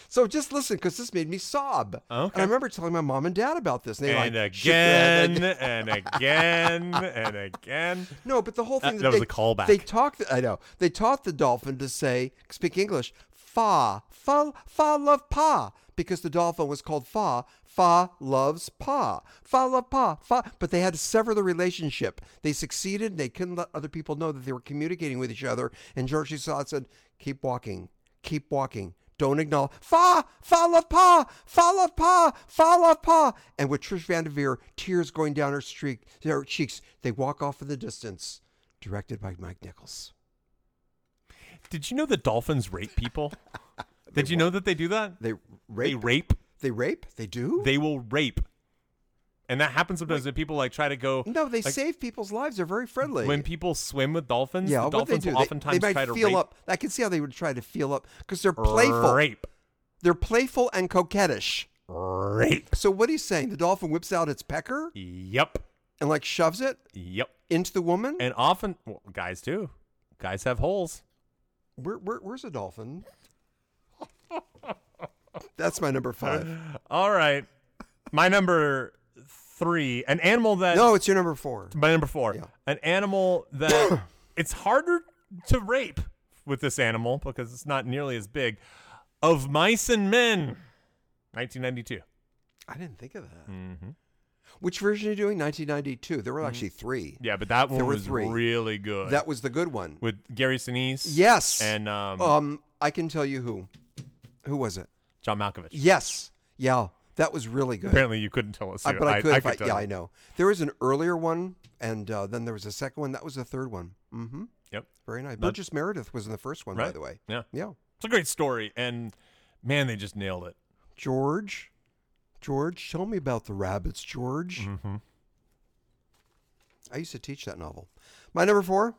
Speaker 1: so just listen, because this made me sob.
Speaker 2: Oh, okay.
Speaker 1: And I remember telling my mom and dad about this. And, they were
Speaker 2: and
Speaker 1: like, "Shit, Dad, that-
Speaker 2: again, and again, and again.
Speaker 1: No, but the whole thing
Speaker 2: That- that was
Speaker 1: they-
Speaker 2: a callback.
Speaker 1: They talked. I know they taught the dolphin to say speak English. Fa fa fa love pa because the dolphin was called fa fa loves pa fa love pa fa. But they had to sever the relationship. They succeeded. They couldn't let other people know that they were communicating with each other. And George C. Scott said, "Keep walking, keep walking." Don't acknowledge fa fa love pa fa love pa fa love pa. And with Trish Van Devere, tears going down her streak, her cheeks, they walk off in the distance directed by Mike Nichols.
Speaker 2: Did you know that dolphins rape people? Did you know that they do that?
Speaker 1: They
Speaker 2: They
Speaker 1: rape.
Speaker 2: rape.
Speaker 1: They rape. They do.
Speaker 2: They will rape. And that happens sometimes when people like try to go.
Speaker 1: no, they
Speaker 2: like,
Speaker 1: save people's lives. They're very friendly.
Speaker 2: When people swim with dolphins,
Speaker 1: yeah,
Speaker 2: the
Speaker 1: what they
Speaker 2: dolphins
Speaker 1: do,
Speaker 2: will
Speaker 1: they,
Speaker 2: oftentimes
Speaker 1: they might
Speaker 2: try to
Speaker 1: feel
Speaker 2: rape.
Speaker 1: up. I can see how they would try to feel up because they're playful.
Speaker 2: Rape.
Speaker 1: They're playful and coquettish.
Speaker 2: Rape.
Speaker 1: So what he's saying, the dolphin whips out its pecker
Speaker 2: Yep.
Speaker 1: and like shoves it
Speaker 2: Yep.
Speaker 1: into the woman.
Speaker 2: And often, well, guys too. Guys have holes.
Speaker 1: Where, where, where's a dolphin? That's my number five.
Speaker 2: All right. My number three, an animal that.
Speaker 1: No, it's your number four.
Speaker 2: My number four,
Speaker 1: Yeah.
Speaker 2: an animal that it's harder to rape with this animal because it's not nearly as big. Of mice and men, 1992.
Speaker 1: I didn't think of that.
Speaker 2: Mm-hmm.
Speaker 1: Which version are you doing? 1992. There were actually three.
Speaker 2: Yeah, but that one
Speaker 1: There were
Speaker 2: was
Speaker 1: three.
Speaker 2: really good.
Speaker 1: That was the good one.
Speaker 2: with Gary Sinise.
Speaker 1: Yes.
Speaker 2: and um,
Speaker 1: Um, I can tell you who. Who was it?
Speaker 2: John Malkovich.
Speaker 1: Yes. Yeah. That was really good.
Speaker 2: Apparently, you couldn't tell us.
Speaker 1: I-
Speaker 2: who.
Speaker 1: but I, could. if I-
Speaker 2: tell
Speaker 1: yeah,
Speaker 2: you.
Speaker 1: I know. There was an earlier one, and uh, then there was a second one. That was the third one. Mm-hmm.
Speaker 2: Yep.
Speaker 1: Very nice. Burgess Meredith was in the first one, Oh, by
Speaker 2: Right.
Speaker 1: the way.
Speaker 2: Yeah.
Speaker 1: Yeah.
Speaker 2: It's a great story, and man, they just nailed it.
Speaker 1: George, George, tell me about the rabbits, George. Mm-hmm. I used to teach that novel. My number four,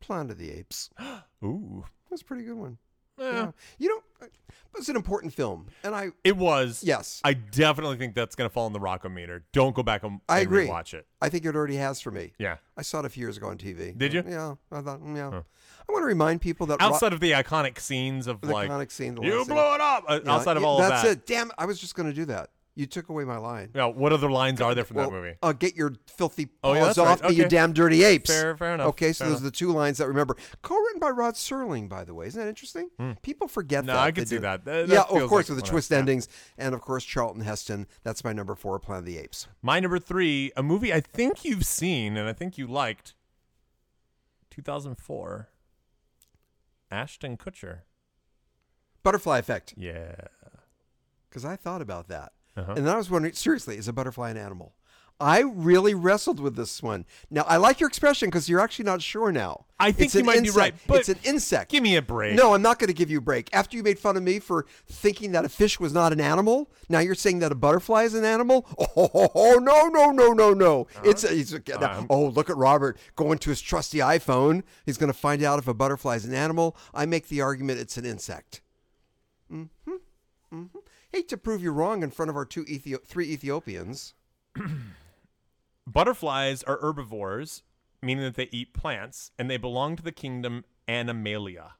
Speaker 1: Planet of the Apes.
Speaker 2: Ooh,
Speaker 1: That's a pretty good one.
Speaker 2: Eh,
Speaker 1: Yeah. You know, But it's an important film, and I
Speaker 2: It was.
Speaker 1: Yes.
Speaker 2: I definitely think that's going to fall in the Rocco meter. Don't go back and,
Speaker 1: I
Speaker 2: and
Speaker 1: agree.
Speaker 2: rewatch it.
Speaker 1: I think it already has for me.
Speaker 2: Yeah.
Speaker 1: I saw it a few years ago on TV.
Speaker 2: Did you?
Speaker 1: Yeah. I thought, mm, yeah. I want to remind people that Ro-
Speaker 2: Uh, Outside of the iconic scenes of
Speaker 1: the
Speaker 2: like,
Speaker 1: iconic scene, the
Speaker 2: you
Speaker 1: last scene.
Speaker 2: blow it up. Uh,
Speaker 1: Yeah,
Speaker 2: outside of
Speaker 1: yeah,
Speaker 2: all
Speaker 1: that's
Speaker 2: of that.
Speaker 1: it. Damn, I was just going to do that. You took away my line.
Speaker 2: Yeah, what other lines are there from that
Speaker 1: Well,
Speaker 2: movie?
Speaker 1: Uh, get your filthy
Speaker 2: Oh, yeah,
Speaker 1: paws
Speaker 2: that's right.
Speaker 1: off me, you
Speaker 2: Okay.
Speaker 1: damn dirty apes.
Speaker 2: Fair- fair enough.
Speaker 1: Okay, so
Speaker 2: Fair
Speaker 1: those are the two lines that I remember. Co-written by Rod Serling, by the way. Isn't that interesting? People forget
Speaker 2: Hmm. No,
Speaker 1: that.
Speaker 2: I
Speaker 1: They
Speaker 2: could see
Speaker 1: do.
Speaker 2: that. That- that
Speaker 1: yeah, of
Speaker 2: feels
Speaker 1: course,
Speaker 2: like
Speaker 1: with the
Speaker 2: one of-
Speaker 1: twist endings. And, of course, Charlton Heston. That's my number four, Planet of the Apes.
Speaker 2: My number three, a movie I think you've seen and I think you liked. 2004. Ashton Kutcher.
Speaker 1: Butterfly Effect,
Speaker 2: Yeah.
Speaker 1: because I thought about that.
Speaker 2: Uh-huh.
Speaker 1: And then I was wondering, seriously, is a butterfly an animal? I really wrestled with this one. Now, I like your expression because you're actually not sure now.
Speaker 2: I think
Speaker 1: It's
Speaker 2: you
Speaker 1: an
Speaker 2: might be
Speaker 1: insect.
Speaker 2: right, but
Speaker 1: it's an insect.
Speaker 2: Give me a break.
Speaker 1: No, I'm not going to give you a break. After you made fun of me for thinking that a fish was not an animal, now you're saying that a butterfly is an animal? Oh, no, no, no, no, no.
Speaker 2: Uh-huh.
Speaker 1: It's, a, it's a, oh, look at Robert going to his trusty iPhone. He's going to find out if a butterfly is an animal. I make the argument it's an insect. Mm-hmm. Mm-hmm. Hate to prove you wrong in front of our two Ethio- three Ethiopians.
Speaker 2: Butterflies are herbivores, meaning that they eat plants, and they belong to the kingdom Animalia.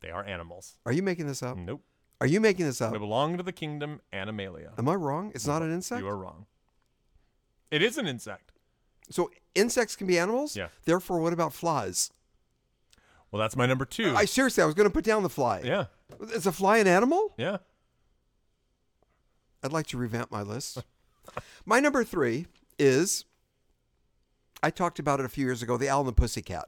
Speaker 2: They are animals.
Speaker 1: Are you making this up?
Speaker 2: Nope.
Speaker 1: Are you making this up?
Speaker 2: They belong to the kingdom Animalia.
Speaker 1: Am I wrong? It's not an insect?
Speaker 2: You are wrong. It is an insect.
Speaker 1: So insects can be animals?
Speaker 2: Yeah.
Speaker 1: Therefore, what about flies?
Speaker 2: Well, that's my number two.
Speaker 1: I seriously, I was going to put down the fly.
Speaker 2: yeah.
Speaker 1: Is a fly an animal?
Speaker 2: Yeah.
Speaker 1: I'd like to revamp my list. my number three is I talked about it a few years ago the Owl and the Pussycat.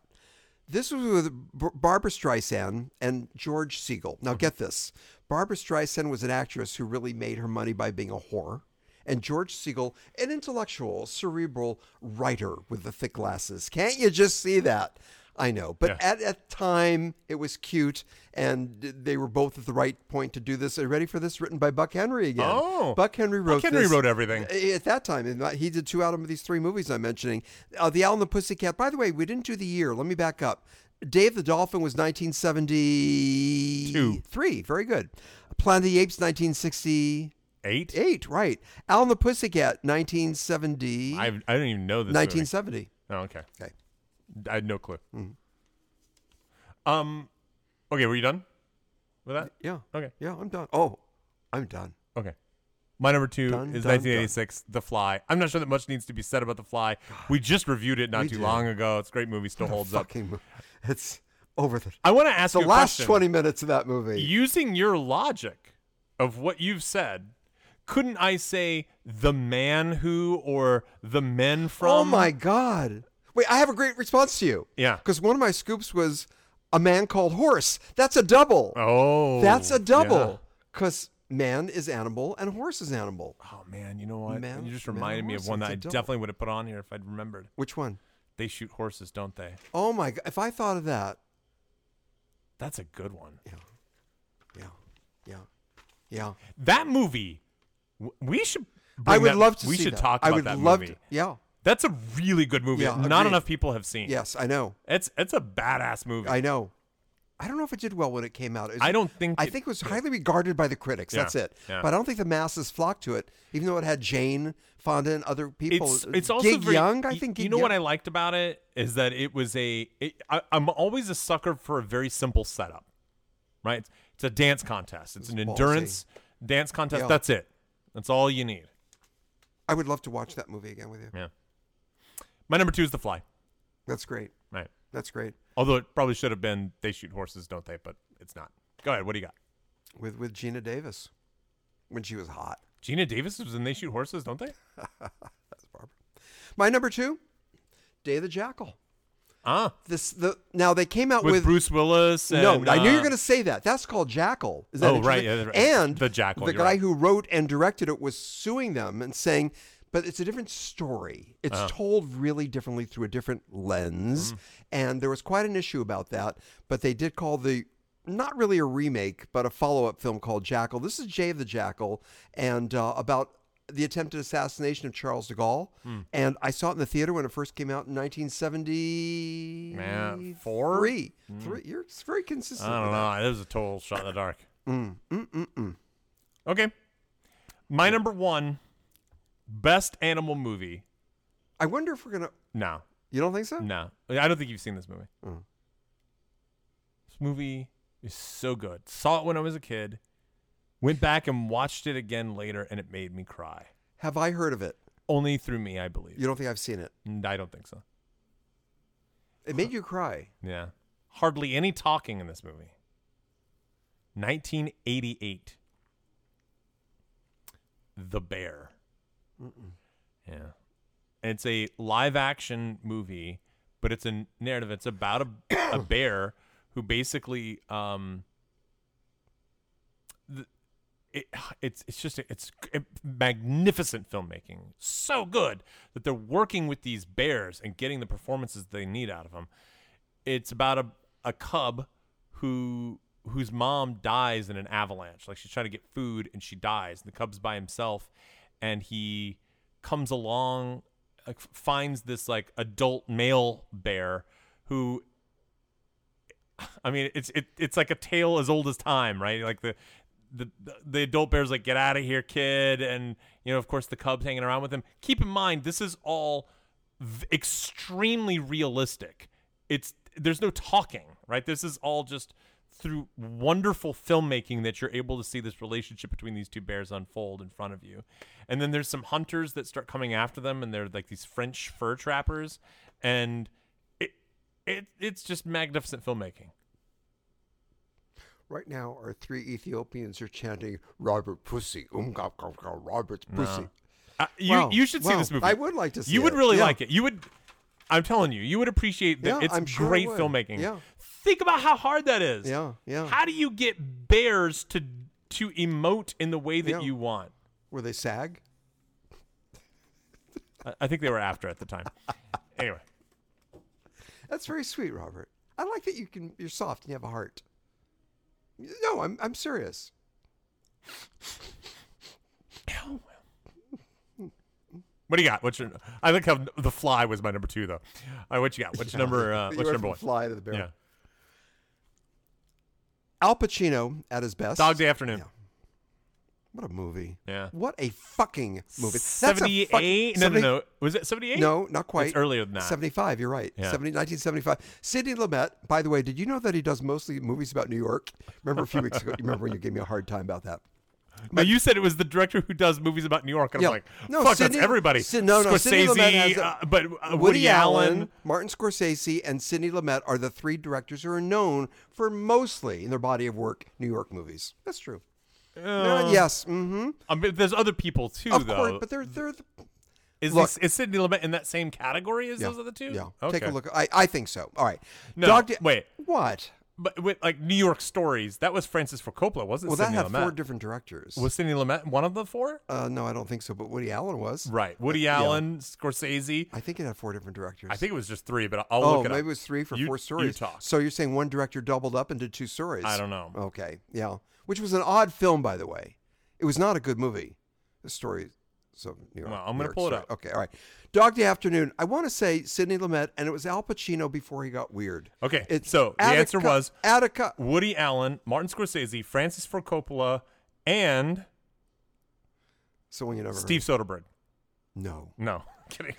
Speaker 1: This was with B- Barbara Streisand and George Siegel. Now, get this Barbara Streisand was an actress who really made her money by being a whore. And George Siegel, an intellectual, cerebral writer with the thick glasses. Can't you just see that? I know. But
Speaker 2: Yeah.
Speaker 1: at that time, it was cute, and they were both at the right point to do this. Are you ready for this? Written by Buck Henry again.
Speaker 2: Oh.
Speaker 1: Buck Henry wrote
Speaker 2: Henry
Speaker 1: this-
Speaker 2: wrote everything.
Speaker 1: at that time, and uh, he did two out of these three movies I'm mentioning. Uh, the Owl and the Pussycat. By the way, we didn't do the year. Let me back up. Dave the Dolphin was 1973. Very good. Planet of the Apes, 1968.
Speaker 2: Eight.
Speaker 1: Right. Owl and the Pussycat, 1970.
Speaker 2: I I don't even know this. movie.
Speaker 1: 1970.
Speaker 2: Oh, okay.
Speaker 1: Okay.
Speaker 2: I had no clue.
Speaker 1: Mm-hmm.
Speaker 2: Um, okay. Were you done with that?
Speaker 1: Yeah.
Speaker 2: Okay.
Speaker 1: Yeah, I'm done. Oh, I'm done.
Speaker 2: Okay. My number two
Speaker 1: Dun,
Speaker 2: is
Speaker 1: dun,
Speaker 2: 1986, The Fly. I'm not sure that much needs to be said about The Fly. We just reviewed it not
Speaker 1: We
Speaker 2: too
Speaker 1: did.
Speaker 2: long ago. It's a great movie, still holds up.
Speaker 1: Fucking, it's over the,
Speaker 2: I want to ask
Speaker 1: the
Speaker 2: you a
Speaker 1: last
Speaker 2: question.
Speaker 1: 20 minutes of that movie.
Speaker 2: Using your logic of what you've said, couldn't I say the man who or the men from?
Speaker 1: Oh my god! Wait, I have a great response to you.
Speaker 2: Yeah.
Speaker 1: because one of my scoops was a man called horse. That's a double.
Speaker 2: Oh,
Speaker 1: That's a double.
Speaker 2: yeah.
Speaker 1: Because man is animal and horse is animal.
Speaker 2: Oh man, you know what?
Speaker 1: Man-
Speaker 2: you just
Speaker 1: man
Speaker 2: reminded me
Speaker 1: horse,
Speaker 2: of one
Speaker 1: it's a
Speaker 2: that I
Speaker 1: double.
Speaker 2: definitely would have put on here if I'd remembered.
Speaker 1: Which one?
Speaker 2: They shoot horses, don't they?
Speaker 1: Oh my god! If I thought of that,
Speaker 2: That's a good one.
Speaker 1: yeah, yeah, yeah.
Speaker 2: That movie, w- we should.
Speaker 1: I
Speaker 2: bring
Speaker 1: would
Speaker 2: that-
Speaker 1: love to
Speaker 2: We
Speaker 1: see
Speaker 2: should
Speaker 1: that.
Speaker 2: talk
Speaker 1: I
Speaker 2: about
Speaker 1: would
Speaker 2: that
Speaker 1: love
Speaker 2: movie.
Speaker 1: To, yeah.
Speaker 2: That's a really good movie
Speaker 1: Yeah,
Speaker 2: that not
Speaker 1: agreed.
Speaker 2: enough people have seen.
Speaker 1: Yes, I know.
Speaker 2: It's it's a badass movie.
Speaker 1: I know. I don't know if it did well when it came out. It was-
Speaker 2: I don't think
Speaker 1: I
Speaker 2: it-
Speaker 1: think it was highly regarded by the critics.
Speaker 2: Yeah,
Speaker 1: That's it.
Speaker 2: yeah.
Speaker 1: But I don't think the masses flocked to it, even though it had Jane Fonda and other people.
Speaker 2: it's it's also
Speaker 1: Gig
Speaker 2: very-
Speaker 1: Young. I
Speaker 2: y-
Speaker 1: think
Speaker 2: you
Speaker 1: Gig
Speaker 2: know what I
Speaker 1: Young-
Speaker 2: liked about it is that it was a. It, I, I'm always a sucker for a very simple setup, right? It's, it's a dance contest. It's an
Speaker 1: ballsy.
Speaker 2: endurance dance contest.
Speaker 1: Yeah.
Speaker 2: That's it. That's all you need.
Speaker 1: I would love to watch that movie again with you.
Speaker 2: Yeah. My number two is The Fly.
Speaker 1: That's great.
Speaker 2: Right.
Speaker 1: That's great.
Speaker 2: Although it probably should have been They Shoot Horses, Don't They? But it's not. Go ahead. What do you got?
Speaker 1: With with Gina Davis when she was hot.
Speaker 2: Gina Davis was in They Shoot Horses, don't they?
Speaker 1: My number two, Day of the Jackal.
Speaker 2: Ah.
Speaker 1: This the now they came out
Speaker 2: With,
Speaker 1: with.
Speaker 2: Bruce Willis. And,
Speaker 1: no, I knew you
Speaker 2: uh,
Speaker 1: were going to say that. That's called Jackal. Is that
Speaker 2: Oh, right,
Speaker 1: interesting?
Speaker 2: yeah, that's right.
Speaker 1: And
Speaker 2: The Jackal,
Speaker 1: the
Speaker 2: you're
Speaker 1: guy
Speaker 2: right.
Speaker 1: who wrote and directed it, was suing them and saying, "But it's a different story. It's
Speaker 2: Uh.
Speaker 1: told really differently through a different lens."
Speaker 2: Mm-hmm.
Speaker 1: And there was quite an issue about that. But they did call the not really a remake, but a follow-up film called Jackal. This is Jay of the Jackal, and uh, about the attempted assassination of Charles de Gaulle.
Speaker 2: Hmm.
Speaker 1: And I saw it in the theater when it first came out in 1970.
Speaker 2: Man, four?
Speaker 1: Three. Three. You're very consistent.
Speaker 2: I
Speaker 1: with
Speaker 2: Mm. don't
Speaker 1: that. Mm,
Speaker 2: know. It was a total shot in the dark. Okay. My number one best animal movie.
Speaker 1: I wonder if we're gonna.
Speaker 2: No,
Speaker 1: You don't think so?
Speaker 2: no. I don't think you've seen this movie.
Speaker 1: Mm.
Speaker 2: This movie is so good. Saw it when I was a kid. Went back and watched it again later, and it made me cry.
Speaker 1: Have I heard of it?
Speaker 2: Only through me, I believe.
Speaker 1: You don't think I've seen it?
Speaker 2: And I don't think so.
Speaker 1: It made you cry.
Speaker 2: Yeah. Hardly any talking in this movie. 1988. The Bear. Yeah. It's a live action movie, but it's a narrative. It's about a, a bear who basically. Um, th- it, it's it's just it's magnificent filmmaking, so good that they're working with these bears and getting the performances they need out of them it's about a a cub who whose mom dies in an avalanche. Like she's trying to get food and she dies. And the cub's by himself, and he comes along, like, f- finds this like adult male bear who. I mean, it's it, it's like a tale as old as time, right? Like the. The, the adult bear's like get out of here kid and you know of course the cub's hanging around with him keep in mind this is all v- extremely realistic. It's there's no talking, right? This is all just through wonderful filmmaking that you're able to see this relationship between these two bears unfold in front of you. And then there's some hunters that start coming after them and they're like these French fur trappers and it, it it's just magnificent filmmaking.
Speaker 1: Right now, our three Ethiopians are chanting "Robert Pussy, um, gop, gop, gop, Robert Pussy."
Speaker 2: Uh, you
Speaker 1: Wow.
Speaker 2: you should see
Speaker 1: Wow.
Speaker 2: this movie.
Speaker 1: I would like to see
Speaker 2: You would
Speaker 1: it.
Speaker 2: really
Speaker 1: Yeah.
Speaker 2: like it. You would. I'm telling you, you would appreciate that.
Speaker 1: Yeah,
Speaker 2: it's
Speaker 1: I'm sure I
Speaker 2: great
Speaker 1: would.
Speaker 2: filmmaking.
Speaker 1: Yeah.
Speaker 2: Think about how hard that is.
Speaker 1: Yeah, yeah.
Speaker 2: How do you get bears to to emote in the way that
Speaker 1: Yeah.
Speaker 2: you want?
Speaker 1: Were they SAG?
Speaker 2: I, I think they were after at the time. anyway,
Speaker 1: That's very sweet, Robert. I like that you can. You're soft and you have a heart. No, I'm I'm serious.
Speaker 2: Oh, what do you got? What's your? I think how the fly was my number two though. All right, what you got? What's number? Uh,
Speaker 1: You
Speaker 2: what's
Speaker 1: went
Speaker 2: number
Speaker 1: from
Speaker 2: one?
Speaker 1: Fly to the bear.
Speaker 2: Yeah,
Speaker 1: Al Pacino at his best.
Speaker 2: Dog Day Afternoon.
Speaker 1: Yeah. What a movie.
Speaker 2: Yeah.
Speaker 1: What a fucking movie. That's a fuck-
Speaker 2: Seventy-eight. No, no,
Speaker 1: 70
Speaker 2: no. Was it seventy-eight?
Speaker 1: No, not quite.
Speaker 2: It's earlier than that.
Speaker 1: 75, you're right.
Speaker 2: Yeah.
Speaker 1: 70, 1975. Sidney Lumet, by the way, did you know that he does mostly movies about New York? Remember a few weeks ago, you remember when you gave me a hard time about that?
Speaker 2: No, you said it was the director who does movies about New York, and
Speaker 1: Yeah.
Speaker 2: I'm like,
Speaker 1: No,
Speaker 2: fuck,
Speaker 1: Sidney-
Speaker 2: that's everybody.
Speaker 1: Sid- no, no, Sidney
Speaker 2: Scorsese,
Speaker 1: Lumet has a-
Speaker 2: uh, but uh, Woody, Allen.
Speaker 1: Martin Scorsese, and Sidney Lumet are the three directors who are known for mostly in their body of work New York movies. That's true. Uh, yes, hmm
Speaker 2: I mean, Oh. Um, there's other people too,
Speaker 1: of
Speaker 2: though.
Speaker 1: course, but they're they're the-
Speaker 2: is,
Speaker 1: look-
Speaker 2: this, is Sidney Lumet in that same category as
Speaker 1: yeah,
Speaker 2: those other two?
Speaker 1: Yeah,
Speaker 2: Okay.
Speaker 1: take a look. I, I think so. All right.
Speaker 2: No,
Speaker 1: Day-
Speaker 2: wait.
Speaker 1: What?
Speaker 2: But with like New York stories, that was Francis Ford Coppola, wasn't
Speaker 1: Well, that
Speaker 2: Sidney
Speaker 1: had
Speaker 2: Lumet?
Speaker 1: four different directors.
Speaker 2: was Sidney Lumet one of the four?
Speaker 1: uh, no, I don't think so. But Woody Allen was.
Speaker 2: Right. Woody Allen, Scorsese.
Speaker 1: I think it had four different directors.
Speaker 2: I think it was just three, but I'll
Speaker 1: Oh,
Speaker 2: look it
Speaker 1: maybe
Speaker 2: up.
Speaker 1: it was three for
Speaker 2: You-
Speaker 1: four stories.
Speaker 2: You talk.
Speaker 1: So you're saying one director doubled up and did two stories?
Speaker 2: I don't know.
Speaker 1: Okay, yeah. Which was an odd film, by the way. It was not a good movie. The story. So New York.
Speaker 2: Well, I'm
Speaker 1: New
Speaker 2: gonna
Speaker 1: York
Speaker 2: pull it
Speaker 1: story.
Speaker 2: up.
Speaker 1: Okay, all right. Dog Day Afternoon. I want to say Sidney Lumet, and it was Al Pacino before he got weird.
Speaker 2: Okay,
Speaker 1: It's
Speaker 2: so the
Speaker 1: at a
Speaker 2: answer
Speaker 1: cu-
Speaker 2: was-
Speaker 1: at a cu-
Speaker 2: Woody Allen, Martin Scorsese, Francis Ford Coppola, and
Speaker 1: Someone you never
Speaker 2: Steve
Speaker 1: Heard.
Speaker 2: Soderbergh.
Speaker 1: No,
Speaker 2: No, kidding.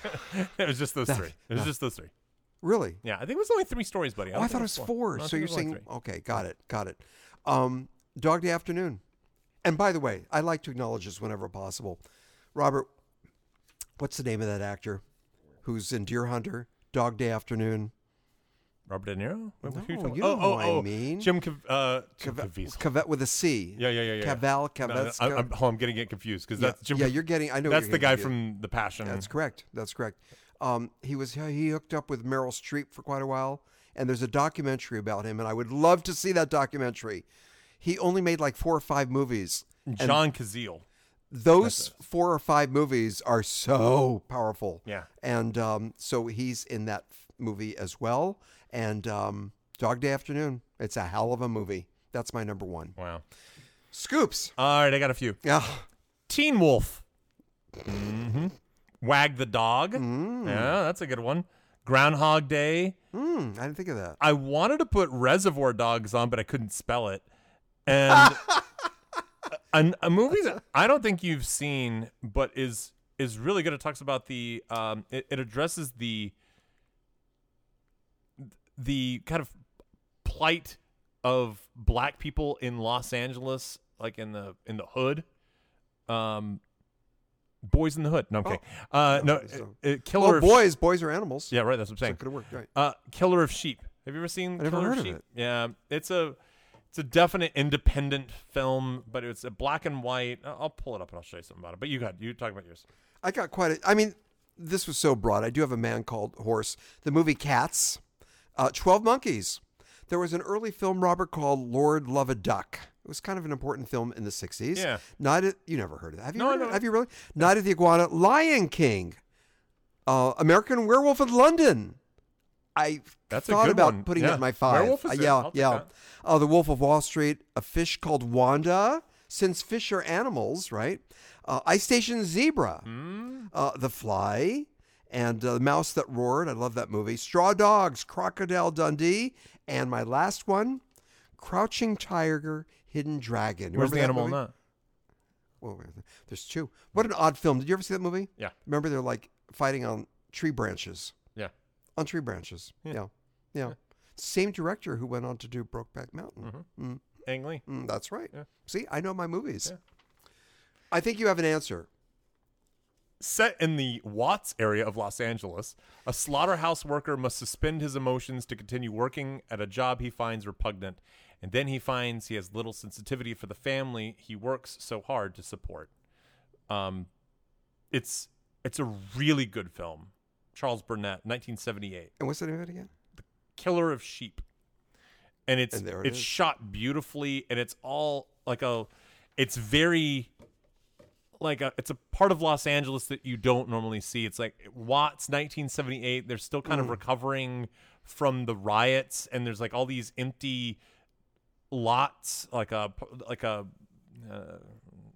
Speaker 2: it was just those
Speaker 1: That-
Speaker 2: three. It was
Speaker 1: no.
Speaker 2: just those three.
Speaker 1: really?
Speaker 2: Yeah, I think it was only three stories, buddy.
Speaker 1: Oh,
Speaker 2: don't
Speaker 1: I
Speaker 2: think
Speaker 1: thought it was four.
Speaker 2: No, I
Speaker 1: so you're
Speaker 2: think it was only
Speaker 1: saying
Speaker 2: three.
Speaker 1: okay, got it, got it. Um, Dog Day Afternoon. And by the way, I like to acknowledge this whenever possible. Robert, what's the name of that actor who's in Deer Hunter, Dog Day Afternoon?
Speaker 2: Robert De Niro? Wait, who
Speaker 1: No,
Speaker 2: talking-
Speaker 1: you
Speaker 2: oh,
Speaker 1: know
Speaker 2: oh,
Speaker 1: who I
Speaker 2: oh,
Speaker 1: mean.
Speaker 2: Jim, Cav- uh, Jim
Speaker 1: Cave-
Speaker 2: Caviezel.
Speaker 1: Cavett with a C.
Speaker 2: Yeah, yeah, yeah, yeah. yeah.
Speaker 1: Cavell,
Speaker 2: No, no,
Speaker 1: Cavett's.
Speaker 2: I, am oh, I'm getting it confused because that's Jim.
Speaker 1: yeah,
Speaker 2: Cav-
Speaker 1: you're getting- I know
Speaker 2: That's
Speaker 1: you're
Speaker 2: the
Speaker 1: getting
Speaker 2: guy
Speaker 1: confused.
Speaker 2: from The Passion.
Speaker 1: That's correct. That's correct. Um, he was he hooked up with Meryl Streep for quite a while, and there's a documentary about him, and I would love to see that documentary. He only made like four or five movies. and
Speaker 2: John Cazeel.
Speaker 1: those four or five movies are so powerful.
Speaker 2: Yeah.
Speaker 1: And um, so he's in that f- movie as well. And um, Dog Day Afternoon. It's a hell of a movie. That's my number one.
Speaker 2: Wow.
Speaker 1: Scoops.
Speaker 2: All right, I got a few.
Speaker 1: Yeah.
Speaker 2: Teen Wolf. hmm Wag the Dog. Yeah, that's a good one. Groundhog Day.
Speaker 1: Mm, I didn't think of that.
Speaker 2: I wanted to put Reservoir Dogs on, but I couldn't spell it. and an, a movie that I don't think you've seen, but is is really good. It talks about the um, it, it addresses the the kind of plight of black people in Los Angeles, like in the in the hood. Um, Boys in the Hood. No, I'm kidding. uh, no,
Speaker 1: Oh. so-
Speaker 2: uh, uh, Killer
Speaker 1: Well,
Speaker 2: of-
Speaker 1: Oh, boys, boys are animals.
Speaker 2: Yeah, right. That's what I'm
Speaker 1: so
Speaker 2: saying.
Speaker 1: it could have worked. Right.
Speaker 2: Uh, Killer of Sheep. Have you ever seen
Speaker 1: I never
Speaker 2: Killer
Speaker 1: heard
Speaker 2: of
Speaker 1: of
Speaker 2: Sheep?
Speaker 1: it.
Speaker 2: Yeah, it's a it's a definite independent film, but it's a black and white. I- I'll pull it up and I'll show you something about it. But you got you talk about yours.
Speaker 1: I got quite a. I mean, this was so broad. I do have a man called Horse. The movie Cats, uh, Twelve Monkeys. There was an early film, Robert, called Lord Love a Duck. It was kind of an important film in the '60s.
Speaker 2: Yeah.
Speaker 1: Night at, you never heard of that? Have you?
Speaker 2: No,
Speaker 1: heard of
Speaker 2: no.
Speaker 1: it? Have you really? Night of the Iguana, Lion King, uh, American Werewolf in London. I
Speaker 2: That's a
Speaker 1: thought
Speaker 2: good
Speaker 1: about
Speaker 2: one.
Speaker 1: putting
Speaker 2: Yeah.
Speaker 1: that in my five.
Speaker 2: Werewolf is
Speaker 1: Uh,
Speaker 2: in.
Speaker 1: yeah,
Speaker 2: I'll take
Speaker 1: yeah.
Speaker 2: that.
Speaker 1: Uh, the Wolf of Wall Street, a fish called Wanda. Since fish are animals, right? Uh, Ice Station Zebra,
Speaker 2: Hmm.
Speaker 1: uh, The Fly, and uh, The Mouse That Roared. I love that movie. Straw Dogs, Crocodile Dundee, and my last one, Crouching Tiger, Hidden Dragon.
Speaker 2: Where's
Speaker 1: Remember
Speaker 2: the
Speaker 1: that
Speaker 2: animal in
Speaker 1: movie?
Speaker 2: that?
Speaker 1: Whoa, wait, there's two. What an odd film. Did you ever see that movie?
Speaker 2: Yeah.
Speaker 1: Remember they're like fighting on tree branches.
Speaker 2: Yeah.
Speaker 1: On tree branches.
Speaker 2: Yeah.
Speaker 1: Yeah. Yeah. Same director who went on to do Brokeback Mountain. Mm,
Speaker 2: Ang Lee.
Speaker 1: mm, that's right.
Speaker 2: Yeah.
Speaker 1: See, I know my movies.
Speaker 2: Yeah.
Speaker 1: I think you have an answer.
Speaker 2: Set in the Watts area of Los Angeles, a slaughterhouse worker must suspend his emotions to continue working at a job he finds repugnant, and then he finds he has little sensitivity for the family he works so hard to support. Um, it's it's a really good film. Charles Burnett, 1978,
Speaker 1: And what's the name of it again?
Speaker 2: Killer of Sheep, and it's
Speaker 1: And there it
Speaker 2: it's
Speaker 1: is.
Speaker 2: shot beautifully, and it's all like a, it's very like a, it's a part of Los Angeles that you don't normally see. It's like Watts, 1978. They're still
Speaker 1: Mm.
Speaker 2: kind of recovering from the riots, and there's like all these empty lots, like a like a. Uh,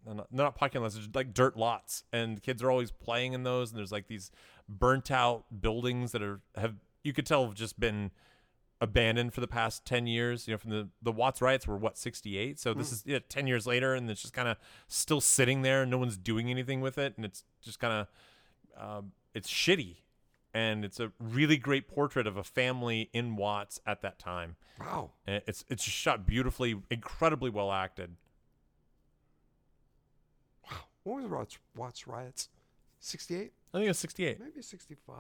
Speaker 2: they're not, they're not parking lots, they're just like dirt lots, and kids are always playing in those. And there's like these burnt out buildings that are have you could tell have just been abandoned for the past 10 years you know from the the watts riots were what 68 so this is yeah, 10 years later and it's just kind of still sitting there and no one's doing anything with it and it's just kind of um, it's shitty and it's a really great portrait of a family in watts at that time
Speaker 1: Wow.
Speaker 2: and it's it's just shot beautifully incredibly well acted
Speaker 1: What was Watts, Watts Riots? 68?
Speaker 2: i think it was 68
Speaker 1: Maybe 65?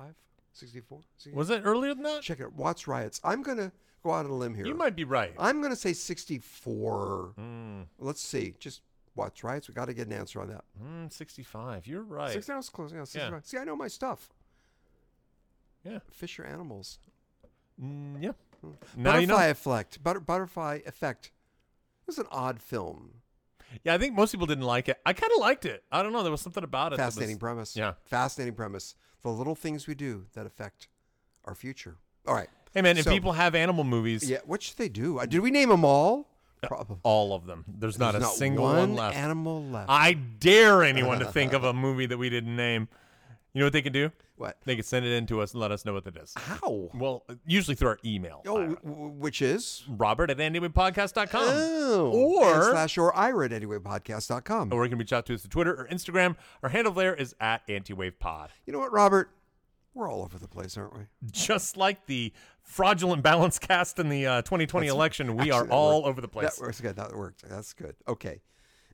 Speaker 1: 64?
Speaker 2: was it earlier than that
Speaker 1: Check it out. Watts Riots. I'm going to go out on a limb here.
Speaker 2: you might be right
Speaker 1: I'm going to say 64.
Speaker 2: mm,
Speaker 1: Let's see. Just Watts Riots. We got to get an answer on that.
Speaker 2: mm, 65 you're right
Speaker 1: Six hours close. Yeah, six
Speaker 2: Yeah.
Speaker 1: hours. See, I know my stuff.
Speaker 2: Yeah.
Speaker 1: Fish are animals.
Speaker 2: mm, yeah now you know
Speaker 1: butterfly effect. Butter, butterfly effect. It was an odd film.
Speaker 2: Yeah, I think most people didn't like it. I kind of liked it. I don't know. There was something about it. that was-
Speaker 1: Fascinating premise.
Speaker 2: yeah.
Speaker 1: Fascinating premise. The little things we do that affect our future. All right.
Speaker 2: Hey, man, if
Speaker 1: So-
Speaker 2: people have animal movies,
Speaker 1: Yeah. What should they do? Uh, Did we name them all? Probably.
Speaker 2: all of them. There's Uh, not a
Speaker 1: There's
Speaker 2: single
Speaker 1: one,
Speaker 2: one, left.
Speaker 1: animal left.
Speaker 2: I dare anyone to think of a movie that we didn't name. You know what they can do?
Speaker 1: what?
Speaker 2: They can send it in to us and let us know what it is.
Speaker 1: How?
Speaker 2: Well, usually through our email.
Speaker 1: Oh,
Speaker 2: Ira.
Speaker 1: w- w- which is?
Speaker 2: Robert at andywinpodcast.com.
Speaker 1: Oh.
Speaker 2: Or-
Speaker 1: and slash or Ira at anywaypodcast.com.
Speaker 2: Or you can reach out to us through Twitter or Instagram. Our handle there is at antiwavepod.
Speaker 1: You know what, Robert? We're all over the place, aren't we?
Speaker 2: Just like the fraudulent balance cast in the uh, 2020 election, we
Speaker 1: Actually,
Speaker 2: are
Speaker 1: that
Speaker 2: all
Speaker 1: worked.
Speaker 2: over the place.
Speaker 1: That works good. That worked. That's good. Okay.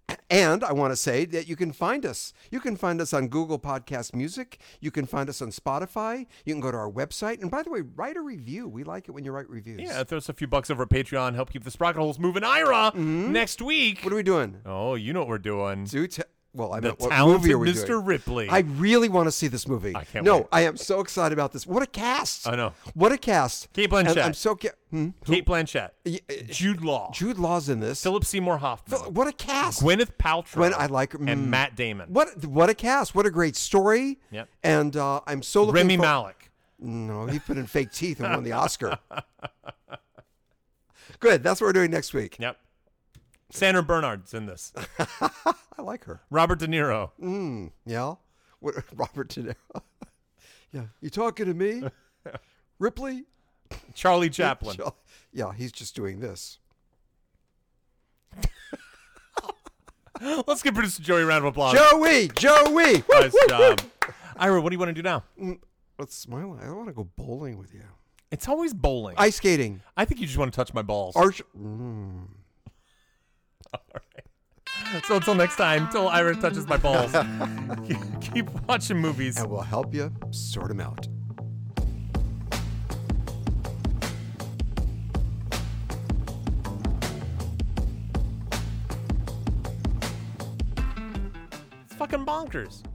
Speaker 1: And I want to say that you can find us. You can find us on Google Podcast Music. You can find us on Spotify. You can go to our website. And by the way, write a review. We like it when you write reviews.
Speaker 2: Yeah, throw us a few bucks over at Patreon, help keep the sprocket holes moving. Ira, next week.
Speaker 1: Mm-hmm. What are we doing?
Speaker 2: oh, you know what we're doing.
Speaker 1: Do te- well, I
Speaker 2: The
Speaker 1: meant what
Speaker 2: talented
Speaker 1: movie are we
Speaker 2: Mr.
Speaker 1: doing?
Speaker 2: Ripley.
Speaker 1: I really want to see this movie.
Speaker 2: I can't
Speaker 1: No,
Speaker 2: wait.
Speaker 1: I am so excited about this. What a cast!
Speaker 2: I know.
Speaker 1: What a cast!
Speaker 2: Kate
Speaker 1: And
Speaker 2: Blanchett.
Speaker 1: I'm so. Ca- hmm?
Speaker 2: Kate Blanchett,
Speaker 1: Y- uh,
Speaker 2: Jude Law,
Speaker 1: Jude Law's in this.
Speaker 2: Philip Seymour Hoffman,
Speaker 1: What a cast!
Speaker 2: Gwyneth Paltrow.
Speaker 1: Gwen- I like her.
Speaker 2: and
Speaker 1: Mm.
Speaker 2: Matt Damon,
Speaker 1: What what a cast! What a great story!
Speaker 2: Yep.
Speaker 1: And uh, I'm so looking.
Speaker 2: Remy
Speaker 1: for-
Speaker 2: Malik.
Speaker 1: No, he put in fake teeth and won the Oscar. Good. That's what we're doing next week.
Speaker 2: Yep. Sandra Bernard's in this.
Speaker 1: I like her.
Speaker 2: Robert De Niro.
Speaker 1: Mm, yeah. What, Robert De Niro. yeah. You talking to me, Ripley?
Speaker 2: Charlie Chaplin.
Speaker 1: Yeah. He's just doing this.
Speaker 2: Let's give producer Joey a round of applause.
Speaker 1: Joey, Joey. Woo,
Speaker 2: Nice
Speaker 1: woo, woo.
Speaker 2: job. Ira, what do you want to do now?
Speaker 1: Let's smile. I want to go bowling with you.
Speaker 2: It's always bowling. I,
Speaker 1: Ice skating.
Speaker 2: think you just want to touch my balls.
Speaker 1: Arch. Mm.
Speaker 2: so until next time, till Ira touches my balls, keep watching movies.
Speaker 1: And we'll help you sort them out.
Speaker 2: It's fucking bonkers.